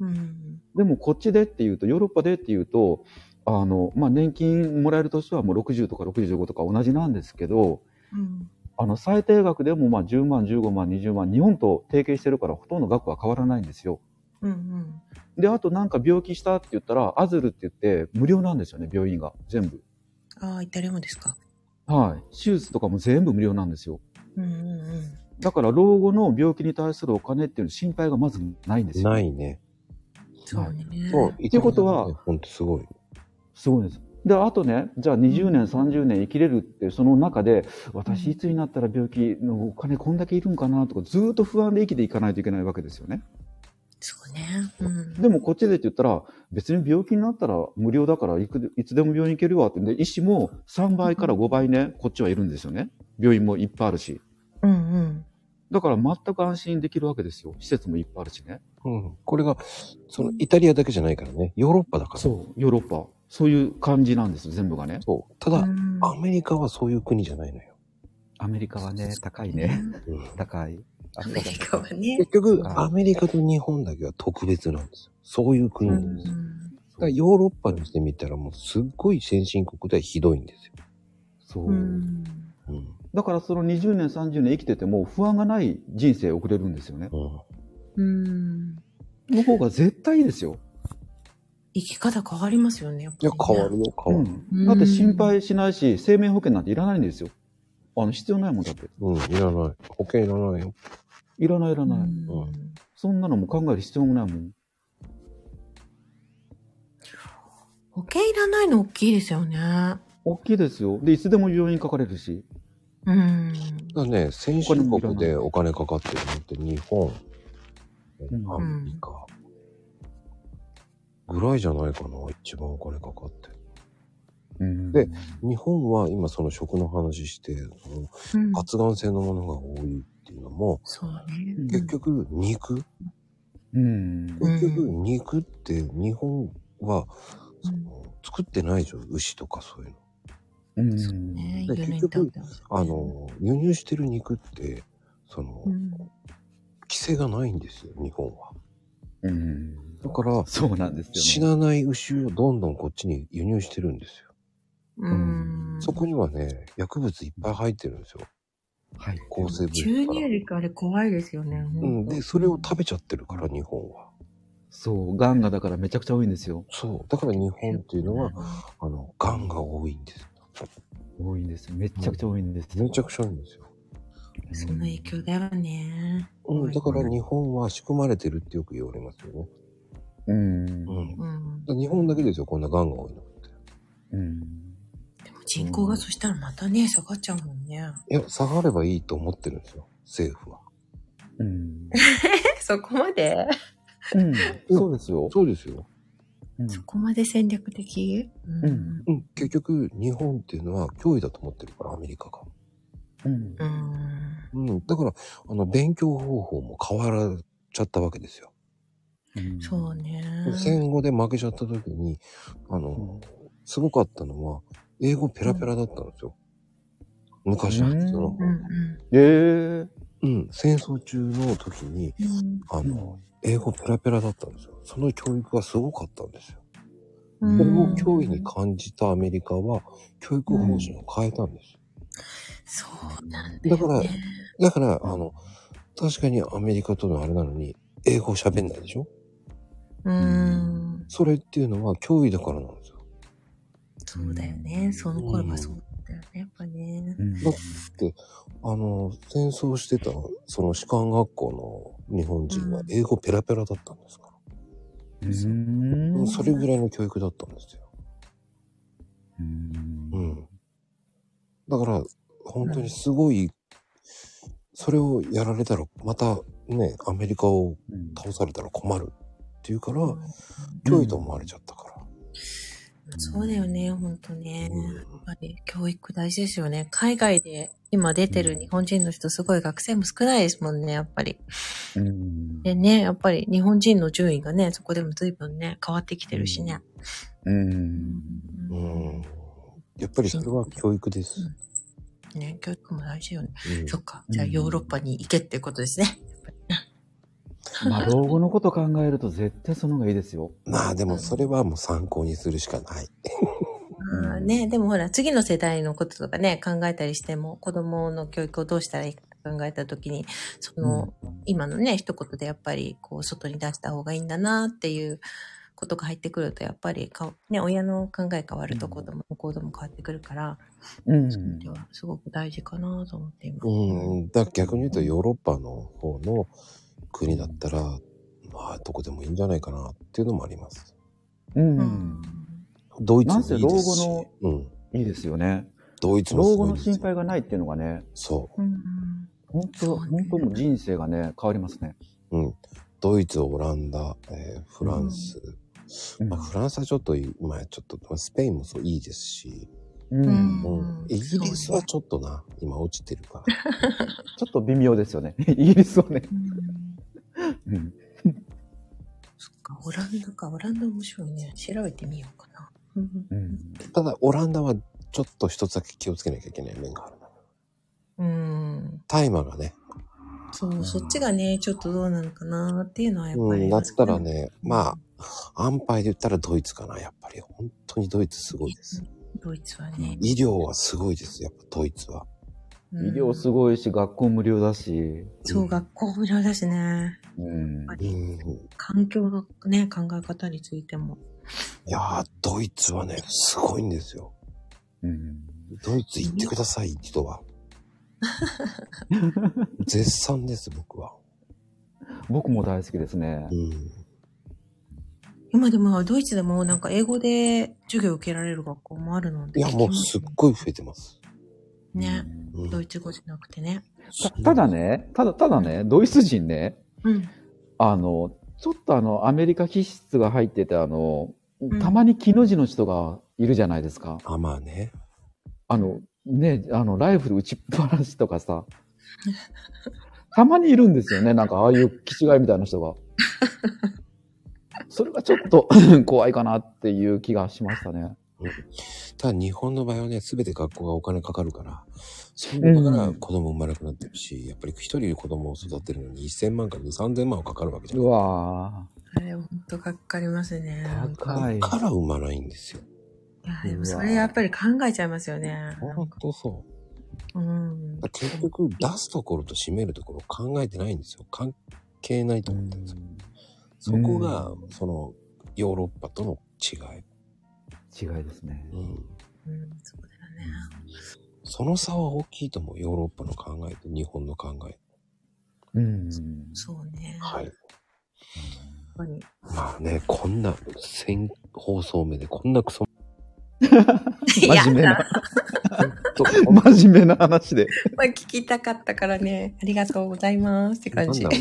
うん。
でもこっちでっていうと、ヨーロッパでっていうと、あの、まあ、年金もらえる年はもう60とか65とか同じなんですけど、
うん。
あの、最低額でもまあ10万、15万、20万、日本と提携してるからほとんど額は変わらないんですよ。
うん。うん。
で、あとなんか病気したって言ったら、アズルって言って無料なんですよね、病院が。全部。
ああ、イタリアもですか。
はい。手術とかも全部無料なんですよ。
うんうんうん。
だから老後の病気に対するお金っていう心配がまずないんですよ。。
ないいね。
そうね。
そう、
ってことは
ほんとすごい。
すごいです。で、あとね、じゃあ20年、30年生きれるって、その中で、私いつになったら病気のお金こんだけいるんかなとか、ずーっと不安で生きていかないといけないわけですよね。
そうね。うん。
でもこっちでって言ったら、別に病気になったら無料だからいく、いつでも病院行けるわって。で、医師も3倍から5倍ね、こっちはいるんですよね。病院もいっぱいあるし。
うんうん。
だから全く安心できるわけですよ。施設もいっぱいあるしね。
うん。これが、そのイタリアだけじゃないからね。ヨーロッパだから。う。
そう、ヨーロッパ。そういう感じなんです、全部がね。
そう。た
う
だ、
ん
アメリカはそういう国じゃないのよ。
アメリカはね、高いね。
うん
高い。ア
アメリカはね。
結局、
はい
アメリカと日本だけは特別なんですよ。そういう国
う
なんですよ。だ
ん。
からヨーロッパにしてみたらもうすっごい先進国ではひどいんですよ。
そうう。
ん。
うん。
だからその20年、30年生きてても不安がない人生送れるんですよね。
うん。
うん。
の方が絶対いいですよ。
生き方変わりますよね。やっ
い
ぱり
や
ね、
変わるよ、変わる。
うんだって心配しないし、生命保険なんていらないんですよ。あの、必要ないもんだって。
うん、いらない。保険いらないよ。
いらないいら
う
ない。
ん。
う
そんなのも考える必要もないもん。
保険いらないの大きいですよね。
大きいですよ。で、いつでも病院かかれるし。
うん。
だからね、先進国でお金かかってるのって日本、
ん
アメリカ、ぐらいじゃないかな、一番お金かかって。
うん
で日本は今その食の話して、その
うん、
発がん性のものが多いっていうのも、
そうね。
うん
結局肉、
うん。
うん
結局肉って日本は、その作ってないでしょ、牛とかそういうの。
うん。
そうね。
で
夜に
結局
食べてます、ね。
あ、の、輸入してる肉って、その、
うん、
規制がないんですよ、日本は。
うん。
だから、
そうなんです
死
よね。
なない牛をどんどんこっちに輸入してるんですよ。
うん。
そこにはね、薬物いっぱい入ってるんですよ。
はい。
抗生物
注
質か
入
ら。
力あれ怖いですよね。
う
本
ん、
当
で、それを食べちゃってるから、日本は。
そう、癌がだからめちゃくちゃ多いんですよ。
そう。だから日本っていうのは、あの、癌が多いんですよ。
多いんですよ。めちゃくちゃ多いんですよ。
めちゃくちゃ多いんですよ。
その影響だよね。
うん、だから
はい
日本は仕組まれてるってよく言われますよね。
うん。
うん。だか
うん。
ら日本だけですよ、こんな癌が多いのって。
うん。
でも人口がそしたらまたね、下がっちゃうもんね。
いや、下がればいいと思ってるんですよ、政府は。
うん。
そこまで
うん。そうですよ。
そうですよ。
うん
そこまで戦略的う
うん
ん。
うん、結局、日本っていうのは脅威だと思ってるから、アメリカが。
うん
うん。
うん、だから、あの、勉強方法も変わらちゃったわけですよ。
うん
そうね。
戦後で負けちゃった時に、あの、すごかったのは、英語ペラペラだったんですよ。昔の人の
う。んうん
ええ
うん、戦争中の時に、
うん
あの、
も
英語ペラペラだったんですよ。その教育はすごかったんですよ。
う
それ
ん
を脅威に感じたアメリカは、教育方針を変えたんです。
そうなんだよ、ね。
だからだから、
うん
あの、確かにアメリカとのあれなのに、英語喋んないでしょ
うん。
それっていうのは脅威だからなんですよ。
そうだよね。その頃はそうだよね。やっぱね
う。うん
だって、あの、戦争してた、その士官学校の日本人は
うん
英語ペラペラだったんですか
うん
ら。それぐらいの教育だったんですよ。
うん
うん。だから、本当にすごい、それをやられたら、またね、アメリカを
うん
倒されたら困るっていうから、
うん
脅威と思われちゃったから。
そうだよね、ほんとね。
うん
やっぱり教育大事ですよね。海外で今出てる日本人の人、すごい学生も少ないですもんね、やっぱり。
うん
でね、やっぱり日本人の順位がね、そこでも随分ね、変わってきてるしね。
うん
うん。やっぱりそれは教育です。
ね、教育も大事よね。
うん
そっか。じゃあヨーロッパに行けってことですね。
まあ老後のこと考えると絶対その方がいいですよ。
まあでもそれはもう参考にするしかない。
ん
あーね、でもほら、次の世代のこととかね、考えたりしても、子供の教育をどうしたらいいか考えたときに、その、今のね、一言でやっぱり、こう、外に出した方がいいんだなっていうことが入ってくると、やっぱりか、ね、親の考え変わると子供の行動も変わってくるから、
うん
それはすごく大事かなと思っています。
うん。だ逆に言うとヨーロッパの方の国だったら、まあどこでもいいんじゃないかなっていうのもあります。
うん
うん。
ドイツもいいですし。
なんせ
うん。
いいですよね。
ドイツも
老
す
後
ごい
の
です
心
よ
配がないっていうのがね、
そ
うん
本当、
そうね
本当もう人生がね、変わりますね。
う。うん。ドイツ、オランダ、えーフランス、
うん
まあ、フランスはちょっといい、まあちょっと、スペインもそういいですし、
う
うんん
うん、イギリスはちょっとな、今落ちてるから。
ちょっと微妙ですよね。 イギリスはね。うん
そっか、オランダか。オランダ面白いね。調べてみようかな。うん
うん
ただ、オランダはちょっと一つだけ気をつけなきゃいけない面があるな。
うん。
大麻がね、
そう、そっちがね、ちょっとどうなのかなっていうのはやっぱ
う
り、
ん、だったら。ね、まあ、安牌で言ったらドイツかな、やっぱり。本当にドイツすごいです。
ドイツはね。
医療はすごいです、やっぱドイツは。
医療す
い。
ごいし、学校無料だし。
そう、学校無料だしね。
うん
はい
うん。
環境のね、考え方についても。
いやー、ドイツはね、すごいんですよ。
うん
ドイツ行ってください、人 は。絶賛です、僕は。
僕も大好きですね
う。ん。
今でも、ドイツでもなんか英語で授業を受けられる学校もあるので。
いや、もうすっごい増えてます。
ね。
うん
うん
ドイツ語じゃなくてね。
たただ。ね、ただ、ただね、ドイツ人ね、
うん。
あの、ちょっとあの、アメリカ気質が入ってて、あの
う、ん
たまに木の字の人がいるじゃないですか。
あ、まあね。
あの、ね、あの、ライフル打ちっぱなしとかさ。たまにいるんですよね。なんか、ああいう気違いみたいな人が。それがちょっと 怖いかなっていう気がしましたね。
ただ日本の場合はね、すべて学校がお金かかるから、そのだから
うん
子供生まなくなってるし、やっぱり一人子供を育てるのに1000万から2、3000万はかかるわけじゃ。
うんわ
あれ、ほんとがっかりますね。
ぁ、高い
だ。から生まないんですよ。
いや、でもそれやっぱり考えちゃいますよね。
ほんとそう。
うん。
結局出すところと閉めるところを考えてないんですよ関係ないと思ってるんですよ、
うん
そこがそのヨーロッパとの違い、
違いですね。
うん、
うん、そうだよね。
その差は大きいと思うヨーロッパの考えと日本の考え
うん。
そうね。。
はいい
本当に。
まあねこんな先放送目でこんな クソ
真面目
いや
な、真面目な話で。
まあ、聞きたかったからね。ありがとうございますって
なん
感じ。
だろ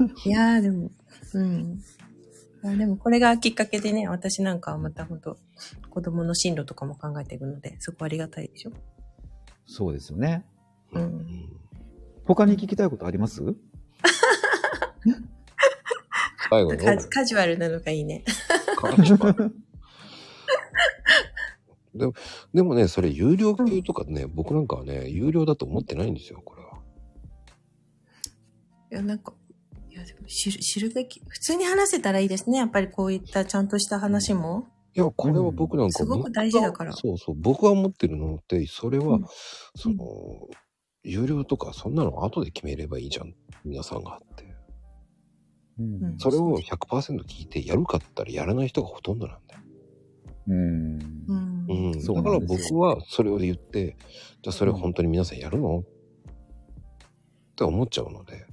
うない
やー、でも、うん。まあでもこれがきっかけでね、私なんかはまた本当子供の進路とかも考えていくので、そこありがたいでしょ。
そうですよね。
う。
うんん
他に聞きたいことあります
最後に
カジカジュアルなのがいいね。
でもねそれ有料級とかね、僕なんかはね有料だと思ってないんですよこれはい
や、なんか、いや、でも知る、知るべき、普通に話せたらいいですね。やっぱりこういったちゃんとした話も。
いや、これは僕なんか、
うんすごく大事だから
そうそう。僕が思ってるのって、それは、
うん
その、有料とか、そんなの後で決めればいいじゃん。皆さんがって。
うん
それを100%聞いて、やるかって言ったらやらない人がほとんどなんだよ。
うん。
うん。
うん。だ
そう
か
なんですよ
ら僕はそれを言って、じゃあそれ本当に皆さんやるのって思っちゃうので。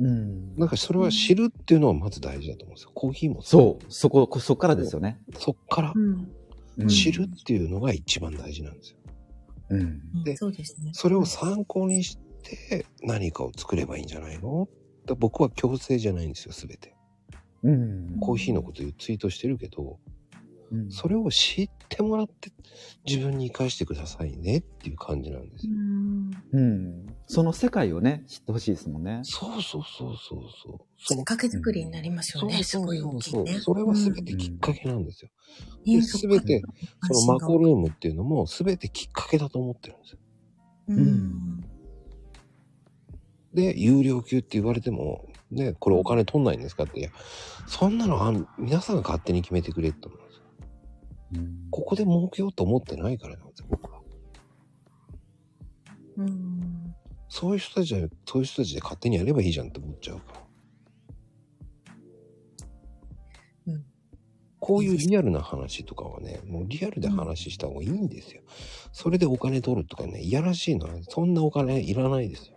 うん
なんかそれは知るっていうのはまず大事だと思うんですよ。コーヒーも
そう、そこ、こそこからですよね。
う。そっから
うん。
うん
知るっていうのが一番大事なんですよ。
うん。
で
そうですね。
それを参考にして何かを作ればいいんじゃないのだ僕は強制じゃないんですよ全て
うん
コーヒーのことツイートしてるけど
うん
それを知ってもらって自分に生かしてくださいねっていう感じなんです
う
よ、
ん。
うん。その世界をね、知ってほしいですもんね。
そうそうそうそうそう
き
そ
っ
の
かけ作りになりますよ
そう
ね。す
そう
ごい
そ
大
う
き
そ
いうね。
それは全てきっかけなんですよ、で全てそのマコ
ロ。
ルームっていうのも全てきっかけだと思ってるんですよ
うん。
で有料級って言われてもねこれお金取んないんですかっていやそんなのあん皆さんが勝手に決めてくれって思うんですよ
うん
こ こで儲けようと思ってないからなんですよ、僕は。
うん。
そういう人たちは、そういう人たちで勝手にやればいいじゃんって思っちゃうから。
うん
こういうリアルな話とかはね、もうリアルで話した方がいいんですよ。それでお金取るとかね、いやらしいのは、そんなお金いらないですよ。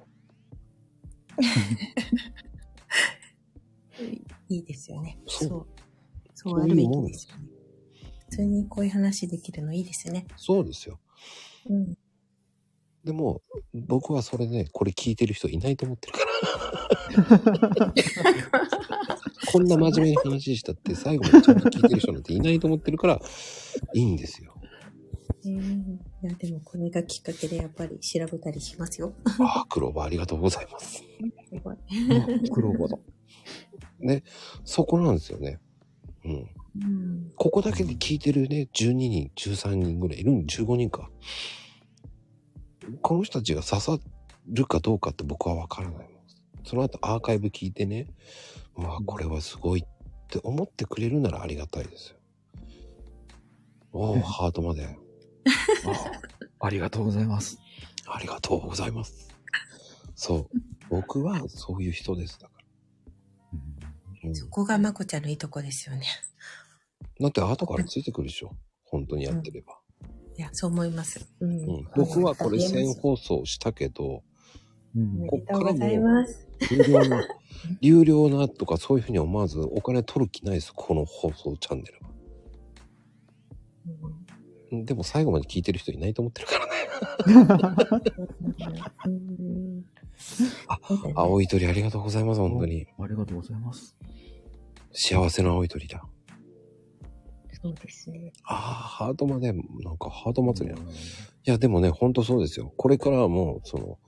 いいですよね。
そう
そう。そ
そうい
う
う
あるべ
も
き
ん
で
です
すよね。普通にこういう話できるのいいですね。
そうですよ。
うん。
でも、僕はそれね、これ聞いてる人いないと思ってるから。こんな真面目に話したって最後までちゃんと聞いてる人なんていないと思ってるから、いいんですよ。
うんいや、でもこれがきっかけでやっぱり調べたりしますよ。
ああ、クローバーありがとうございます。
すごい。
苦労場だ。
そこなんですよね。うん。
うん。
ここだけで聞いてるね、12人、13人ぐらいいるん、15人か。この人たちが刺さるかどうかって僕はわからないもん。その後アーカイブ聞いてね、まあこれはすごいって思ってくれるならありがたいですよ。お お、ハートまで。
ありがとうございます。
ありがとうございます。そう。僕はそういう人です。だか
うん
ら。うん
そこがまこちゃんのいいとこですよね。
だって後からついてくるでしょ。本当にやってれば。
いや、そう思います。うん
うん、僕はこれ
あり
1000
がとう
放送したけど、
うん
ございます
有料な、有料なとかそういうふうに思わずお金取る気ないです。この放送チャンネルは。
おめでとうございます。うん
うんでも最後まで聞いてる人いないと思ってるからね。
うん
あ
そうだよね
青い鳥ありがとうございます。本当に。
ありがとうございます。
幸せの青い鳥だ。
そうですね。
ああ、ハートまで、なんかハート祭りだ
う
い
ん
や、でもね、ほんとそうですよ。これからはもう、その、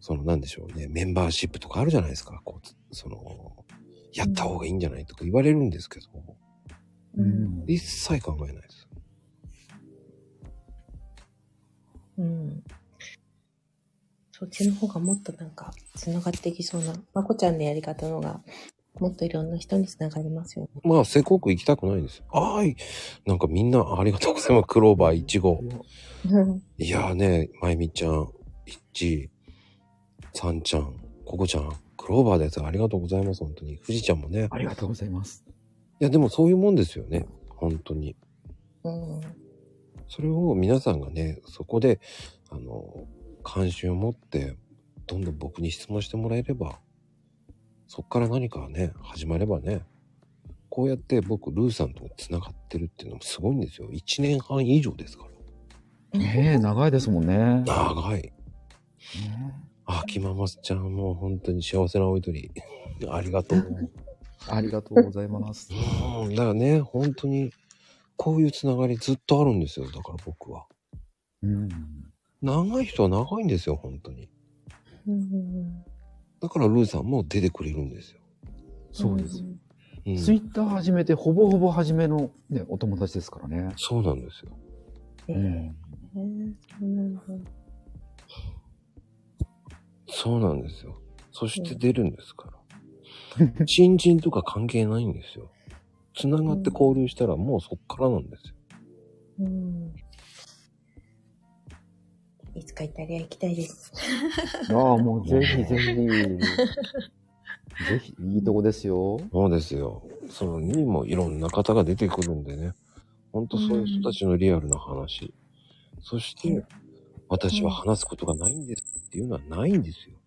その、なんでしょうね、メンバーシップとかあるじゃないですか。こう、その、やった方がいいんじゃないとか言われるんですけど、
うん。
一切考えないです。
うん。そっちの方がもっとなんか、つながっていきそうな、まこちゃんのやり方のが、もっといろんな人につながりますよね。
まあ、せこく行きたくないんですよ。あーい。なんかみんなありがとうございます。クローバー1号。
うん
いやーね、まゆみちゃん、いっち、さんちゃん、ここちゃん、クローバーです。ありがとうございます。本当に。富士ちゃんもね。い
ありがとうございます。
や、でもそういうもんですよね。本当に。
うん。
それを皆さんがね、そこで、あの、関心を持って、どんどん僕に質問してもらえれば、そっから何かね、始まればね、こうやって僕、ルーさんと繋がってるっていうのもすごいんですよ。1年半以上ですから。
ねえ、長いですもんね。
長い。
ね
あ、きまますちゃんもう本当に幸せなおいとり。ありがとう。
えありがとうございます。
うん、だからね、本当に、こういうつながりずっとあるんですよ。だから僕は。
うん。
長い人は長いんですよ、本当に。
うん
だからルーさんも出てくれるんですよ。
そうです。。
うん
ツイッター始めて、ほぼほぼ初めの、ね、お友達ですからね。
そうなんですよ。
え
うん。
ーそうなんだ
そうなんですよ。そして出るんですから。新人とか関係ないんですよ。つながって交流したらもうそっからなんですよ。
うんいつかイタリア行きたいです。
ああ、もうぜひ ぜひ。ぜひ、いいとこですよ。
そうですよ。そのにもいろんな方が出てくるんでね。ほんとそういう人たちのリアルな話。そして、私は話すことがないんですっていうのはないんですよ。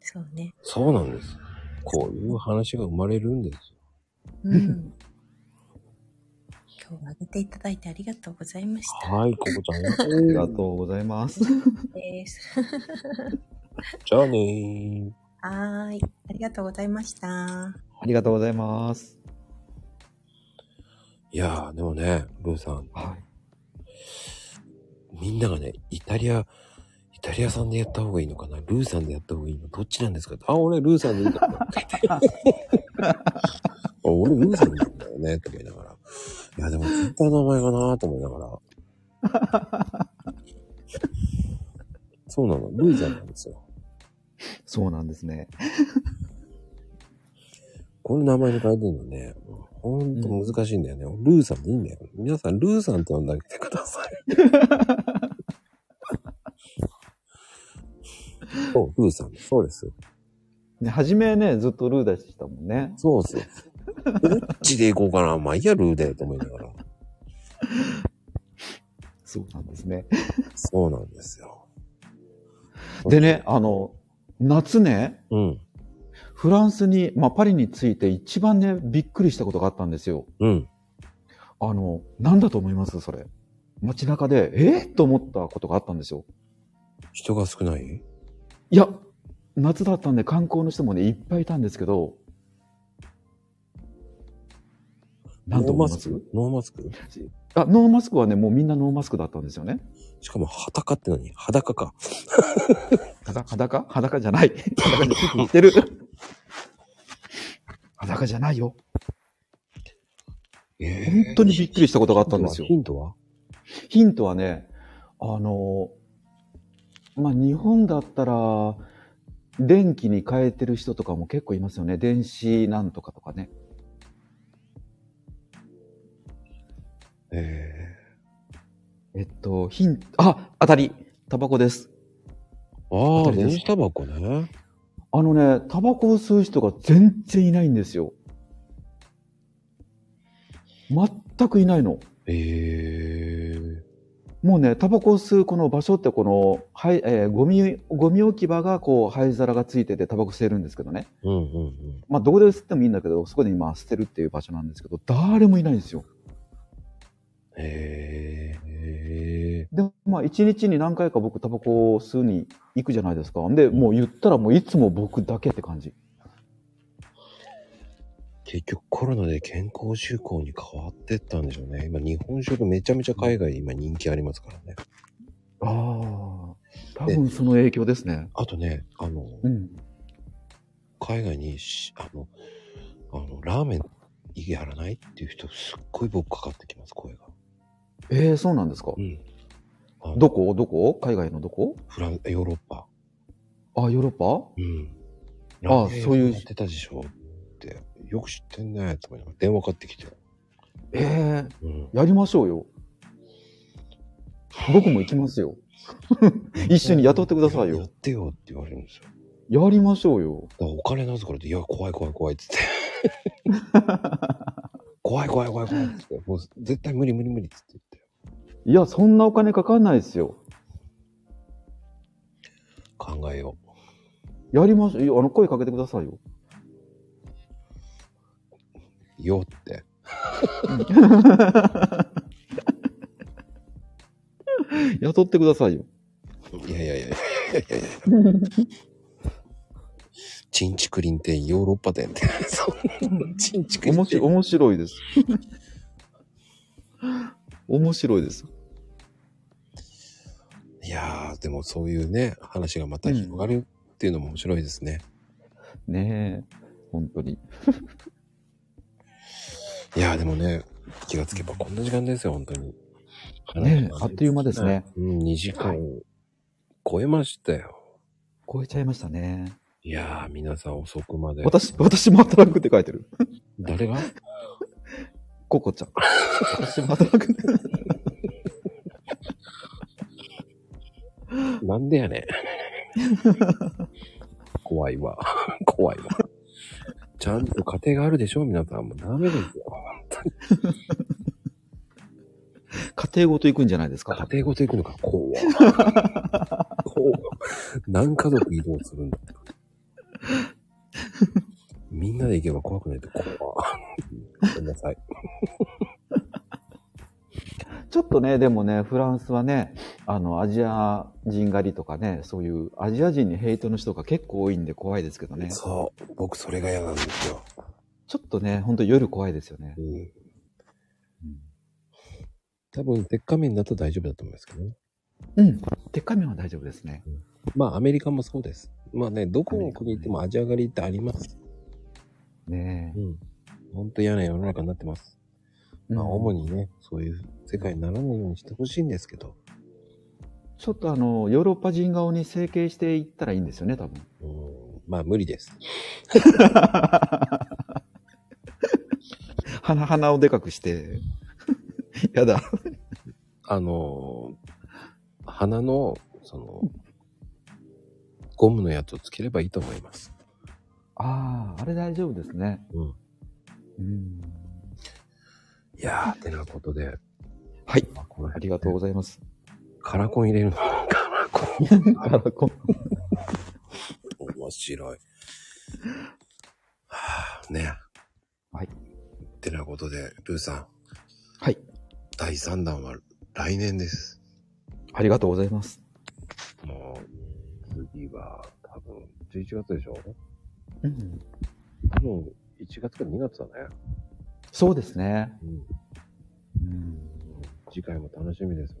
そうね。
そうなんです。こういう話が生まれるんですよ。
うん。今日あげていただいてありがとうございました。
はい、ここちゃん。あ
ありがとうございます。
です。
じゃあねー。
はーい。ありがとうございました。
ありがとうございます。
いやー、でもね、ルーさん、
はい。
みんながね、イタリア、イタリアさんでやった方がいいのかなルーさんでやった方がいいのどっちなんですかあ、俺ルーさんでいいんだとか言って。俺ルーさんなんだよね、とか言いながら。いや、でも絶対名前がなーと思いながら。そうなの、ルーさんなんですよ。
そうなんですね。
この名前に変えてるのね、ほんと難しいんだよね。ルーさんでいいんだよ。皆さん、ルーさんって呼んであげてください。 そう、ルーさん。そうです。
ね、初めね、ずっとルーダでしたもんね。
そうそう。どっちで行こうかな。まあ、いいや、ルーで、と思いながら。
そうなんですね。
そうなんですよ。
でね、あの、夏ね、
うん。
フランスに、まあ、パリに着いて一番ね、びっくりしたことがあったんですよ。
うん。
あの、なんだと思いますそれ。街中で、えーと思ったことがあったんですよ。
人が少ない
いや、夏だったんで観光の人もね、いっぱいいたんですけど、なん
ノー
と思
マ
いま
ス
す
クノーマスク
あ、ノーマスクはね、もうみんなノーマスクだったんですよね。
しかも裸って何裸か。
裸裸裸じゃない。裸じゃない。てる。 裸じゃないよ。
え
本当にびっくりしたことがあ
あ
ったんですよ。
ヒントは
ヒントはね、あの、まあ、日本だったら、電気に変えてる人とかも結構いますよね。電子なんとかとかね。
え
えっと、ヒント、あ、当たりタバコです。
えあ
当た
あ、
りです
電子タバコね。
あのね、タバコを吸う人が全然いないんですよ。全くいないの。
ええ
もうね、タバコを吸うこの場所ってこの、はい、えーゴミ、ゴミ置き場がこう、灰皿がついててタバコ吸えるんですけどね。
うんうんうん。
まあ、どこで吸ってもいいんだけど、そこで今捨てるっていう場所なんですけど、誰もいないんですよ。
ええ
で、まあ、一日に何回か僕タバコを吸うに行くじゃないですか。で、もう言ったらもういつも僕だけって感じ。
結局コロナで健康習慣に変わってったんでしょうね。今日本食めちゃめちゃ海外で今人気ありますからね。
ああ、多分その影響ですね。
あとね、あの、
うん。
海外にし、あの、あの、ラーメンやらないっていう人すっごい僕かかってきます、声が。
ええそうなんですか
う。ん。あの
どこどこ海外のどこ
フラン、ヨーロッパ。
あ、ヨーロッ
うん。
ああそういう
やってたでしょって、よく知ってんねと思いながら電話かかってきて。
パええ
うん。
やりましょうよ。僕も行きますよ。一緒に雇ってください
や
よ
っ。てよって言われるんですよ。だか
やりましょうよ。
らお金なすからって、いや、怖い怖い怖いっつ って。怖い怖い怖い怖いっつって。もう絶対無理無理無理っつって言って。
いや、そんなお金かかんないですよ。
考えよう。
やりましょういや。あの、声かけてくださいよ。
よって。
雇ってくださいよ。
いやいやいやいやいやいや。チンチクリン店、ヨーロッパ店 って。そんなチンチクリン
面白
店。
い面白いです。 面白いです。
いやー、でもそういうね、話がまた広がるっていうのも面白いですね。
ねえ。本当に。
いやー、でもね、気がつけばこんな時間ですよ、本当に。
ねえ、あっという間ですね。
うん、2時間超えましたよ。
超えちゃいましたね。
いやー、皆さん遅くまで。
私、私も働くって書いてる。
誰 が
ココちゃん。私も働くって。
なんでやねん。 怖いわ。怖いわ。ちゃんと家庭があるでしょ皆さん。もうダメです よ。
家庭ごと行くんじゃないですか
家。庭ごと行くのか、こ う。こう。何家族移動するんだ。みんなで行けば怖くないって、こう。ごめんなさい。
ちょっとね、でもね、フランスはね、あの、アジア人狩りとかね、そういうアジア人にヘイトの人が結構多いんで怖いですけどね。ち
そう。僕、それが嫌なんですよ。
ょっとね、ほんと夜怖いですよね
う。ん。多分、鉄仮面だと大丈夫だと思いますけどね。
うん。でっかい面は大丈夫ですね。
まあ、アメリカもそうです。まあね、どこの国行ってもアジア狩りってあります。
ね
うん。ほんと嫌な世の中になってます。
え。
まあ、主
に。
にね、そういう世界にならないようにしてほしいんですけど。
ちょっとあの、ヨーロッパ人顔に整形していったらいいんですよね、多分。
うん。まあ、無理です。
鼻、鼻をでかくして。 やだ。
あのー、鼻の、その、ゴムのやつをつければいいと思います。
ああ、あれ大丈夫ですね。
うん。
うん。
いやー、てなことで。
はい。
まあ、この
あ
辺
りがとうござい ます。
カラコン入れるの。カラコン。
あらこ
面白い。はあ、ね。
はい。
てなことで、ルーさん。
はい。
第3弾は来年です。
ありがとうございます。
もう、次は多分11月でしょ
うん。
多分1月か2月だね。
そうですね。
うん
うん
次回も楽しみです。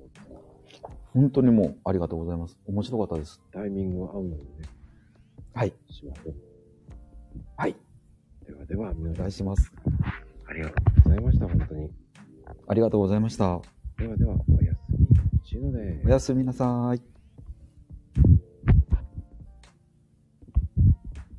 本当にもうありがとうございます。面白かったです。
タイミングが合うのでね、
はい。
しましょう。
はい。
ではでは、
お
皆さ
願
ん
い、します。
ありがとうございました、本当に。
ありがとうございました。
ではでは、おやすみ。ちので
おやすみなさい。